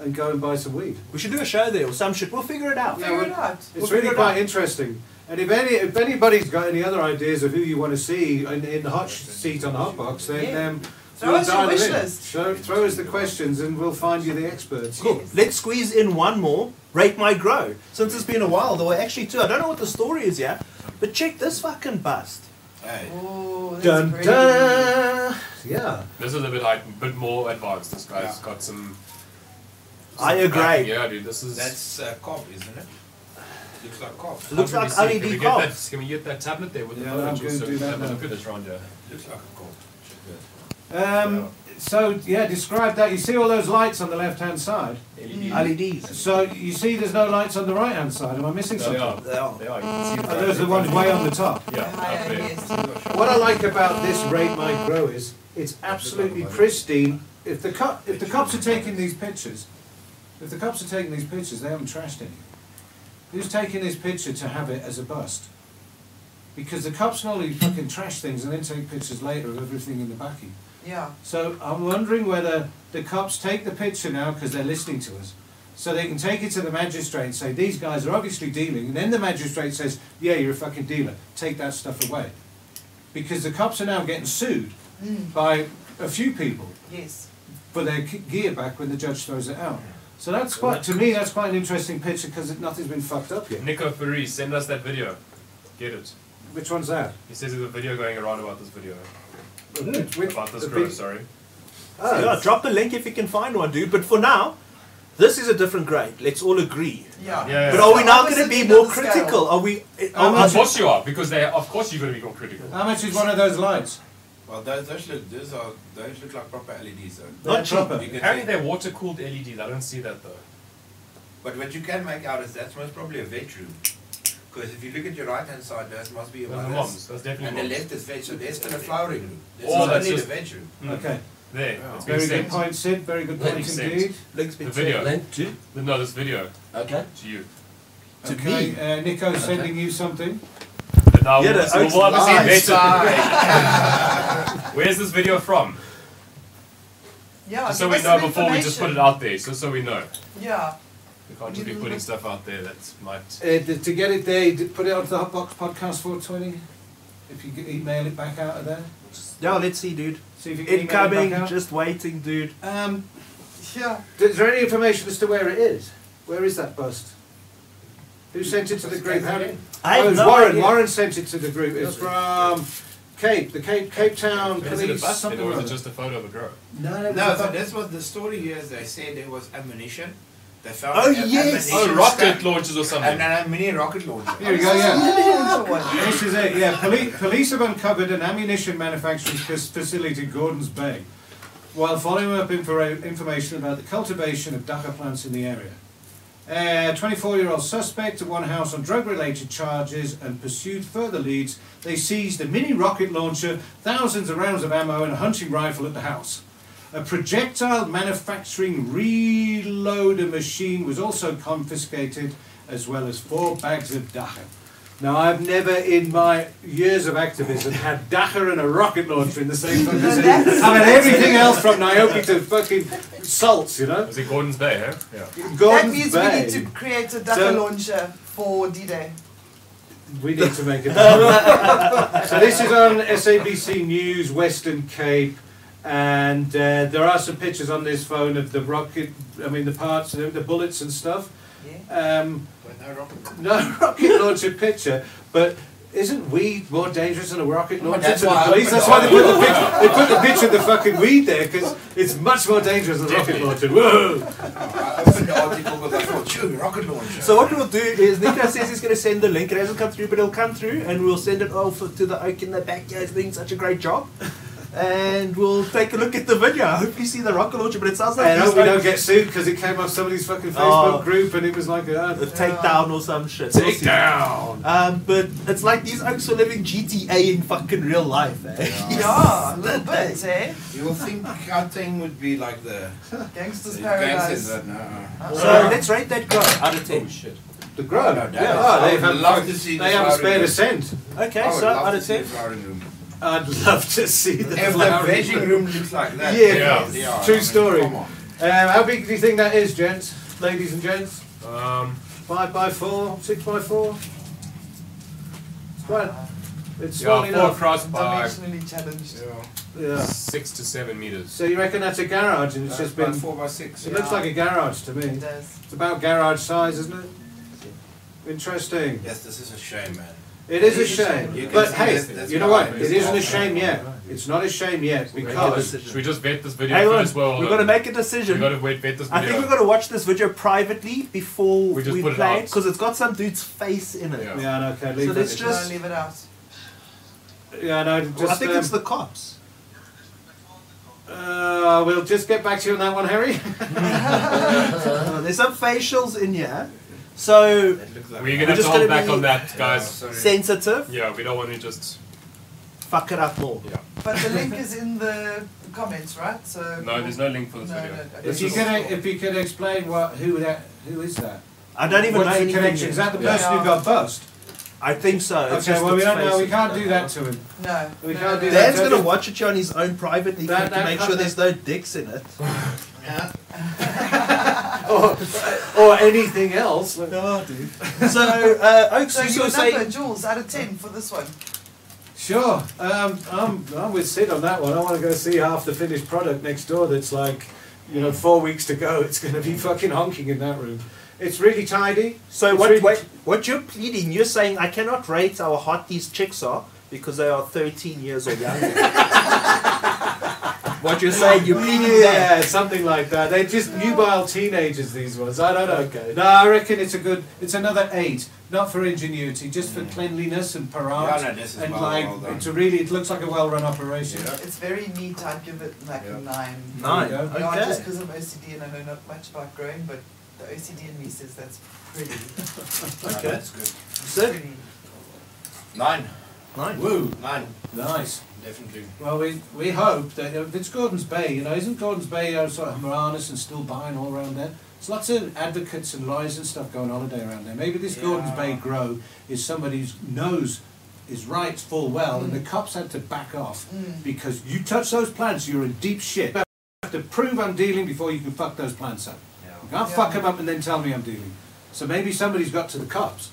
[SPEAKER 1] and go and buy some weed.
[SPEAKER 2] We should do a show there or some shit. We'll figure it out.
[SPEAKER 1] Yeah,
[SPEAKER 3] Figure
[SPEAKER 1] we'll-
[SPEAKER 3] it out.
[SPEAKER 1] It's
[SPEAKER 2] We'll figure
[SPEAKER 1] really
[SPEAKER 2] it
[SPEAKER 1] quite
[SPEAKER 2] out.
[SPEAKER 1] interesting. And if any if anybody's got any other ideas of who you want to see in, in the hot sh- seat on the hot box, then
[SPEAKER 3] Yeah.
[SPEAKER 1] um,
[SPEAKER 3] Throw
[SPEAKER 1] we'll
[SPEAKER 3] us your
[SPEAKER 1] dial them
[SPEAKER 3] wish
[SPEAKER 1] in.
[SPEAKER 3] list.
[SPEAKER 1] Show, throw us the questions, and we'll find you the experts.
[SPEAKER 2] Cool. Let's squeeze in one more. Rate my grow. Since it's been a while, there were actually two. I don't know what the story is yet, but check this fucking bust.
[SPEAKER 5] Hey.
[SPEAKER 3] Oh, that's
[SPEAKER 1] Dun
[SPEAKER 3] great.
[SPEAKER 1] dun. Yeah.
[SPEAKER 4] This is a bit, like, bit more advanced. This guy's got some.
[SPEAKER 2] I agree.
[SPEAKER 4] Yeah, dude, this is.
[SPEAKER 5] That's uh, cob, isn't it? Looks like cob.
[SPEAKER 2] Looks like
[SPEAKER 4] Obviously,
[SPEAKER 2] LED
[SPEAKER 4] Can we, get
[SPEAKER 2] cards.
[SPEAKER 4] that, can we get that tablet there with
[SPEAKER 1] E Yeah,
[SPEAKER 4] the
[SPEAKER 1] I'm
[SPEAKER 4] photos?
[SPEAKER 1] gonna
[SPEAKER 4] so
[SPEAKER 1] do
[SPEAKER 4] we can
[SPEAKER 1] that
[SPEAKER 4] have a
[SPEAKER 1] now.
[SPEAKER 4] look at this round here.
[SPEAKER 5] Looks like a cob. Check that.
[SPEAKER 1] Um, so yeah, describe that. You see all those lights on the left-hand side.
[SPEAKER 2] E LEDs.
[SPEAKER 1] So you see, there's no lights on the right-hand side. Am I missing
[SPEAKER 4] They
[SPEAKER 1] something?
[SPEAKER 4] are.
[SPEAKER 2] They are, they are. You can see
[SPEAKER 1] Are those the ones way on the top?
[SPEAKER 4] Yeah, up
[SPEAKER 8] Higher,
[SPEAKER 4] there.
[SPEAKER 8] yes.
[SPEAKER 1] What I like about this rate my grow is it's absolutely pristine. If the cop, if the cops are taking these pictures, if the cops are taking these pictures, they haven't trashed anything. Who's taking this picture to have it as a bust? Because the cops normally fucking trash things and then take pictures later of everything in the backing.
[SPEAKER 8] Yeah.
[SPEAKER 1] So I'm wondering whether the cops take the picture now because they're listening to us. So they can take it to the magistrate and say, these guys are obviously dealing. And then the magistrate says, yeah, you're a fucking dealer. Take that stuff away. Because the cops are now getting sued by a few people
[SPEAKER 8] Yes.
[SPEAKER 1] for their k- gear back when the judge throws it out. So that's quite, to me, that's quite an interesting picture because nothing's been fucked up yet.
[SPEAKER 4] Nico Ferri, send us that video. Get it.
[SPEAKER 1] Which one's that?
[SPEAKER 4] He says there's a video going around about this video.
[SPEAKER 1] Which- which-
[SPEAKER 4] About this
[SPEAKER 1] the
[SPEAKER 4] grow,
[SPEAKER 1] big-
[SPEAKER 4] sorry.
[SPEAKER 2] yeah, drop the link if you can find one, dude. But for now, this is a different grade. Let's all agree.
[SPEAKER 8] Yeah.
[SPEAKER 4] Yeah.
[SPEAKER 2] But are we now
[SPEAKER 8] Opposite
[SPEAKER 2] going to be
[SPEAKER 8] end of
[SPEAKER 2] more
[SPEAKER 8] the scale.
[SPEAKER 2] critical? Are we? eh,
[SPEAKER 1] How
[SPEAKER 2] Are,
[SPEAKER 5] Oh,
[SPEAKER 4] Of
[SPEAKER 1] much-
[SPEAKER 2] are,
[SPEAKER 4] course you are, because they of course you're gonna be more critical.
[SPEAKER 1] How much is one of those lights?
[SPEAKER 5] Well, those, those look, those are, those look like proper LEDs though.
[SPEAKER 2] Not
[SPEAKER 1] They're proper.
[SPEAKER 5] You can
[SPEAKER 4] Apparently
[SPEAKER 5] take-
[SPEAKER 4] they're water cooled LEDs, I don't see that though.
[SPEAKER 5] but what you can make out is that's most probably a veg room. Because if you look at your right hand side, those must be your
[SPEAKER 4] Those are
[SPEAKER 5] mother's.
[SPEAKER 4] moms, that's
[SPEAKER 5] And
[SPEAKER 4] definitely
[SPEAKER 5] the
[SPEAKER 4] moms.
[SPEAKER 5] left is veg, so there's still a flowering room. There's
[SPEAKER 4] Oh, that's
[SPEAKER 5] only the
[SPEAKER 4] just-
[SPEAKER 5] veg room.
[SPEAKER 4] Mm.
[SPEAKER 1] Okay.
[SPEAKER 4] There,
[SPEAKER 5] Wow.
[SPEAKER 4] it's been
[SPEAKER 1] Very
[SPEAKER 4] sent.
[SPEAKER 1] good point, Sid. Very good
[SPEAKER 4] Let me
[SPEAKER 1] point
[SPEAKER 4] send.
[SPEAKER 1] indeed.
[SPEAKER 2] Links been
[SPEAKER 4] The video.
[SPEAKER 9] Lent to?
[SPEAKER 4] No, this video
[SPEAKER 9] Okay.
[SPEAKER 4] to you.
[SPEAKER 9] To
[SPEAKER 1] okay,
[SPEAKER 9] me.
[SPEAKER 1] uh, Nico's sending you something.
[SPEAKER 4] But now
[SPEAKER 2] Yeah,
[SPEAKER 4] we'll,
[SPEAKER 2] that-
[SPEAKER 4] so we'll obviously
[SPEAKER 5] Nice.
[SPEAKER 4] invent it. Where's this video from?
[SPEAKER 8] Yeah.
[SPEAKER 4] Just so
[SPEAKER 8] Oh, give
[SPEAKER 4] we
[SPEAKER 8] us
[SPEAKER 4] know
[SPEAKER 8] some
[SPEAKER 4] before we just put it
[SPEAKER 8] information.
[SPEAKER 4] out there, so so we know.
[SPEAKER 8] Yeah.
[SPEAKER 4] We can't just be putting stuff out there that might
[SPEAKER 1] Uh, th- to get it there, d- put it onto the Hotbox Podcast 420. If you could email it back out of there,
[SPEAKER 2] Yeah, let's see, dude.
[SPEAKER 1] see if you can email
[SPEAKER 2] Incoming,
[SPEAKER 1] it back out.
[SPEAKER 2] just waiting, dude.
[SPEAKER 1] um,
[SPEAKER 8] Yeah.
[SPEAKER 1] d- is there any information as to where it is? Where is that bust? Who sent it to the group? How did-
[SPEAKER 2] I
[SPEAKER 1] oh, it
[SPEAKER 2] have
[SPEAKER 1] was
[SPEAKER 2] no
[SPEAKER 1] Warren.
[SPEAKER 2] idea.
[SPEAKER 1] Warren sent it to the group. It's from Cape, the Cape Cape Town
[SPEAKER 4] But is it a
[SPEAKER 1] Police.
[SPEAKER 4] bus
[SPEAKER 1] something
[SPEAKER 4] video or
[SPEAKER 1] or
[SPEAKER 4] is it
[SPEAKER 1] other.
[SPEAKER 4] just a photo of a girl?
[SPEAKER 1] no, no,
[SPEAKER 5] No,
[SPEAKER 1] it's
[SPEAKER 5] so
[SPEAKER 1] not.
[SPEAKER 5] this was the story here is they said there was ammunition. They found
[SPEAKER 2] Oh,
[SPEAKER 5] am-
[SPEAKER 2] yes.
[SPEAKER 5] ammunition
[SPEAKER 4] Oh, rocket
[SPEAKER 5] stacked-
[SPEAKER 4] launches or something.
[SPEAKER 5] And, and a mini rocket launcher.
[SPEAKER 1] Here we go. Yeah.
[SPEAKER 8] Another one.
[SPEAKER 1] This is it, yeah. Poli- police have uncovered an ammunition manufacturing fac- facility in Gordons Bay while following up infora- information about the cultivation of daca plants in the area. A 24 year old suspect of one house on drug related charges and pursued further leads. They seized a mini rocket launcher, thousands of rounds of ammo, and a hunting rifle at the house. A projectile manufacturing reloader machine was also confiscated, as well as four bags of daca. Now, I've never in my years of activism had daca and a rocket launcher in the same fucking sentence. I've had everything else from Niobe to fucking salts, you know?
[SPEAKER 4] Is it Gordon's Bay, huh? Yeah.
[SPEAKER 8] That
[SPEAKER 1] Gordons
[SPEAKER 8] means
[SPEAKER 1] Bay.
[SPEAKER 8] we need to create a data
[SPEAKER 1] So-
[SPEAKER 8] launcher for D-Day.
[SPEAKER 1] We need to make a dollar. so this is on SABC News, Western Cape, and uh, there are some pictures on this phone of the rocket. I mean, the parts, the, the bullets and stuff. Um,
[SPEAKER 5] With no rocket launcher.
[SPEAKER 1] no rocket launcher picture, but. Isn't weed more dangerous than a rocket launcher
[SPEAKER 5] that's
[SPEAKER 1] to the
[SPEAKER 5] why I
[SPEAKER 1] police?
[SPEAKER 5] put
[SPEAKER 1] That's
[SPEAKER 5] it
[SPEAKER 1] why
[SPEAKER 5] on.
[SPEAKER 1] they put, the picture, they put the picture of the fucking weed there because it's much more dangerous than a rocket launcher. Whoa!
[SPEAKER 5] I opened the article because I thought, "Phew, rocket launcher.
[SPEAKER 2] So what we'll do is Nico says he's going to send the link. It hasn't come through, but it'll come through, and we'll send it over to the oak in the backyard. He's doing such a great job, and we'll take a look at the video. I hope you see the rocket launcher, but it sounds like
[SPEAKER 1] I hope
[SPEAKER 2] he's
[SPEAKER 1] we
[SPEAKER 2] like
[SPEAKER 1] don't get sued because it came off somebody's fucking
[SPEAKER 2] Oh.
[SPEAKER 1] Facebook group and it was like, uh,
[SPEAKER 2] a takedown or some shit. We'll see.
[SPEAKER 4] down!
[SPEAKER 2] Um, but it's like these oaks were living GTA in fucking real life, eh?
[SPEAKER 8] Yeah, a little bit, eh?
[SPEAKER 5] You will think Gauteng would be like the
[SPEAKER 8] Gangster's
[SPEAKER 5] the
[SPEAKER 8] Paradise.
[SPEAKER 5] gangsters, but no.
[SPEAKER 2] So let's rate that guy out of ten.
[SPEAKER 1] The grub.
[SPEAKER 5] No, that
[SPEAKER 1] yeah.
[SPEAKER 5] is-
[SPEAKER 1] Oh,
[SPEAKER 5] I
[SPEAKER 1] they've
[SPEAKER 5] would
[SPEAKER 1] had-
[SPEAKER 5] love to see
[SPEAKER 1] They
[SPEAKER 5] the
[SPEAKER 1] haven't spared a
[SPEAKER 5] flowering
[SPEAKER 1] cent.
[SPEAKER 2] Okay,
[SPEAKER 5] I would
[SPEAKER 2] so
[SPEAKER 5] love
[SPEAKER 2] out
[SPEAKER 5] to
[SPEAKER 2] of
[SPEAKER 5] see the
[SPEAKER 2] ten.
[SPEAKER 5] flowering room.
[SPEAKER 1] I'd love to see the
[SPEAKER 5] If the
[SPEAKER 1] flowering
[SPEAKER 5] vegging
[SPEAKER 1] room.
[SPEAKER 5] room looks like that,
[SPEAKER 1] Yeah,
[SPEAKER 4] Yeah.
[SPEAKER 1] true
[SPEAKER 5] I mean,
[SPEAKER 1] story.
[SPEAKER 5] Come on.
[SPEAKER 1] Um, how big do you think that is, gents, ladies and gents?
[SPEAKER 4] Um,
[SPEAKER 1] Five by four, six by four. It's quite. It's small
[SPEAKER 4] yeah, four
[SPEAKER 1] enough.
[SPEAKER 4] cross by
[SPEAKER 8] Dimensionally challenged.
[SPEAKER 1] Yeah.
[SPEAKER 4] six to seven meters.
[SPEAKER 1] So you reckon that's a garage, and it's
[SPEAKER 5] It's
[SPEAKER 1] just been.
[SPEAKER 5] four by six.
[SPEAKER 1] It looks like a garage to me.
[SPEAKER 8] It does.
[SPEAKER 1] It's about garage size, isn't it? Interesting.
[SPEAKER 5] Yes, this is a shame, man.
[SPEAKER 1] It is a
[SPEAKER 5] It's a shame. You
[SPEAKER 1] shame,
[SPEAKER 5] can
[SPEAKER 1] but
[SPEAKER 5] see
[SPEAKER 1] hey,
[SPEAKER 5] this- that's
[SPEAKER 1] you know
[SPEAKER 5] why
[SPEAKER 1] what?
[SPEAKER 5] it's
[SPEAKER 1] It isn't a
[SPEAKER 5] called-
[SPEAKER 1] shame yet. It's not a shame yet because
[SPEAKER 4] Should we just vet this video
[SPEAKER 2] Hang
[SPEAKER 4] for
[SPEAKER 2] on,
[SPEAKER 4] this world? uh,
[SPEAKER 2] we're gonna make a
[SPEAKER 4] We
[SPEAKER 2] decision.
[SPEAKER 4] gotta wait, vet this video.
[SPEAKER 2] I think we're gonna watch this video privately before
[SPEAKER 4] We
[SPEAKER 2] we,
[SPEAKER 4] just put it
[SPEAKER 2] play it
[SPEAKER 4] out.
[SPEAKER 2] because it's got some dude's face in it.
[SPEAKER 4] Yeah.
[SPEAKER 1] Yeah, no, okay, leave
[SPEAKER 2] So
[SPEAKER 1] that.
[SPEAKER 2] let's
[SPEAKER 1] in.
[SPEAKER 2] Just-
[SPEAKER 8] no, leave it out.
[SPEAKER 1] Yeah, no, just.
[SPEAKER 2] Well, I think
[SPEAKER 1] um,
[SPEAKER 2] it's the cops.
[SPEAKER 1] Uh, uh, we'll just get back to you on that one, Harry.
[SPEAKER 2] Uh, there's some facials in here. So
[SPEAKER 4] We're
[SPEAKER 2] We're
[SPEAKER 4] gonna have to
[SPEAKER 2] just
[SPEAKER 4] hold
[SPEAKER 2] gonna
[SPEAKER 4] back
[SPEAKER 2] be-
[SPEAKER 4] on that, guys.
[SPEAKER 2] sensitive.
[SPEAKER 4] Yeah, we don't want to just.
[SPEAKER 2] Fuck it up more.
[SPEAKER 4] Yeah.
[SPEAKER 3] But the link is in the comments, right? So
[SPEAKER 4] No, there's no link for this
[SPEAKER 3] No,
[SPEAKER 4] video.
[SPEAKER 3] no, okay.
[SPEAKER 1] If you could, if you could explain what, who that, who is that?
[SPEAKER 2] I don't even know
[SPEAKER 1] What's the
[SPEAKER 2] anything
[SPEAKER 1] connection?
[SPEAKER 2] yet.
[SPEAKER 1] Is that the person who got bust?
[SPEAKER 2] I think so. It's
[SPEAKER 1] Okay,
[SPEAKER 2] just
[SPEAKER 1] well we
[SPEAKER 2] its
[SPEAKER 1] don't know. We
[SPEAKER 2] faces.
[SPEAKER 1] can't do that to him.
[SPEAKER 3] no,
[SPEAKER 1] We
[SPEAKER 3] no,
[SPEAKER 1] can't
[SPEAKER 3] no,
[SPEAKER 1] do
[SPEAKER 3] no.
[SPEAKER 1] that.
[SPEAKER 2] Dan's gonna watch it here on his own privately
[SPEAKER 1] That-
[SPEAKER 2] to
[SPEAKER 1] that
[SPEAKER 2] make
[SPEAKER 1] can't-
[SPEAKER 2] sure there's no dicks in it.
[SPEAKER 1] or, or anything else.
[SPEAKER 2] Oh, dude. So, uh, Oaks,
[SPEAKER 3] So
[SPEAKER 2] you
[SPEAKER 3] your
[SPEAKER 2] sort
[SPEAKER 3] number,
[SPEAKER 2] of say
[SPEAKER 3] Jules, out of ten for this one.
[SPEAKER 1] Sure. Um, I'm, I'm with Sid on that one. I want to go see half the finished product next door that's like, you know, four weeks to go. It's going to be fucking honking in that room. It's really tidy.
[SPEAKER 2] so.
[SPEAKER 1] It's
[SPEAKER 2] What,
[SPEAKER 1] really-
[SPEAKER 2] what what you're pleading? You're saying I cannot rate how hot these chicks are because they are 13 years or younger. what you're saying? You're pleading that.
[SPEAKER 1] Yeah, something like that. They're just nubile teenagers, these ones. I don't know. No, I reckon it's a good, it's another eight. Not for ingenuity, just for cleanliness and parade.
[SPEAKER 5] Yeah, no, this is
[SPEAKER 1] and
[SPEAKER 5] well-
[SPEAKER 1] like,
[SPEAKER 5] well done.
[SPEAKER 1] it's a really, it looks like a well run operation.
[SPEAKER 3] It's very neat. I'd give it like
[SPEAKER 5] Yeah.
[SPEAKER 3] a nine.
[SPEAKER 2] Nine.
[SPEAKER 1] There you
[SPEAKER 3] Not just
[SPEAKER 2] Okay.
[SPEAKER 3] because of OCD and I know not much about growing, but the OCD in me says that's pretty.
[SPEAKER 5] Okay. That's good.
[SPEAKER 2] Sid?
[SPEAKER 3] pretty.
[SPEAKER 5] Nine.
[SPEAKER 2] Nine.
[SPEAKER 1] Woo,
[SPEAKER 5] Nine.
[SPEAKER 1] nice.
[SPEAKER 5] Definitely.
[SPEAKER 1] Well, we, we hope that if it's Gordon's Bay, you know, isn't Gordon's Bay uh, sort of Moranis and still buying all around there? There's lots of advocates and lawyers and stuff going holiday around there. Maybe this Gordon's Bay grow is somebody who knows his rights full well,
[SPEAKER 3] Mm.
[SPEAKER 1] and the cops had to back off because you touch those plants, you're in deep shit. You have to prove I'm dealing before you can fuck those plants up. You can't
[SPEAKER 3] Yeah.
[SPEAKER 1] fuck them up and then tell me I'm dealing. So maybe somebody's got to the cops.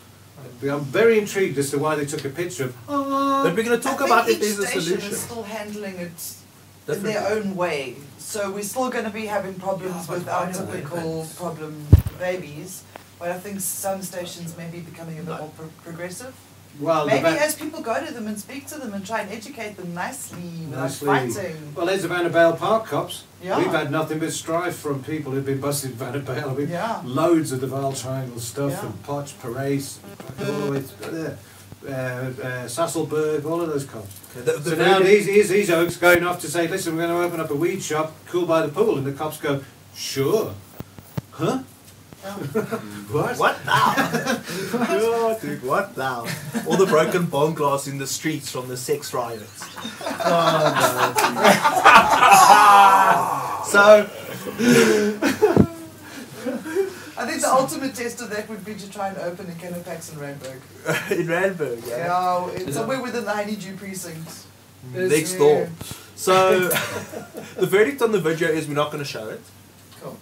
[SPEAKER 1] I'm very intrigued as to why they took a picture of. oh,
[SPEAKER 2] But we're going to
[SPEAKER 3] I
[SPEAKER 2] talk
[SPEAKER 3] think
[SPEAKER 2] about
[SPEAKER 3] each
[SPEAKER 2] if there's a
[SPEAKER 3] station
[SPEAKER 2] solution.
[SPEAKER 3] is still handling it in their own way. So we're still going to be having
[SPEAKER 5] Yeah,
[SPEAKER 3] problems
[SPEAKER 5] but
[SPEAKER 3] with our
[SPEAKER 5] why don't we
[SPEAKER 3] typical
[SPEAKER 5] fix-
[SPEAKER 3] problem babies. But I think some stations may be becoming a bit more pro- progressive.
[SPEAKER 1] Well, the
[SPEAKER 3] Maybe
[SPEAKER 1] va-
[SPEAKER 3] as people go to them and speak to them and try and educate them nicely without
[SPEAKER 1] Nicely.
[SPEAKER 3] fighting.
[SPEAKER 1] Well, there's the Vanderbale Park cops.
[SPEAKER 3] Yeah.
[SPEAKER 1] We've had nothing but strife from people who've been busted in Vanderbale. I mean,
[SPEAKER 3] Yeah.
[SPEAKER 1] loads of the Vile Triangle stuff
[SPEAKER 3] Yeah.
[SPEAKER 1] and Potch, Parace, all the way to there. Uh, uh, Sasselberg, all of those cops.
[SPEAKER 2] Okay, the- the
[SPEAKER 1] so now
[SPEAKER 2] very-
[SPEAKER 1] these, these, these oaks going off to say, listen, we're going to open up a weed shop, cool by the pool. And the cops go, sure. Huh? what?
[SPEAKER 2] What now? God, dude, what now? All the broken bone glass in the streets from the sex riots. Oh,
[SPEAKER 3] I think the ultimate test of that would be to try and open a Canopax in Randburg.
[SPEAKER 2] no. So, in Randburg, yeah.
[SPEAKER 3] Yeah, it's somewhere within the Honeydew precinct.
[SPEAKER 2] Mm, Next door. So, the verdict on the video is we're not going to show it.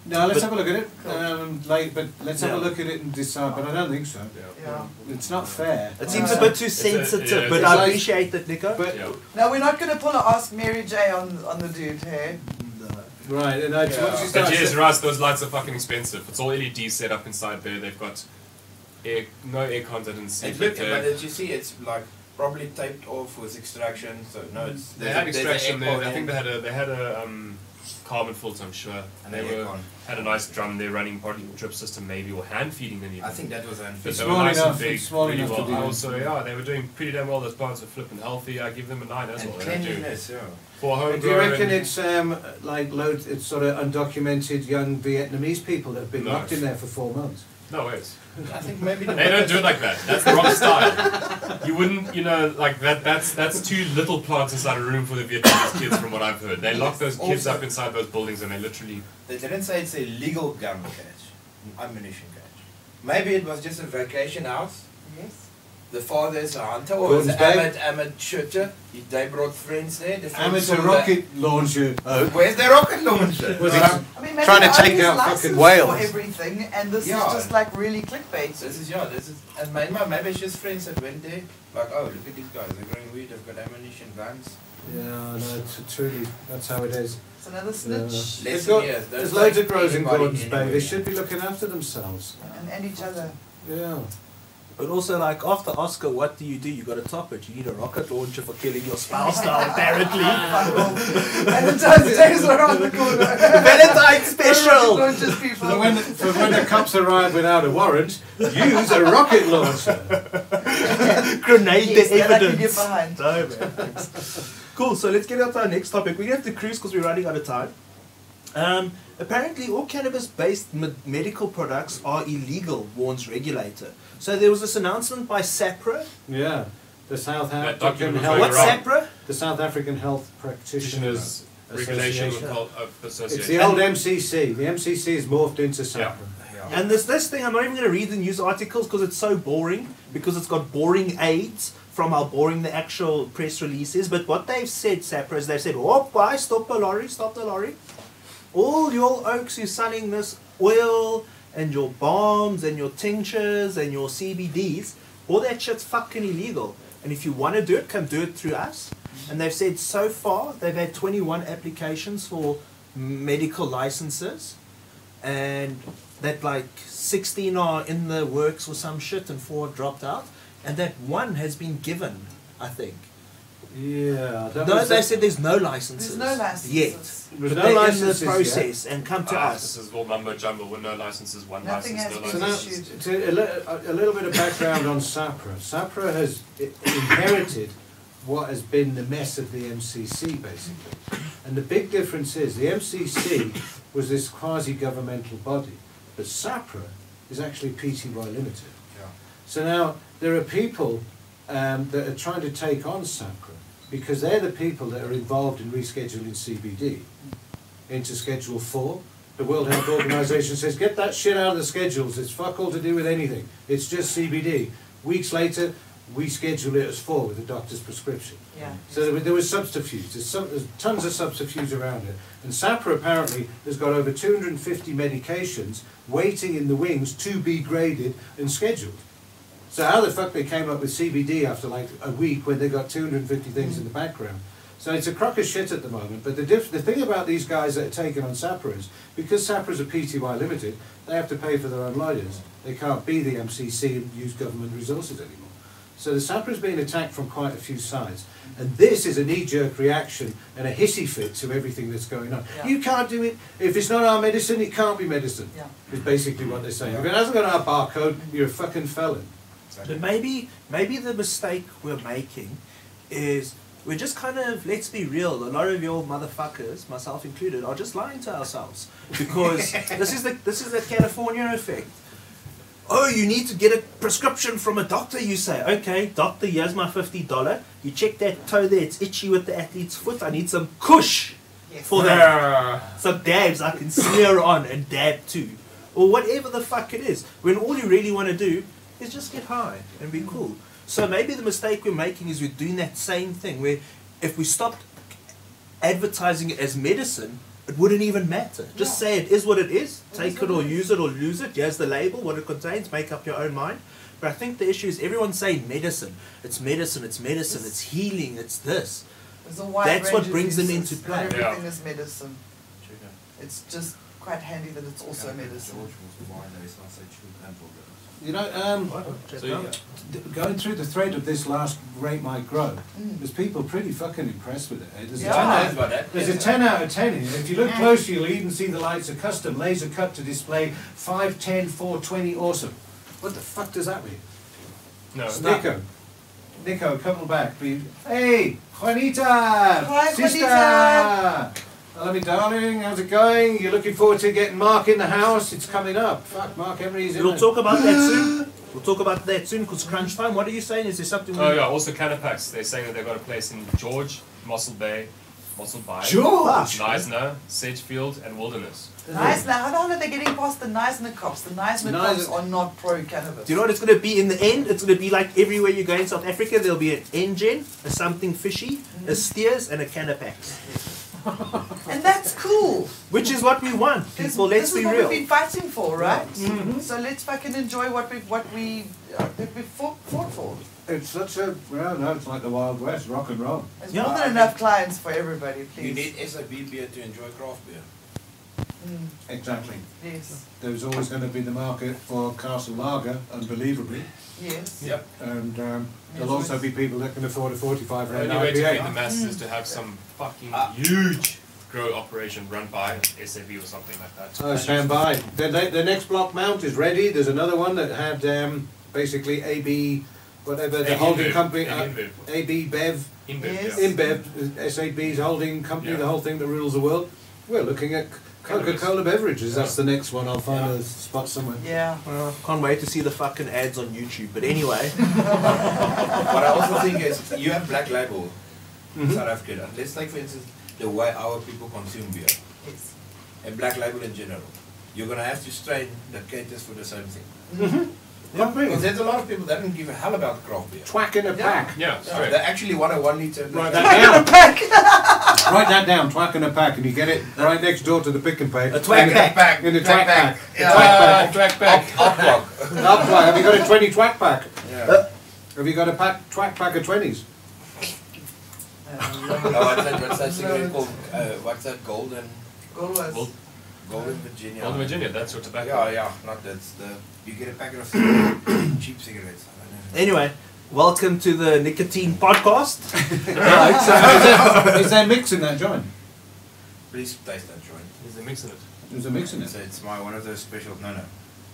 [SPEAKER 1] Now let's
[SPEAKER 2] But-
[SPEAKER 1] have a look at it. Um, like, but let's have a
[SPEAKER 2] Yeah.
[SPEAKER 1] look at it and decide. But I don't think so.
[SPEAKER 3] Yeah.
[SPEAKER 1] It's not fair.
[SPEAKER 2] It seems
[SPEAKER 3] Uh,
[SPEAKER 2] a bit too
[SPEAKER 4] a- yeah,
[SPEAKER 2] sensitive,
[SPEAKER 4] it's
[SPEAKER 2] but
[SPEAKER 1] like-
[SPEAKER 2] I appreciate that, Nico.
[SPEAKER 1] But
[SPEAKER 4] Yeah.
[SPEAKER 3] No, we're not going to pull an Ask Mary J on on the dude here.
[SPEAKER 1] right, and I once you
[SPEAKER 4] But
[SPEAKER 1] start
[SPEAKER 4] yes, Russ, those lights are fucking expensive. It's all LED set up inside there. They've got air, no air content in
[SPEAKER 5] It
[SPEAKER 4] seat.
[SPEAKER 5] look,
[SPEAKER 4] there.
[SPEAKER 5] but as you see, it's like probably taped off with extraction, so no, it's
[SPEAKER 4] They
[SPEAKER 5] there's a-
[SPEAKER 4] had
[SPEAKER 5] there's a
[SPEAKER 4] extraction there.
[SPEAKER 5] airport
[SPEAKER 4] I think
[SPEAKER 5] in.
[SPEAKER 4] they had a they had a um, carbon filter. I'm sure.
[SPEAKER 5] And
[SPEAKER 4] they
[SPEAKER 5] an
[SPEAKER 4] were
[SPEAKER 5] aircon.
[SPEAKER 4] had a nice drum there running probably drip system maybe or hand feeding them. Even.
[SPEAKER 5] I think that was an.
[SPEAKER 4] But
[SPEAKER 1] It's
[SPEAKER 4] they were
[SPEAKER 1] small
[SPEAKER 4] nice and
[SPEAKER 1] enough-
[SPEAKER 4] big,
[SPEAKER 1] it's small
[SPEAKER 4] really
[SPEAKER 1] enough to
[SPEAKER 4] well.
[SPEAKER 1] do.
[SPEAKER 4] I also yeah, they were doing pretty damn well. Those plants were flipping healthy. I give them a nine. That's
[SPEAKER 5] And
[SPEAKER 4] all they do.
[SPEAKER 5] cleanliness, yeah.
[SPEAKER 4] For home
[SPEAKER 1] And do you reckon it's um, like loads? It's sort of undocumented young Vietnamese people that have been
[SPEAKER 4] No.
[SPEAKER 1] locked in there for four months.
[SPEAKER 4] no ways.
[SPEAKER 5] I think maybe the
[SPEAKER 4] They don't do it like that. That's the wrong style. You wouldn't, you know, like that. That's that's too little plants inside a room for the Vietnamese kids, from what I've heard. They lock those kids
[SPEAKER 5] Also-
[SPEAKER 4] up inside those buildings and they literally
[SPEAKER 5] They didn't say it's a legal gun cache, an ammunition cache. Maybe it was just a vacation house.
[SPEAKER 3] Yes.
[SPEAKER 5] The father is a hunter, or
[SPEAKER 1] Gordon's
[SPEAKER 5] is
[SPEAKER 1] Bay.
[SPEAKER 5] Ahmed Ahmed shooter. He, they brought friends there. The friends
[SPEAKER 1] Amateur
[SPEAKER 5] saw
[SPEAKER 1] rocket launcher. uh,
[SPEAKER 5] The, where's the rocket launcher?
[SPEAKER 1] Was
[SPEAKER 5] Like,
[SPEAKER 3] I mean, maybe
[SPEAKER 1] Trying to
[SPEAKER 3] the
[SPEAKER 1] take
[SPEAKER 3] Army's
[SPEAKER 1] out
[SPEAKER 3] licensed
[SPEAKER 1] fucking whales.
[SPEAKER 3] for everything, and this
[SPEAKER 5] Yeah.
[SPEAKER 3] is just like really clickbait.
[SPEAKER 5] this is yeah. This is and my, my maybe it's just friends that went there. Like oh look at these guys. They're growing weed. They've got ammunition guns.
[SPEAKER 1] Yeah, no, t- truly, that's how it is.
[SPEAKER 3] It's another snitch,
[SPEAKER 1] They've
[SPEAKER 5] Lesson
[SPEAKER 1] got-
[SPEAKER 5] years.
[SPEAKER 1] there's loads of grows in
[SPEAKER 5] Anybody
[SPEAKER 1] Gordon's Bay. They
[SPEAKER 5] anywhere.
[SPEAKER 1] should be looking after themselves.
[SPEAKER 3] and, and each other.
[SPEAKER 1] Yeah.
[SPEAKER 2] But also, like after Oscar, what do you do? You got to top it. You need a rocket launcher for killing your spouse now, apparently.
[SPEAKER 3] Valentine's Day is around the corner.
[SPEAKER 2] Valentine's special.
[SPEAKER 3] Don't just people.
[SPEAKER 1] For when, the, for when the cops arrive without a warrant, use a rocket launcher.
[SPEAKER 2] Grenade
[SPEAKER 3] yes,
[SPEAKER 2] the
[SPEAKER 3] that I can get
[SPEAKER 2] evidence.
[SPEAKER 3] behind.
[SPEAKER 2] No, man. Thanks. Cool. So let's get on to our next topic. We have to cruise because we're running out of time. Um, apparently, all cannabis based med- medical products are illegal, warns regulator. So there was this announcement by SAPRA.
[SPEAKER 1] Yeah, the South
[SPEAKER 4] That
[SPEAKER 1] African
[SPEAKER 4] document was
[SPEAKER 1] Health.
[SPEAKER 4] going
[SPEAKER 2] What's
[SPEAKER 4] around.
[SPEAKER 2] SAPRA?
[SPEAKER 1] The South African Health Practitioners.
[SPEAKER 4] Practitioners Regulation
[SPEAKER 1] Association.
[SPEAKER 4] of
[SPEAKER 1] It's
[SPEAKER 4] Association.
[SPEAKER 1] the old MCC. The MCC is morphed into SAPRA.
[SPEAKER 2] And this this thing, I'm not even going to read the news articles because it's so boring. Because it's got boring aids from how boring the actual press release is. But what they've said, Sapra, is they've said, "Oh, why stop the lorry? Stop the lorry! All your oaks who's selling this oil and your balms and your tinctures and your CBDs, all that shit's fucking illegal. And if you want to do it, come do it through us." And they've said so far they've had 21 applications for medical licenses and that like 16 are in the works or some shit and four dropped out and that one has been given i think
[SPEAKER 1] Yeah. That
[SPEAKER 2] no
[SPEAKER 1] was
[SPEAKER 2] they
[SPEAKER 1] the-
[SPEAKER 2] said there's no licenses
[SPEAKER 8] There's no licenses.
[SPEAKER 2] yet
[SPEAKER 1] There's
[SPEAKER 2] but
[SPEAKER 1] no
[SPEAKER 2] they're in
[SPEAKER 1] licenses
[SPEAKER 2] the
[SPEAKER 1] yet.
[SPEAKER 2] process and come to
[SPEAKER 4] Ah, This
[SPEAKER 2] us
[SPEAKER 4] is all mumbo jumbo. With no licenses, one
[SPEAKER 8] Nothing
[SPEAKER 4] license,
[SPEAKER 8] has
[SPEAKER 4] no
[SPEAKER 8] been
[SPEAKER 1] So now,
[SPEAKER 4] license.
[SPEAKER 8] issued.
[SPEAKER 1] to a, li- a- a little bit of background on SAPRA. SAPRA has i- inherited what has been the mess of the MCC, basically. And the big difference is the MCC was this quasi-governmental body, but SAPRA is actually PTY Limited. So now there are people um, that are trying to take on SAPRA because they're the people that are involved in rescheduling CBD into Schedule 4. The World Health Organization says, get that shit out of the schedules. It's fuck all to do with anything. It's just CBD. Weeks later, we schedule it as 4 with the doctor's prescription.
[SPEAKER 8] Yeah.
[SPEAKER 1] So there was, there was subterfuge. There's, some, there's tons of subterfuge around it. And SAPRA apparently has got over 250 medications waiting in the wings to be graded and scheduled. So how the fuck they came up with CBD after like a week when they got 250 things in
[SPEAKER 8] Mm.
[SPEAKER 1] the background? So it's a crock of shit at the moment. But the diff- the thing about these guys that are taking on SAPRA is because SAPRA's a PTY limited, they have to pay for their own lawyers. They can't be the MCC and use government resources anymore. So the SAPRA's been attacked from quite a few sides. And this is a knee-jerk reaction and a hissy fit to everything that's going on.
[SPEAKER 8] Yeah.
[SPEAKER 1] You can't do it. If it's not our medicine, it can't be medicine.
[SPEAKER 8] Yeah.
[SPEAKER 1] Is basically what they're saying. If it hasn't got our barcode, you're a fucking felon.
[SPEAKER 2] but maybe maybe the mistake we're making is we're just kind of let's be real a lot of your motherfuckers myself included are just lying to ourselves because this is the this is the california effect Oh, you need to get a prescription from a doctor, you say. Okay, doctor, here's my $50. You check that toe there, it's itchy with the athlete's foot. I need some cush for that. some dabs I can smear on and dab to. Or whatever the fuck it is. When all you really want to do is just get high and be cool. So maybe the mistake we're making is we're doing that same thing where if we stopped advertising it as medicine, it wouldn't even matter. Just say it is what it is. Take it or use it or lose it. Here's the label, what it contains. Make up your own mind. But I think the issue is everyone's saying medicine. It's medicine. It's medicine. It's healing. It's this.
[SPEAKER 8] There's a wide
[SPEAKER 2] That's
[SPEAKER 8] range
[SPEAKER 2] what
[SPEAKER 8] of
[SPEAKER 2] brings them
[SPEAKER 8] uses.
[SPEAKER 2] into
[SPEAKER 8] Not
[SPEAKER 2] play.
[SPEAKER 8] Everything
[SPEAKER 4] Yeah.
[SPEAKER 8] is medicine. It's just quite handy that it's also medicine.
[SPEAKER 1] You know, um,
[SPEAKER 2] Check
[SPEAKER 4] So,
[SPEAKER 2] out.
[SPEAKER 4] yeah.
[SPEAKER 1] d- going through the thread of this last Rate My Grow, there's people pretty fucking impressed with it. eh? There's,
[SPEAKER 8] Yeah.
[SPEAKER 1] a 10 out, there's a 10 out of 10 in it. If you look closely, you'll even see the lights are custom, laser cut to display 5, 10, 4, 20, awesome. What the fuck does that mean?
[SPEAKER 4] No.
[SPEAKER 1] It's Nico. Nico, come on back. Be, hey, Juanita! Hi, Sister!
[SPEAKER 8] Juanita.
[SPEAKER 1] Hello, me darling. How's it going? You're looking forward to getting Mark in the house? It's coming up. Fuck, Mark Emery's in
[SPEAKER 2] We'll
[SPEAKER 1] it.
[SPEAKER 2] talk about that soon. We'll talk about that soon because crunch time. What are you saying? Is there something? we-
[SPEAKER 4] Oh yeah. Also, Canapax. They're saying that they've got a place in George, Mossel Bay, Mossel Bay,
[SPEAKER 1] George!
[SPEAKER 4] Neisner, Sedgefield, and Wilderness.
[SPEAKER 8] Nice. Now, how the hell are they getting past the Neisner cops? The Neisner cops
[SPEAKER 1] Neisner-
[SPEAKER 8] are not pro cannabis.
[SPEAKER 2] Do you know what it's going to be in the end? It's going to be like everywhere you go in South Africa, there'll be an engine, a something fishy,
[SPEAKER 8] Mm-hmm.
[SPEAKER 2] a steers, and a canapax.
[SPEAKER 8] And that's cool.
[SPEAKER 2] Which is what we want,
[SPEAKER 8] This,
[SPEAKER 2] people. Let's
[SPEAKER 8] this
[SPEAKER 2] be
[SPEAKER 8] is what
[SPEAKER 2] real. Mm-hmm.
[SPEAKER 8] we've been fighting for, right? So let's fucking enjoy what we what we uh, that we fought, fought for.
[SPEAKER 1] It's such a well, no, it's like the Wild West, rock and roll.
[SPEAKER 8] There's
[SPEAKER 2] Yeah.
[SPEAKER 8] more than enough clients for everybody, please.
[SPEAKER 5] You need SAB beer to enjoy craft beer.
[SPEAKER 8] Mm,
[SPEAKER 1] Exactly.
[SPEAKER 8] yes.
[SPEAKER 1] There's always going to be the market for Castle Lager, unbelievably,
[SPEAKER 8] Yes.
[SPEAKER 5] Yep.
[SPEAKER 1] and um, there'll
[SPEAKER 8] Yes,
[SPEAKER 1] also be people that can afford a 45
[SPEAKER 4] The
[SPEAKER 1] round
[SPEAKER 4] only way to feed the
[SPEAKER 1] IPA.
[SPEAKER 4] masses is to have some fucking
[SPEAKER 5] Ah.
[SPEAKER 4] huge grow operation run by SAB or something like that.
[SPEAKER 1] Oh, stand by. The, the, the next block mount is ready. There's another one that had um, basically AB, whatever the
[SPEAKER 4] AB
[SPEAKER 1] holding
[SPEAKER 4] Bev.
[SPEAKER 1] company,
[SPEAKER 4] AB
[SPEAKER 1] uh,
[SPEAKER 4] Bev.
[SPEAKER 1] AB Bev,
[SPEAKER 4] Inbuilt,
[SPEAKER 8] Yes.
[SPEAKER 4] yeah.
[SPEAKER 1] InBev, SAB's holding company,
[SPEAKER 4] Yeah.
[SPEAKER 1] the whole thing that rules the world. We're looking at Coca Cola beverages, that's the next one. I'll find a spot somewhere.
[SPEAKER 3] Yeah.
[SPEAKER 2] Well, Uh, can't wait to see the fucking ads on YouTube. But anyway,
[SPEAKER 5] What I also think is you have black label in South Africa. Let's take for instance the way our people consume beer
[SPEAKER 3] Yes.
[SPEAKER 5] and black label in general. You're gonna have to strain that caters for the same thing.
[SPEAKER 1] Yeah,
[SPEAKER 5] Because
[SPEAKER 1] brilliant.
[SPEAKER 5] there's a lot of people that don't give a hell about craft beer.
[SPEAKER 1] Twack in a pack.
[SPEAKER 4] Yeah,
[SPEAKER 5] Yeah,
[SPEAKER 4] straight.
[SPEAKER 5] they actually want a one liter.
[SPEAKER 1] Write that down. Write that down. Twack in a pack, and you get it right next door to the pick and pay.
[SPEAKER 2] A twack
[SPEAKER 1] In
[SPEAKER 2] pack.
[SPEAKER 1] In the twack pack.
[SPEAKER 5] Yeah.
[SPEAKER 4] Ah, track back.
[SPEAKER 5] Hot block.
[SPEAKER 1] Up, twack. Have you got a twenty twack pack?
[SPEAKER 5] Yeah.
[SPEAKER 1] Have you got a pack twack pack of twenties?
[SPEAKER 5] No, what's that? What's that cigarette called? Uh, what's that? Golden.
[SPEAKER 3] Always.
[SPEAKER 5] Golden Virginia.
[SPEAKER 4] Old Virginia, that's what tobacco.
[SPEAKER 5] Yeah, yeah. Not that's the. You get a packet of cigarettes, cheap cigarettes. I don't know.
[SPEAKER 2] anyway, welcome to the nicotine podcast.
[SPEAKER 1] Is there mix in that joint?
[SPEAKER 5] Please taste that joint.
[SPEAKER 4] There's a mix in it.
[SPEAKER 1] There's a mix in
[SPEAKER 5] It's,
[SPEAKER 1] it.
[SPEAKER 5] it's my one of those special. No, no.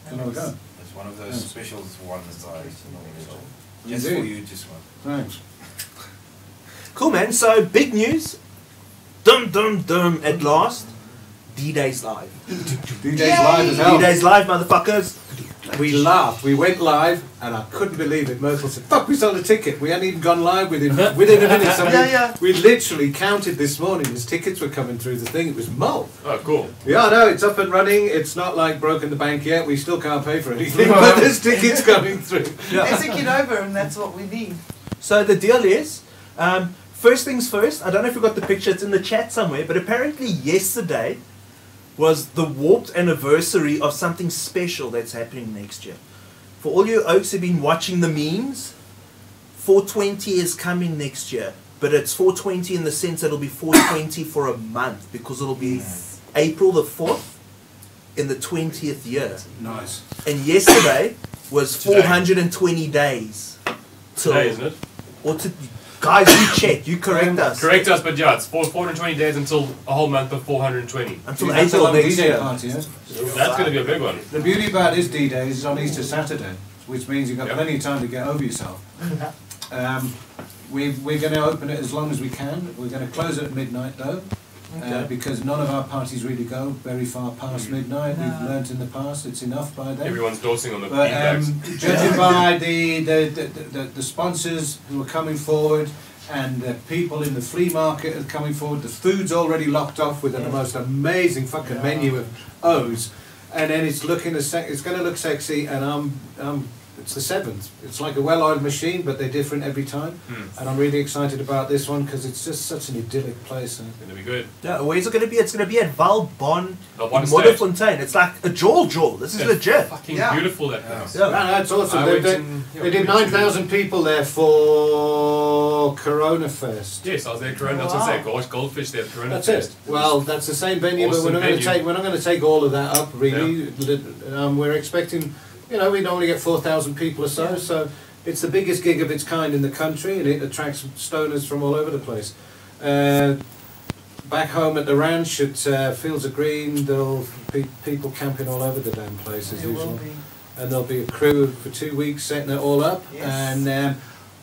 [SPEAKER 1] Can have a go.
[SPEAKER 5] It's one of those
[SPEAKER 1] Yes.
[SPEAKER 5] specials ones I
[SPEAKER 1] You
[SPEAKER 5] just
[SPEAKER 1] do.
[SPEAKER 5] for you, just one.
[SPEAKER 1] Thanks.
[SPEAKER 2] Cool, man. So big news. Dum dum dum. At last, D Day's live.
[SPEAKER 1] DJ's live as hell.
[SPEAKER 2] D Day's live, motherfuckers.
[SPEAKER 1] We laughed. We went live, and I couldn't believe it. Merkel said, "Fuck, we sold a ticket. We hadn't even gone live within within a minute." So
[SPEAKER 3] Yeah,
[SPEAKER 1] we,
[SPEAKER 3] yeah.
[SPEAKER 1] we literally counted this morning as tickets were coming through the thing. It was mull.
[SPEAKER 4] Oh, cool.
[SPEAKER 1] Yeah, no, it's up and running. It's not like broken the bank yet. We still can't pay for anything, but there's tickets coming through.
[SPEAKER 3] Execute over, and that's what we need.
[SPEAKER 2] So the deal is, um, first things first. I don't know if we got the picture. It's in the chat somewhere. But apparently yesterday was the warped anniversary of something special that's happening next year. For all you oaks who've been watching the memes, 420 is coming next year. But it's 420 in the sense that it'll be 420 for a month because it'll be April the 4th in the 20th year.
[SPEAKER 10] Nice.
[SPEAKER 2] And yesterday was
[SPEAKER 4] Today.
[SPEAKER 2] 420 days. till-
[SPEAKER 4] Today, isn't it?
[SPEAKER 2] or to, guys, you check, you correct us.
[SPEAKER 4] Correct us, but yeah, it's four, 420 days until a whole month of 420.
[SPEAKER 2] Until
[SPEAKER 1] That's a
[SPEAKER 2] April
[SPEAKER 1] long
[SPEAKER 2] next
[SPEAKER 1] D-Day
[SPEAKER 2] year.
[SPEAKER 1] party, eh?
[SPEAKER 4] That's going to be a big one.
[SPEAKER 10] The beauty about this D Day is it's on Easter Saturday, which means you've got
[SPEAKER 4] Yep.
[SPEAKER 10] plenty of time to get over yourself. um, we, we're going to open it as long as we can. We're going to close it at midnight though, uh, because none of our parties really go very far past midnight. We've learnt in the past it's enough by then.
[SPEAKER 4] Everyone's dorsing on the
[SPEAKER 10] But
[SPEAKER 4] beanbags.
[SPEAKER 10] um, judging by the the, the, the the sponsors who are coming forward and the people in the flea market are coming forward, the food's already locked off with the most amazing fucking menu of O's, and then it's looking as sec- it's going to look sexy, and I'm I'm. It's the seventh. It's like a well-oiled machine, but they're different every time.
[SPEAKER 4] Hmm.
[SPEAKER 10] And I'm really excited about this one because it's just such an idyllic place. And
[SPEAKER 4] It's going to be good.
[SPEAKER 2] Yeah, where's it going to be? It's going to be at Val Bon
[SPEAKER 4] Val Bon
[SPEAKER 2] in
[SPEAKER 4] Estate.
[SPEAKER 2] Modderfontein. It's like a jaw jaw. This is
[SPEAKER 4] Yeah.
[SPEAKER 2] legit.
[SPEAKER 4] Fucking
[SPEAKER 3] Yeah.
[SPEAKER 4] beautiful, that place.
[SPEAKER 2] Yeah.
[SPEAKER 10] Ah,
[SPEAKER 1] No, no, it's awesome.
[SPEAKER 4] Oh. I
[SPEAKER 1] They,
[SPEAKER 4] went
[SPEAKER 1] they,
[SPEAKER 4] in-
[SPEAKER 1] they did 9,000 people there for Corona Fest.
[SPEAKER 4] Yes, I was there at Corona. That's what I said. Gosh, goldfish there at Corona
[SPEAKER 1] That's it.
[SPEAKER 4] Fest.
[SPEAKER 1] Well, that's the same venue, but
[SPEAKER 4] Awesome
[SPEAKER 1] we're not going to
[SPEAKER 4] venue.
[SPEAKER 1] take we're not going to take all of that up really. Li- Um, we're expecting, you know, we normally get 4,000 people or so, so it's the biggest gig of its kind in the country, and it attracts stoners from all over the place. Uh, back home at the ranch at uh, Fields of Green, there'll be people camping all over the damn place as
[SPEAKER 3] It
[SPEAKER 1] usual
[SPEAKER 3] will be.
[SPEAKER 1] and there'll be a crew for two weeks setting it all up.
[SPEAKER 3] Yes.
[SPEAKER 1] And um,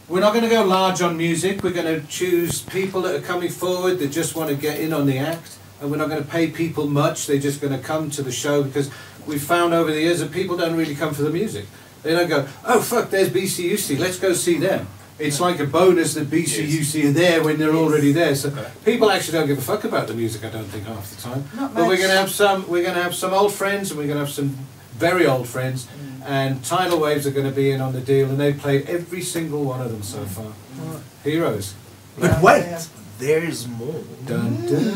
[SPEAKER 1] we're not going to go large on music. We're going to choose people that are coming forward that just want to get in on the act, and we're not going to pay people much. They're just going to come to the show because we've found over the years that people don't really come for the music. They don't go, oh fuck, there's BCUC, let's go see them. It's like a bonus that BCUC are there when they're already there. So people actually don't give a fuck about the music. I don't think half the time.
[SPEAKER 3] Not
[SPEAKER 1] But we're
[SPEAKER 3] much.
[SPEAKER 1] going to have some. We're going to have some old friends, and we're going to have some very old friends. And Tidal Waves are going to be in on the deal, and they've played every single one of them so far. Heroes.
[SPEAKER 2] But
[SPEAKER 3] Yeah,
[SPEAKER 2] wait,
[SPEAKER 3] yeah.
[SPEAKER 2] there's more.
[SPEAKER 1] Dun, dun.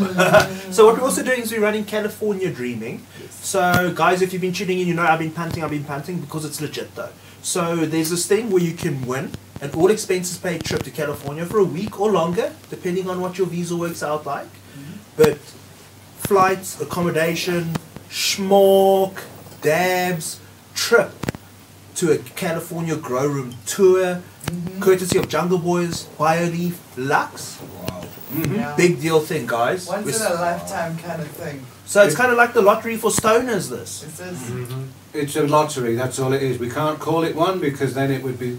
[SPEAKER 2] So what we're also doing is we're running California Dreaming. So guys, if you've been tuning in, you know I've been panting, I've been panting because it's legit though. So there's this thing where you can win an all expenses paid trip to California for a week or longer, depending on what your visa works out like.
[SPEAKER 3] Mm-hmm.
[SPEAKER 2] But flights, accommodation, schmork, dabs, trip to a California grow room tour,
[SPEAKER 3] Mm-hmm.
[SPEAKER 2] courtesy of Jungle Boys, Bioleaf, Lux.
[SPEAKER 3] Yeah.
[SPEAKER 2] Hmm? Big deal thing, guys.
[SPEAKER 3] Once
[SPEAKER 2] We're
[SPEAKER 3] in a lifetime kind of thing.
[SPEAKER 2] so it's kind of like the lottery for stoners, this.
[SPEAKER 3] This is
[SPEAKER 2] Mm-hmm.
[SPEAKER 1] It's a lottery. That's all it is. We can't call it one because then it would be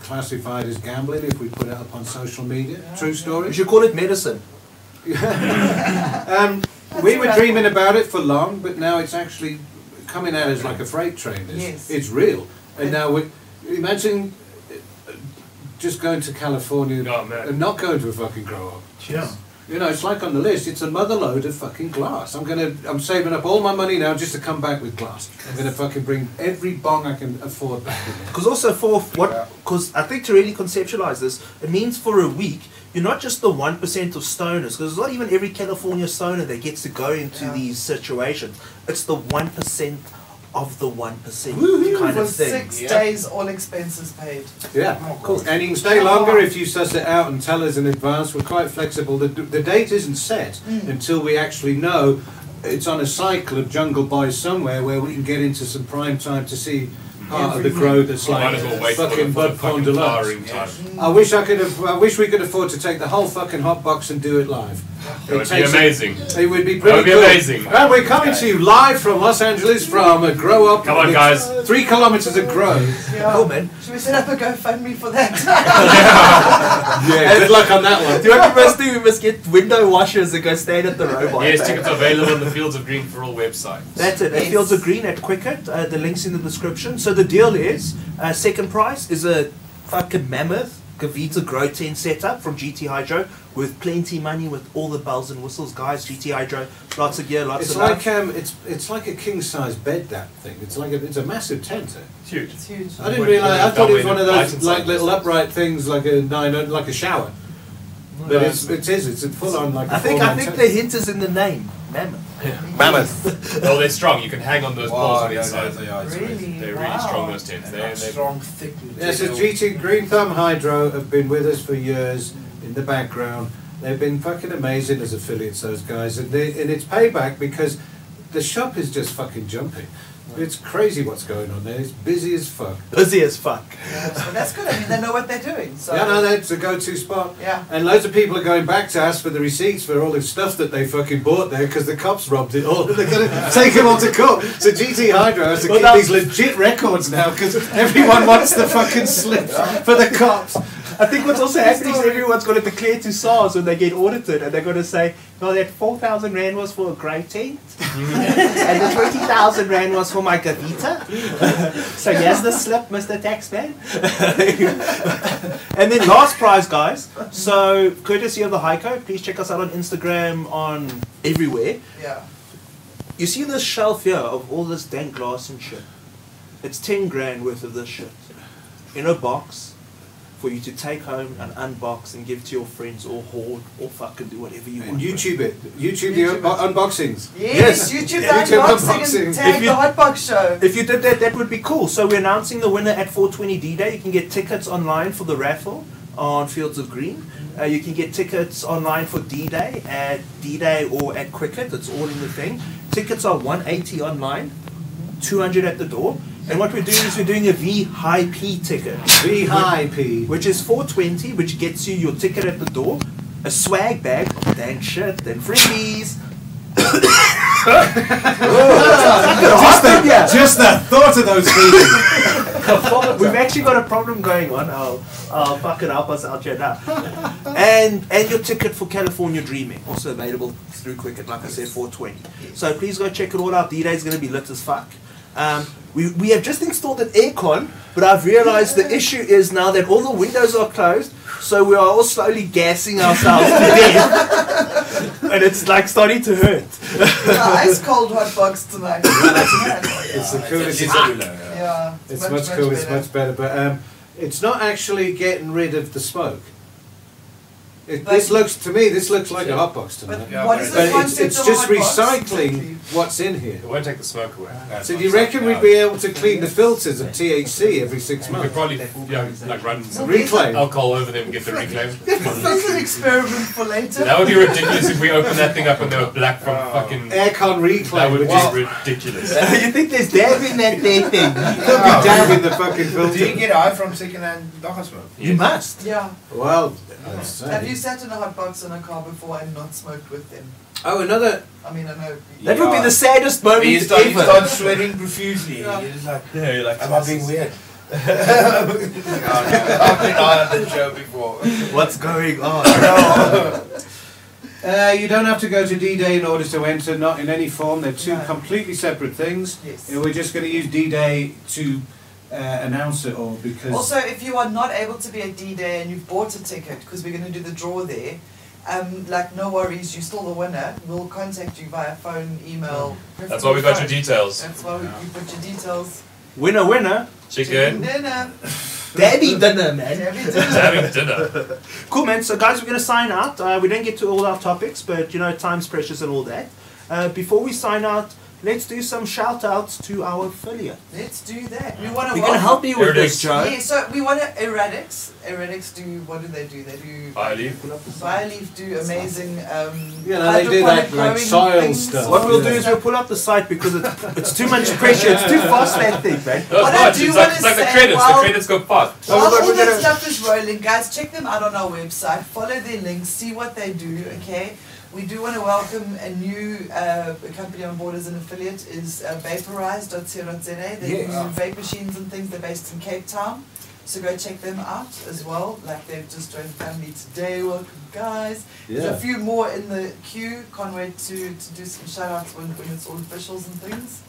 [SPEAKER 1] classified as gambling if we put it up on social media. True story.
[SPEAKER 2] We should call it medicine.
[SPEAKER 1] Um, we were dreaming about it for long, but now it's actually coming out as like a freight train. It's,
[SPEAKER 11] Yes.
[SPEAKER 1] it's real. And now we imagine uh, just going to California
[SPEAKER 4] Oh, man.
[SPEAKER 1] and not going to a fucking grow up.
[SPEAKER 2] Yeah.
[SPEAKER 1] You know, it's like on the list. It's a mother load of fucking glass. I'm gonna. I'm saving up all my money now just to come back with glass. I'm gonna fucking bring every bong I can afford back. With me.
[SPEAKER 2] Because also for what, because I think to really conceptualize this, it means for a week you're not just the one percent of stoners. Because it's not even every California stoner that gets to go into these situations. It's the one percent of the one percent kind
[SPEAKER 3] For
[SPEAKER 2] of thing.
[SPEAKER 3] six
[SPEAKER 5] yeah.
[SPEAKER 3] days, all expenses paid.
[SPEAKER 1] Yeah, cool. And you can stay longer if you suss it out and tell us in advance. We're quite flexible. The, the date isn't set until we actually know it's on a cycle of Jungle Boys somewhere where we can get into some prime time to see part of the grow that's
[SPEAKER 4] Might
[SPEAKER 1] like
[SPEAKER 4] as well wait for the,
[SPEAKER 1] fucking
[SPEAKER 4] for
[SPEAKER 1] Bud
[SPEAKER 4] the
[SPEAKER 1] Pond
[SPEAKER 4] fucking
[SPEAKER 1] Deluxe.
[SPEAKER 4] flowering time.
[SPEAKER 1] I wish I could have. I wish we could afford to take the whole fucking hot box and do it live.
[SPEAKER 4] It would be
[SPEAKER 1] takes a-
[SPEAKER 4] amazing.
[SPEAKER 1] It would be pretty
[SPEAKER 4] That would be
[SPEAKER 1] cool.
[SPEAKER 4] amazing.
[SPEAKER 1] And we're coming to you live from Los Angeles from a grow up.
[SPEAKER 4] Come on,
[SPEAKER 1] with
[SPEAKER 4] guys.
[SPEAKER 1] Three kilometers of grow.
[SPEAKER 2] Cool, man.
[SPEAKER 3] Should we set up a GoFundMe for that?
[SPEAKER 1] yeah, good luck on that one.
[SPEAKER 2] Do you know what we must do? We must get window washers and go stand at the robot.
[SPEAKER 4] Yes,
[SPEAKER 2] back.
[SPEAKER 4] tickets available on the Fields of Green for All website.
[SPEAKER 2] That's it. At Fields of Green at Quicket. Uh, the link's in the description. So the deal is, uh, second prize is a fucking mammoth Gavita Grow 10 setup from GT Hydro with plenty money with all the bells and whistles. Guys, GT Hydro, lots of gear, lots
[SPEAKER 1] It's
[SPEAKER 2] of
[SPEAKER 1] like
[SPEAKER 2] love.
[SPEAKER 1] um, it's it's like a king size bed. That thing. It's like a, it's a massive tent. eh?
[SPEAKER 4] It's huge.
[SPEAKER 3] it's huge.
[SPEAKER 1] I didn't
[SPEAKER 4] Wait,
[SPEAKER 1] realize. I
[SPEAKER 4] that
[SPEAKER 1] thought it was
[SPEAKER 4] way
[SPEAKER 1] one of
[SPEAKER 4] the
[SPEAKER 1] those
[SPEAKER 4] license
[SPEAKER 1] like
[SPEAKER 4] plate
[SPEAKER 1] little
[SPEAKER 4] is-
[SPEAKER 1] upright things, like a nine, like a shower. But it's it is it's a full on like. a
[SPEAKER 2] I think I
[SPEAKER 1] full-on
[SPEAKER 2] think
[SPEAKER 1] tent.
[SPEAKER 2] the hint is in the name, mammoth.
[SPEAKER 5] Mammoth.
[SPEAKER 4] Well, they're strong. You can hang on those poles
[SPEAKER 5] Wow,
[SPEAKER 4] on the
[SPEAKER 5] yeah,
[SPEAKER 4] inside.
[SPEAKER 5] yeah, yeah, it's
[SPEAKER 3] Really?
[SPEAKER 5] crazy.
[SPEAKER 4] They're really
[SPEAKER 3] Wow.
[SPEAKER 4] strong, those tents.
[SPEAKER 5] And
[SPEAKER 4] They're,
[SPEAKER 5] that
[SPEAKER 4] they're,
[SPEAKER 5] strong, thick
[SPEAKER 1] Yeah, so
[SPEAKER 5] material.
[SPEAKER 1] GT Green Thumb Hydro have been with us for years in the background. They've been fucking amazing as affiliates, those guys, and, they, and it's payback because the shop is just fucking jumping. It's crazy what's going on there. It's busy as fuck.
[SPEAKER 2] Busy as fuck.
[SPEAKER 3] But that's good. I mean, they know what they're doing. So
[SPEAKER 1] yeah, no, that's a go-to spot.
[SPEAKER 3] Yeah.
[SPEAKER 1] And loads of people are going back to ask for the receipts for all the stuff that they fucking bought there because the cops robbed it all. They're going to take them all to court. So GT Hydro has to
[SPEAKER 2] Well,
[SPEAKER 1] keep
[SPEAKER 2] that's-
[SPEAKER 1] these legit records now because everyone wants the fucking slip for the cops.
[SPEAKER 2] I think what's also happening is everyone's going to declare to SARS when they get audited, and they're going to say, "Well, that four thousand rand was for a grey tent, and the twenty thousand rand was for my gavita." so here's the slip, Mister Taxman. and then last prize, guys. So courtesy of the Heiko, please check us out on Instagram, on everywhere.
[SPEAKER 3] yeah.
[SPEAKER 2] You see this shelf here of all this dank glass and shit. It's 10 grand worth of this shit. In a box for you to take home and unbox and give to your friends or hoard or fucking do whatever you
[SPEAKER 1] And
[SPEAKER 2] want.
[SPEAKER 1] YouTube it. YouTube the
[SPEAKER 3] YouTube
[SPEAKER 1] un- unboxings.
[SPEAKER 3] Yes, YouTube
[SPEAKER 1] YouTube
[SPEAKER 3] unboxing,
[SPEAKER 1] unboxing.
[SPEAKER 3] and tag
[SPEAKER 2] If you-
[SPEAKER 3] the hot box show.
[SPEAKER 2] If you did that, that would be cool. So we're announcing the winner at 420 D-Day. You can get tickets online for the raffle on Fields of Green. Uh, you can get tickets online for D-Day at D-Day or at Quicket. It's all in the thing. Tickets are 180 online, 200 at the door. And what we're doing is we're doing a VIP ticket,
[SPEAKER 1] VIP.
[SPEAKER 2] which is 420, which gets you your ticket at the door, a swag bag, dang shit, and freebies.
[SPEAKER 1] Just the, just the thought of those things.
[SPEAKER 2] We've actually got a problem going on. I'll, I'll fucking help us out here now. And and your ticket for California Dreaming, also available through Quicket, like I said, 420. So please go check it all out. D-Day's going to be lit as fuck. Um, we, we have just installed an aircon, but I've realized the issue is now that all the windows are closed, so we are all slowly gassing ourselves to death. and it's like starting to hurt.
[SPEAKER 3] Yeah, ice cold hot box tonight.
[SPEAKER 1] it's the coolest.
[SPEAKER 5] It's a cooler, yeah.
[SPEAKER 3] yeah,
[SPEAKER 1] It's much, cooler, it's much better, but um, it's not actually getting rid of the smoke. It,
[SPEAKER 3] But-
[SPEAKER 1] this looks to me. This looks like a hot box to me.
[SPEAKER 3] But
[SPEAKER 1] But,
[SPEAKER 5] Yeah,
[SPEAKER 3] what
[SPEAKER 5] but
[SPEAKER 3] is the
[SPEAKER 1] it's,
[SPEAKER 3] concept
[SPEAKER 1] it's
[SPEAKER 3] of a
[SPEAKER 1] just
[SPEAKER 3] hot box?
[SPEAKER 1] recycling what's in here.
[SPEAKER 4] it won't take the smoke away.
[SPEAKER 1] So do you reckon we'd be able to clean the filters of THC every six
[SPEAKER 4] We could
[SPEAKER 1] months?
[SPEAKER 4] probably yeah, like run some
[SPEAKER 1] Reclaim.
[SPEAKER 4] alcohol over them and get the reclaim.
[SPEAKER 3] That's an experiment for later.
[SPEAKER 4] That would be ridiculous if we opened that thing up and they were black from fucking.
[SPEAKER 1] Aircon
[SPEAKER 4] That
[SPEAKER 1] reclaim.
[SPEAKER 4] would
[SPEAKER 1] Would
[SPEAKER 4] be
[SPEAKER 1] just be
[SPEAKER 4] ridiculous.
[SPEAKER 2] you think there's dab in that day thing?
[SPEAKER 1] dabbing the fucking
[SPEAKER 5] Oh. Do you
[SPEAKER 1] filter.
[SPEAKER 5] get high from secondhand tobacco smoke?
[SPEAKER 2] You must.
[SPEAKER 3] Yeah.
[SPEAKER 1] Well, I'd
[SPEAKER 3] Have you
[SPEAKER 1] say.
[SPEAKER 3] sat in a hot box in a car before and not smoked with them?
[SPEAKER 1] Oh, another.
[SPEAKER 3] I mean, I know.
[SPEAKER 2] That would be the saddest
[SPEAKER 5] But
[SPEAKER 2] moment
[SPEAKER 5] you start, you
[SPEAKER 2] ever.
[SPEAKER 5] start sweating profusely.
[SPEAKER 3] Yeah.
[SPEAKER 5] You're just like,
[SPEAKER 4] Yeah, you're like,
[SPEAKER 5] am I being weird? I've been high on the show before.
[SPEAKER 2] What's going on?
[SPEAKER 1] Uh, you don't have to go to D-Day in order to enter, not in any form. They're two
[SPEAKER 3] No.
[SPEAKER 1] completely separate things.
[SPEAKER 3] Yes.
[SPEAKER 1] Uh, We're just going to use D-Day to uh, announce it all because
[SPEAKER 3] Also, if you are not able to be at D Day and you've bought a ticket, because we're going to do the draw there, um, like no worries, you're still the winner. We'll contact you via phone, email.
[SPEAKER 4] That's why we got your
[SPEAKER 3] details.
[SPEAKER 4] details.
[SPEAKER 3] That's why we, you put your details.
[SPEAKER 2] Winner, winner.
[SPEAKER 4] Chicken,
[SPEAKER 3] Dinner.
[SPEAKER 2] Debbie dinner, man.
[SPEAKER 3] Every dinner.
[SPEAKER 4] having dinner.
[SPEAKER 2] Cool, man. So, guys, we're going to sign out. Uh, we didn't get to all our topics, but you know, time's precious and all that. Uh, before we sign out, let's do some shout outs to our affiliate.
[SPEAKER 3] Let's do that. We want to
[SPEAKER 2] We're going to help you
[SPEAKER 4] Here
[SPEAKER 2] with
[SPEAKER 4] it is.
[SPEAKER 2] this, Joe.
[SPEAKER 3] Yeah, so we want to erratics. Erratics do what do they do? They do
[SPEAKER 4] I leave.
[SPEAKER 3] Fireleaf do amazing. Um,
[SPEAKER 9] You know, they do
[SPEAKER 3] hydroponic
[SPEAKER 9] that, like,
[SPEAKER 3] growing
[SPEAKER 9] soil
[SPEAKER 3] things.
[SPEAKER 9] stuff.
[SPEAKER 2] What we'll do
[SPEAKER 9] Yeah.
[SPEAKER 2] is we'll pull up the site because it's, it's too much pressure. It's too fast, that thing, man.
[SPEAKER 4] No,
[SPEAKER 3] What
[SPEAKER 4] it's
[SPEAKER 3] I
[SPEAKER 4] not.
[SPEAKER 3] do
[SPEAKER 4] It's
[SPEAKER 3] wanna
[SPEAKER 4] like, it's like the
[SPEAKER 3] say,
[SPEAKER 4] credits.
[SPEAKER 3] well-
[SPEAKER 4] the credits go fast.
[SPEAKER 2] Oh,
[SPEAKER 3] While
[SPEAKER 2] we're gonna-
[SPEAKER 3] all
[SPEAKER 2] we're
[SPEAKER 3] that
[SPEAKER 2] gonna-
[SPEAKER 3] stuff is rolling, guys, check them out on our website. Follow their links, see what they do. Okay, we do want to welcome a new uh, company on board as an affiliate is uh, Vaporize.co.za. They
[SPEAKER 9] Yes.
[SPEAKER 3] do vape machines and things. They're based in Cape Town, so go check them out as well. Like they've just joined family today. Welcome, guys. There's a few more in the queue. Can't wait to, to do some shout outs when, when it's all officials and things.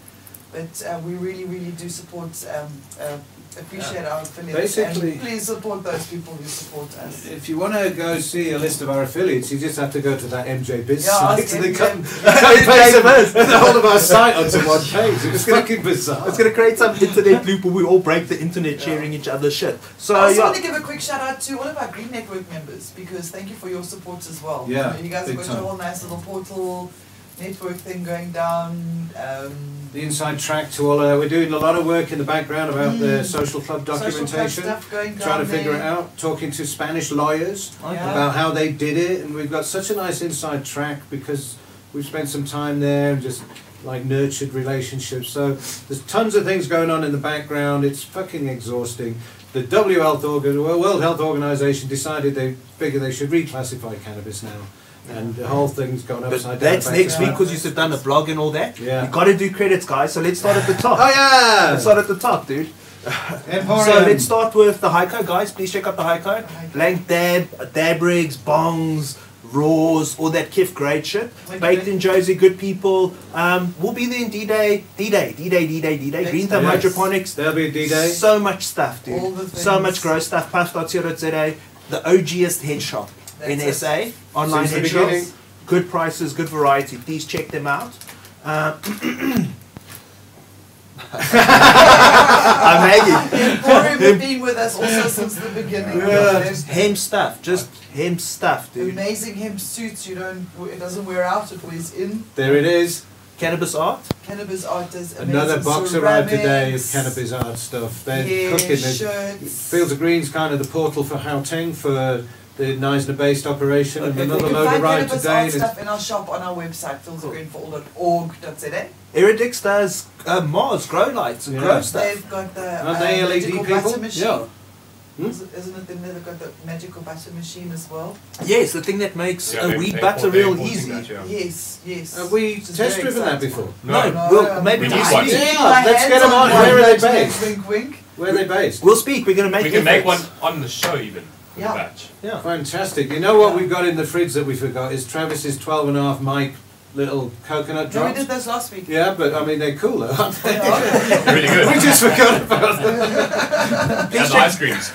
[SPEAKER 3] But uh, we really, really do support, um, uh, appreciate our affiliates.
[SPEAKER 9] Basically-
[SPEAKER 3] and please support those people who support us.
[SPEAKER 9] If you want to go see a list of our affiliates, you just have to go to that MJ Biz
[SPEAKER 3] Yeah,
[SPEAKER 9] site
[SPEAKER 3] ask
[SPEAKER 9] and then
[SPEAKER 3] MJ.
[SPEAKER 9] cut, cut and paste the- the whole of our site onto one page. It's fucking bizarre.
[SPEAKER 2] It's going to create some internet loop where we all break the internet sharing each other's shit. Oh, So,
[SPEAKER 3] I also
[SPEAKER 2] yeah.
[SPEAKER 3] want to give a quick shout out to all of our Green Network members because thank you for your support as well.
[SPEAKER 1] Yeah,
[SPEAKER 3] You, know, you guys
[SPEAKER 1] big
[SPEAKER 3] have got
[SPEAKER 1] time.
[SPEAKER 3] your whole nice little portal network thing going down. Um,
[SPEAKER 1] the inside track to all. Uh, we're doing a lot of work in the background about the social club
[SPEAKER 3] Hmm. social
[SPEAKER 1] documentation.
[SPEAKER 3] club stuff going down.
[SPEAKER 1] Trying to figure it
[SPEAKER 3] there.
[SPEAKER 1] out, talking to Spanish lawyers
[SPEAKER 3] Yeah.
[SPEAKER 1] about how they did it, and we've got such a nice inside track because we've spent some time there and just like nurtured relationships. So there's tons of things going on in the background. It's fucking exhausting. The W Health Organ, well, World Health Organization decided they figure they should reclassify cannabis now, and the whole thing's gone
[SPEAKER 2] But
[SPEAKER 1] upside down.
[SPEAKER 2] that's
[SPEAKER 1] back
[SPEAKER 2] next
[SPEAKER 1] down.
[SPEAKER 2] week because you've done a blog and all that.
[SPEAKER 1] Yeah.
[SPEAKER 2] you got to do credits, guys. So let's start at the top.
[SPEAKER 1] Oh yeah!
[SPEAKER 2] Let's start at the top, dude.
[SPEAKER 1] Emporium.
[SPEAKER 2] So let's start with the Heiko, guys. Please check out the Heiko.
[SPEAKER 3] Heiko.
[SPEAKER 2] Blank Dab, Dab Rigs, Bongs, Raws, all that Kif great shit. Baked in Josie, good people. Um, we'll be there in D Day, D Day, D Day, D Day, D Day. Green Thumb
[SPEAKER 1] Yes.
[SPEAKER 2] Hydroponics.
[SPEAKER 1] There'll be a D-Day.
[SPEAKER 2] So much stuff, dude.
[SPEAKER 3] All the
[SPEAKER 2] so
[SPEAKER 3] things.
[SPEAKER 2] much gross stuff. Puff.co.za, the OGest head shop in
[SPEAKER 3] That's
[SPEAKER 2] SA. Online
[SPEAKER 1] Since the
[SPEAKER 2] head
[SPEAKER 1] beginning.
[SPEAKER 2] shops. Good prices, good variety. Please check them out. Um, I'm hanging.
[SPEAKER 3] Emporium have been with us also since the beginning.
[SPEAKER 2] Yeah. Hemp stuff, just hemp stuff, dude.
[SPEAKER 3] Amazing hemp suits. You don't. It doesn't wear out. It wears in.
[SPEAKER 1] There it is.
[SPEAKER 2] Cannabis art.
[SPEAKER 3] Cannabis art does amazing.
[SPEAKER 1] Another box arrived today of
[SPEAKER 3] ceramics.
[SPEAKER 1] cannabis art stuff. They're
[SPEAKER 3] Yeah,
[SPEAKER 1] cooking. There's-
[SPEAKER 3] shirts.
[SPEAKER 1] Fields of Green's kind of the portal for Gauteng for the Neisner-based operation, and
[SPEAKER 3] You
[SPEAKER 1] another
[SPEAKER 3] can
[SPEAKER 1] load
[SPEAKER 3] find
[SPEAKER 1] arrived
[SPEAKER 3] cannabis
[SPEAKER 1] today.
[SPEAKER 3] art
[SPEAKER 1] There's-
[SPEAKER 3] stuff in our shop on our website, fieldsofgreenforall.org.za.
[SPEAKER 2] Eridex does uh, Mars grow lights and
[SPEAKER 1] Yeah.
[SPEAKER 2] grow stuff.
[SPEAKER 3] They've got the
[SPEAKER 1] Aren't
[SPEAKER 3] uh,
[SPEAKER 1] they LED
[SPEAKER 3] magical
[SPEAKER 1] people?
[SPEAKER 3] butter machine.
[SPEAKER 1] Yeah. Hmm?
[SPEAKER 3] Is- Isn't it them there? They've got the magical butter machine as well.
[SPEAKER 2] Yes, the thing that makes
[SPEAKER 4] Yeah,
[SPEAKER 2] a
[SPEAKER 4] they-
[SPEAKER 2] weed
[SPEAKER 4] they
[SPEAKER 2] butter
[SPEAKER 4] bought- they
[SPEAKER 2] real
[SPEAKER 4] bought
[SPEAKER 2] easy.
[SPEAKER 4] that, yeah.
[SPEAKER 3] Yes, yes.
[SPEAKER 1] Have Uh, we
[SPEAKER 3] Which
[SPEAKER 1] test
[SPEAKER 3] is very
[SPEAKER 1] driven that
[SPEAKER 3] exciting.
[SPEAKER 1] before?
[SPEAKER 2] No,
[SPEAKER 3] No,
[SPEAKER 2] we'll,
[SPEAKER 3] um,
[SPEAKER 2] maybe
[SPEAKER 4] we
[SPEAKER 2] next
[SPEAKER 4] need one.
[SPEAKER 2] week.
[SPEAKER 1] Yeah,
[SPEAKER 3] Keep my
[SPEAKER 1] let's get
[SPEAKER 3] hands
[SPEAKER 1] them on.
[SPEAKER 3] one,
[SPEAKER 1] Where are they
[SPEAKER 3] don't you?
[SPEAKER 1] based?
[SPEAKER 3] Wink, wink.
[SPEAKER 1] Where are they based?
[SPEAKER 2] We'll speak, we're going to make
[SPEAKER 4] We can make one
[SPEAKER 2] efforts.
[SPEAKER 4] on the show even. with
[SPEAKER 3] Yeah.
[SPEAKER 4] a batch.
[SPEAKER 2] Yeah.
[SPEAKER 1] Fantastic. You know what we've got in the fridge that we forgot is Travis's 12 and a half mic little coconut
[SPEAKER 3] No, we
[SPEAKER 1] drops.
[SPEAKER 3] did those last week.
[SPEAKER 1] Yeah, but I mean, they're cool though, aren't they?
[SPEAKER 4] Really good.
[SPEAKER 1] We just forgot about them.
[SPEAKER 4] and
[SPEAKER 2] Please,
[SPEAKER 4] the ice
[SPEAKER 2] check,
[SPEAKER 4] creams.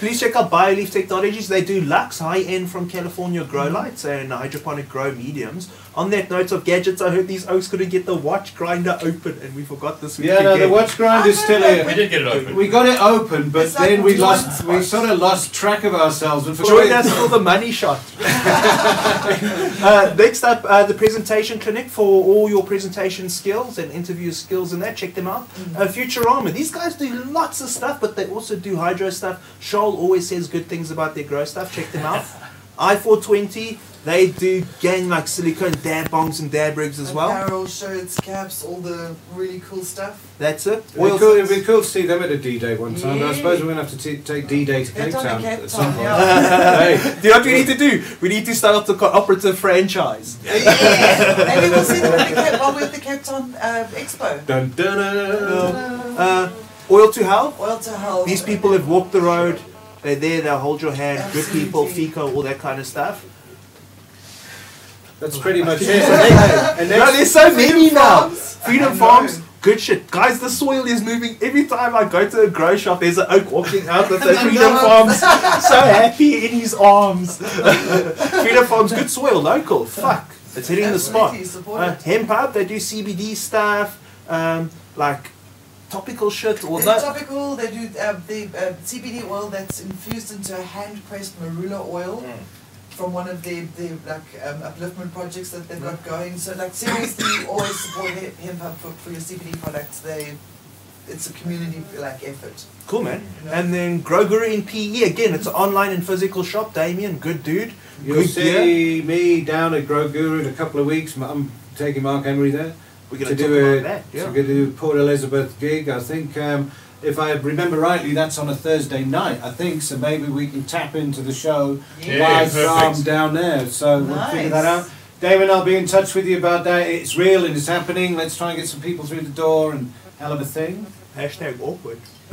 [SPEAKER 2] please check out BioLeaf Technologies. They do Lux high end from California grow
[SPEAKER 4] Mm-hmm.
[SPEAKER 2] lights and hydroponic grow mediums. On that note of gadgets, I heard these oaks couldn't get the watch grinder open and we forgot this week.
[SPEAKER 1] Yeah, no, the
[SPEAKER 2] again.
[SPEAKER 1] watch grind is still here.
[SPEAKER 4] We did get it open.
[SPEAKER 1] We got it open, but
[SPEAKER 3] It's like
[SPEAKER 1] then we
[SPEAKER 3] one
[SPEAKER 1] lost. We sort of lost track of ourselves and forgot.
[SPEAKER 2] Join us for the money shot. uh, next up, uh, the presentation clinic for all your presentation skills and interview skills and that. Check them out. Uh, Futurama. These guys do lots of stuff, but they also do hydro stuff. Shoal always says good things about their grow stuff. Check them out. I420. They do gang like silicone dab bongs and dab rigs as well.
[SPEAKER 3] Apparel, shirts, caps, all the really cool stuff.
[SPEAKER 2] That's it.
[SPEAKER 1] It'd be, cool, it'd be cool to see them at a D-Day one time. but I
[SPEAKER 3] Yeah.
[SPEAKER 1] suppose we're gonna have to t- take D-Day to
[SPEAKER 3] Get
[SPEAKER 1] Cape
[SPEAKER 3] on to
[SPEAKER 1] Town
[SPEAKER 3] Cape
[SPEAKER 1] at some
[SPEAKER 3] Town,
[SPEAKER 1] point. Hey,
[SPEAKER 2] Do you know what we need to do? We need to start up the cooperative franchise.
[SPEAKER 3] yeah. Maybe we'll see them at the Cape, well, we're at the Cape Town uh, Expo.
[SPEAKER 1] dun, dun, dun.
[SPEAKER 2] Uh, oil to help.
[SPEAKER 3] Oil to Hell.
[SPEAKER 2] These people have walked the road. They're there. They'll hold your hand. Good people,
[SPEAKER 3] Absolutely.
[SPEAKER 2] FICO, all that kind of stuff.
[SPEAKER 1] That's pretty much it. and
[SPEAKER 2] No, there's so many now. Freedom Farms, good shit. Guys, the soil is moving. Every time I go to a grow shop, there's an oak walking out that says Freedom Farms. So happy in his arms. Freedom Farms, good soil, local. Fuck. It's hitting the spot.
[SPEAKER 3] Absolutely, support
[SPEAKER 2] Uh,
[SPEAKER 3] it.
[SPEAKER 2] hemp Hub, they do CBD stuff, um, like topical shit. Or
[SPEAKER 3] It's
[SPEAKER 2] no,
[SPEAKER 3] topical. They do uh, the uh, CBD oil that's infused into a hand pressed marula oil
[SPEAKER 2] Hmm.
[SPEAKER 3] from one of the, the like um, upliftment projects that they've
[SPEAKER 2] Hmm.
[SPEAKER 3] got going. So like seriously, always support Hemp Hemp Hub for, for your CBD products. They it's a community like effort.
[SPEAKER 2] Cool, man. And then Grow Guru in PE, again, it's an online and physical shop. Damien, good dude.
[SPEAKER 1] You'll
[SPEAKER 2] good gear.
[SPEAKER 1] see me down at Grow Guru in a couple of weeks. M- I'm taking Mark Henry there
[SPEAKER 2] We're
[SPEAKER 1] to
[SPEAKER 2] going to
[SPEAKER 1] do
[SPEAKER 2] talk
[SPEAKER 1] a
[SPEAKER 2] about that. Yeah.
[SPEAKER 1] to go do Port Elizabeth gig. I think um, if I remember rightly, that's on a Thursday night. I think so. Maybe we can tap into the show
[SPEAKER 3] Yeah,
[SPEAKER 1] live
[SPEAKER 4] perfect.
[SPEAKER 1] from down there. So we'll figure that
[SPEAKER 3] Nice.
[SPEAKER 1] out. Damon, I'll be in touch with you about that. It's real and it's happening. Let's try and get some people through the door and hell of a thing.
[SPEAKER 2] Hashtag awkward.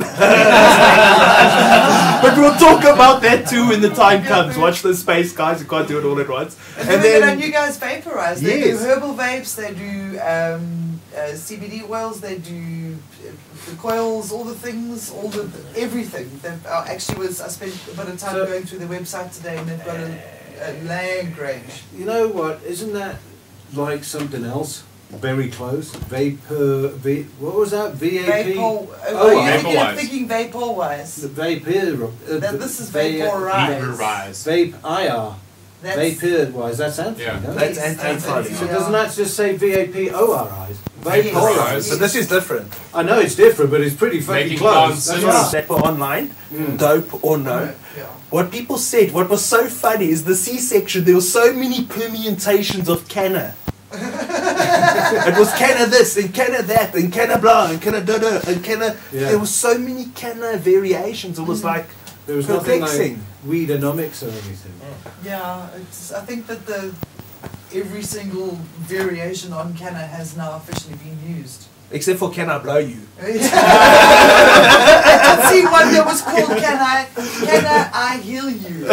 [SPEAKER 2] but we'll talk about that too when the time comes. Watch the space, guys. You can't do it all at once.
[SPEAKER 3] And,
[SPEAKER 2] And
[SPEAKER 3] then,
[SPEAKER 2] then
[SPEAKER 3] you guys vaporize. They
[SPEAKER 2] Yes.
[SPEAKER 3] do herbal vapes. They do um, uh, CBD oils. They do uh, the coils, all the things, all the everything. They uh, actually was I spent a bit of time
[SPEAKER 1] So-
[SPEAKER 3] going through their website today, and they've got a, a land range.
[SPEAKER 1] You know what? Isn't that like something else? Very close. Vapor. V, what was that? VAP.
[SPEAKER 3] Vapor. Oh,
[SPEAKER 1] Oh,
[SPEAKER 3] are you thinking
[SPEAKER 4] Vaporwise.
[SPEAKER 3] of thinking vapor
[SPEAKER 1] The
[SPEAKER 3] wise?
[SPEAKER 1] vapor. Uh,
[SPEAKER 3] That this is
[SPEAKER 1] va-
[SPEAKER 3] vaporize.
[SPEAKER 4] Rise.
[SPEAKER 1] Vape IR.
[SPEAKER 3] That's
[SPEAKER 1] vapor wise. That's anti.
[SPEAKER 4] Yeah.
[SPEAKER 1] don't
[SPEAKER 2] That's
[SPEAKER 1] it?
[SPEAKER 3] Yes,
[SPEAKER 2] anti-fouling.
[SPEAKER 1] So
[SPEAKER 3] yeah.
[SPEAKER 1] doesn't that just say VAP ORI?
[SPEAKER 3] Vaporise.
[SPEAKER 1] Vaporise.
[SPEAKER 2] So this is different.
[SPEAKER 1] I know it's different, but it's pretty fucking
[SPEAKER 4] Making
[SPEAKER 1] close.
[SPEAKER 4] plants
[SPEAKER 1] That's
[SPEAKER 4] Yeah.
[SPEAKER 1] right.
[SPEAKER 2] Zapper online, dope or no.
[SPEAKER 3] Yeah.
[SPEAKER 2] What people said, what was so funny is the C section, there were so many permutations of canna. it was canna this and canna that and canna blah and canna da da and canna.
[SPEAKER 1] Yeah. Mm.
[SPEAKER 2] There were so many canna variations. It was like,
[SPEAKER 1] There was nothing like
[SPEAKER 2] Perplexing.
[SPEAKER 1] weedonomics or anything.
[SPEAKER 3] Yeah, it's, I think that the every single variation on canna has now officially been used.
[SPEAKER 2] except for can I blow you?
[SPEAKER 3] I did see one that was called "Can I, Can I, I Heal You?"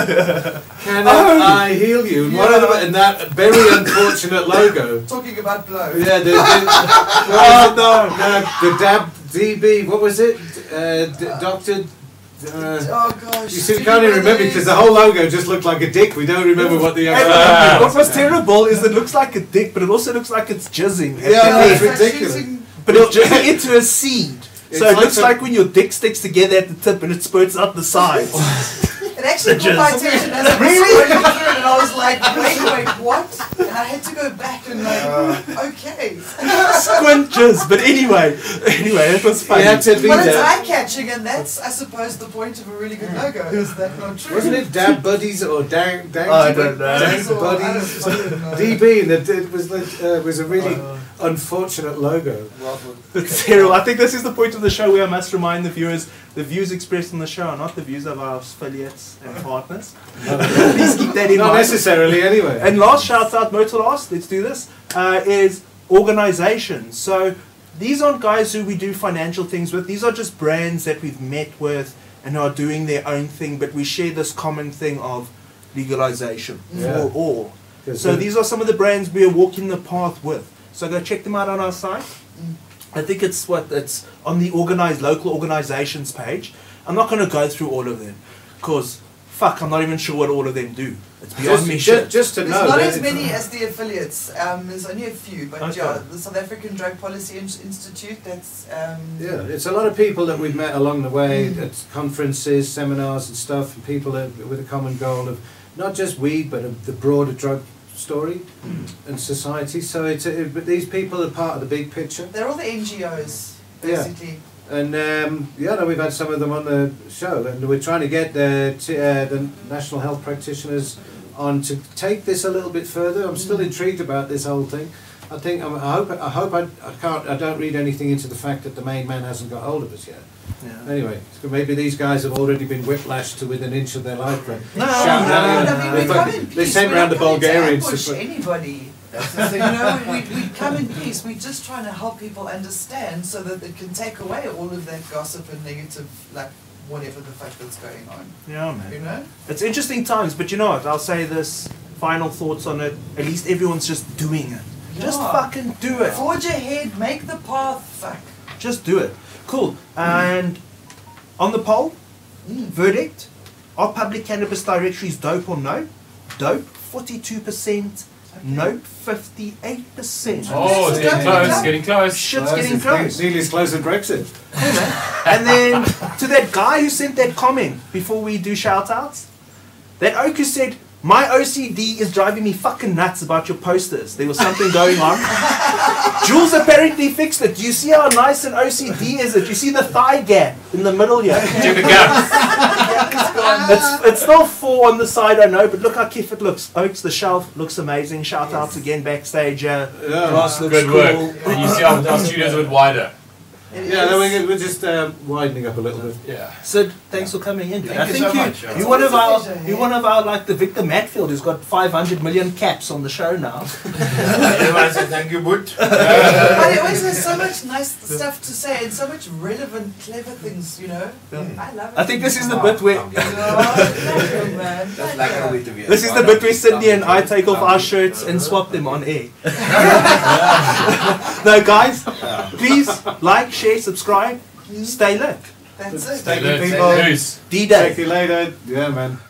[SPEAKER 1] Can I heal you? And one of them,
[SPEAKER 3] Yeah.
[SPEAKER 1] and that very unfortunate logo.
[SPEAKER 3] Talking about blow.
[SPEAKER 1] Yeah, the, the, oh no, no, the dab DB. What was it? Uh, d- Doctor. Uh,
[SPEAKER 3] Oh gosh.
[SPEAKER 1] you see, we can't even remember because the whole logo just looked like a dick. We don't remember what the.
[SPEAKER 2] And
[SPEAKER 1] actual-
[SPEAKER 2] what was terrible is it looks like a dick, but it also looks like it's jizzing. at
[SPEAKER 1] Yeah,
[SPEAKER 2] the
[SPEAKER 1] it's
[SPEAKER 2] end.
[SPEAKER 1] ridiculous.
[SPEAKER 2] But it's jizzing into a seed.
[SPEAKER 1] It's
[SPEAKER 2] So it
[SPEAKER 1] like
[SPEAKER 2] looks
[SPEAKER 1] a-
[SPEAKER 2] like when your dick sticks together at the tip and it spurts out the sides.
[SPEAKER 3] It actually caught my attention as I was scrolling through it, and I was like, "Wait, wait, what?" And I had to go back and like, okay.
[SPEAKER 2] Squint jizz. But anyway, anyway, it was
[SPEAKER 1] We
[SPEAKER 2] funny.
[SPEAKER 1] had to be
[SPEAKER 3] But it's
[SPEAKER 1] there.
[SPEAKER 3] eye catching, and that's, I suppose, the point of a really good logo. Is that not true?
[SPEAKER 1] Wasn't it Dab Buddies or Dang Dang?
[SPEAKER 2] I don't know.
[SPEAKER 1] Dang
[SPEAKER 3] So, I don't
[SPEAKER 1] Buddies.
[SPEAKER 3] fucking know.
[SPEAKER 1] DB and the, it was like, uh, was a really unfortunate logo.
[SPEAKER 2] It's terrible. I think this is the point of the show where I must remind the viewers the views expressed on the show are not the views of our affiliates and partners. Please keep that in
[SPEAKER 1] Not
[SPEAKER 2] mind.
[SPEAKER 1] necessarily, anyway.
[SPEAKER 2] And last shout out, Motor Last, let's do this, uh, is organizations. So these aren't guys who we do financial things with, these are just brands that we've met with and are doing their own thing, but we share this common thing of legalization
[SPEAKER 1] Yeah.
[SPEAKER 2] for all.
[SPEAKER 1] Yes,
[SPEAKER 2] So
[SPEAKER 1] yes.
[SPEAKER 2] these are some of the brands we are walking the path with. So go check them out on our site. I think it's what it's on the organized local organizations page. I'm not going to go through all of them because fuck, I'm not even sure what all of them do. It's beyond
[SPEAKER 1] just,
[SPEAKER 2] me.
[SPEAKER 1] ju-
[SPEAKER 2] shit.
[SPEAKER 1] just to
[SPEAKER 3] There's
[SPEAKER 1] know.
[SPEAKER 3] not
[SPEAKER 1] that
[SPEAKER 3] as
[SPEAKER 1] it's-
[SPEAKER 3] many as the affiliates. Um, there's only a few, but
[SPEAKER 2] Okay.
[SPEAKER 3] yeah, the South African Drug Policy Ins- Institute. That's um,
[SPEAKER 1] Yeah, it's a lot of people that we've met along the way at conferences, seminars, and stuff, and people that, with a common goal of not just weed, but of the broader drug story and society. So it's a, it, but these people are part of the big picture.
[SPEAKER 3] they're all the NGOs
[SPEAKER 1] Yeah.
[SPEAKER 3] basically.
[SPEAKER 1] And um, yeah, no, we've had some of them on the show, and we're trying to get the t- uh, the national health practitioners on to take this a little bit further. I'm still intrigued about this whole thing. I think I'm, I hope I hope I, I can't I don't read anything into the fact that the main man hasn't got hold of us yet.
[SPEAKER 2] Yeah.
[SPEAKER 1] Anyway, so maybe these guys have already been whiplashed to within an inch of their life. Then.
[SPEAKER 2] No,
[SPEAKER 1] Shout
[SPEAKER 3] No,
[SPEAKER 1] out.
[SPEAKER 3] I mean,
[SPEAKER 1] They
[SPEAKER 3] we come
[SPEAKER 1] fucking-
[SPEAKER 3] in
[SPEAKER 1] they
[SPEAKER 3] peace.
[SPEAKER 1] sent
[SPEAKER 3] We're
[SPEAKER 1] round
[SPEAKER 3] not
[SPEAKER 1] the
[SPEAKER 3] coming to
[SPEAKER 1] Bulgarians.
[SPEAKER 3] ambush
[SPEAKER 1] to put-
[SPEAKER 3] anybody. you know, we, we, we come in peace. We're just trying to help people understand so that they can take away all of that gossip and negative, like whatever the fuck that's going on.
[SPEAKER 2] Yeah, man.
[SPEAKER 3] You know.
[SPEAKER 2] It's interesting times, but you know what? I'll say this final thoughts on it? At least everyone's just doing it. Just
[SPEAKER 3] Yeah.
[SPEAKER 2] fucking do it.
[SPEAKER 3] Forge ahead, make the path. Fuck.
[SPEAKER 2] Just do it. Cool. And on the poll, mm, verdict: Are public cannabis directories dope or no? Dope, forty-two percent. Nope, fifty-eight percent.
[SPEAKER 4] Oh, it's getting close, getting close.
[SPEAKER 2] Shit's getting close.
[SPEAKER 1] Nearly as close as Brexit.
[SPEAKER 2] And then to that guy who sent that comment before we do shout outs, that oak who said, My OCD is driving me fucking nuts about your posters. There was something going on. Jules apparently fixed it. Do you see how nice an OCD is? It you see the thigh gap in the middle here.
[SPEAKER 4] Check the gap.
[SPEAKER 2] It's it's still four on the side, I know, but look how kiff it looks. Oaks, the shelf looks amazing. Shout outs again backstage. Uh, glass looks
[SPEAKER 4] Good
[SPEAKER 2] cool.
[SPEAKER 4] work. And you see our, our studio's a bit wider.
[SPEAKER 1] Yeah, no, we're, we're just um, widening up a little bit.
[SPEAKER 4] Yeah.
[SPEAKER 2] Sid, thanks for coming in.
[SPEAKER 5] Thank
[SPEAKER 2] I
[SPEAKER 5] you
[SPEAKER 2] think
[SPEAKER 5] so
[SPEAKER 2] you,
[SPEAKER 5] much, Charles.
[SPEAKER 2] you're one of our,
[SPEAKER 3] It's a pleasure,
[SPEAKER 2] you're
[SPEAKER 3] yeah.
[SPEAKER 2] one of our like the Victor Matfield who's got 500 million caps on the show now.
[SPEAKER 5] Everyone said thank you, Boot.
[SPEAKER 3] But it always has so much nice stuff to say and so much relevant, clever things, you know? I love it.
[SPEAKER 2] I think this is the bit where
[SPEAKER 3] Oh, thank you, man.
[SPEAKER 5] That's
[SPEAKER 3] Thank
[SPEAKER 5] like
[SPEAKER 3] you.
[SPEAKER 5] how we do it.
[SPEAKER 2] this is the bit where Sydney and I take off our shirts and swap them on air. no, guys, please like, share, subscribe, stay lit.
[SPEAKER 3] That's it.
[SPEAKER 4] Loose.
[SPEAKER 2] D
[SPEAKER 1] Thank
[SPEAKER 2] Day.
[SPEAKER 1] you later. Yeah, man.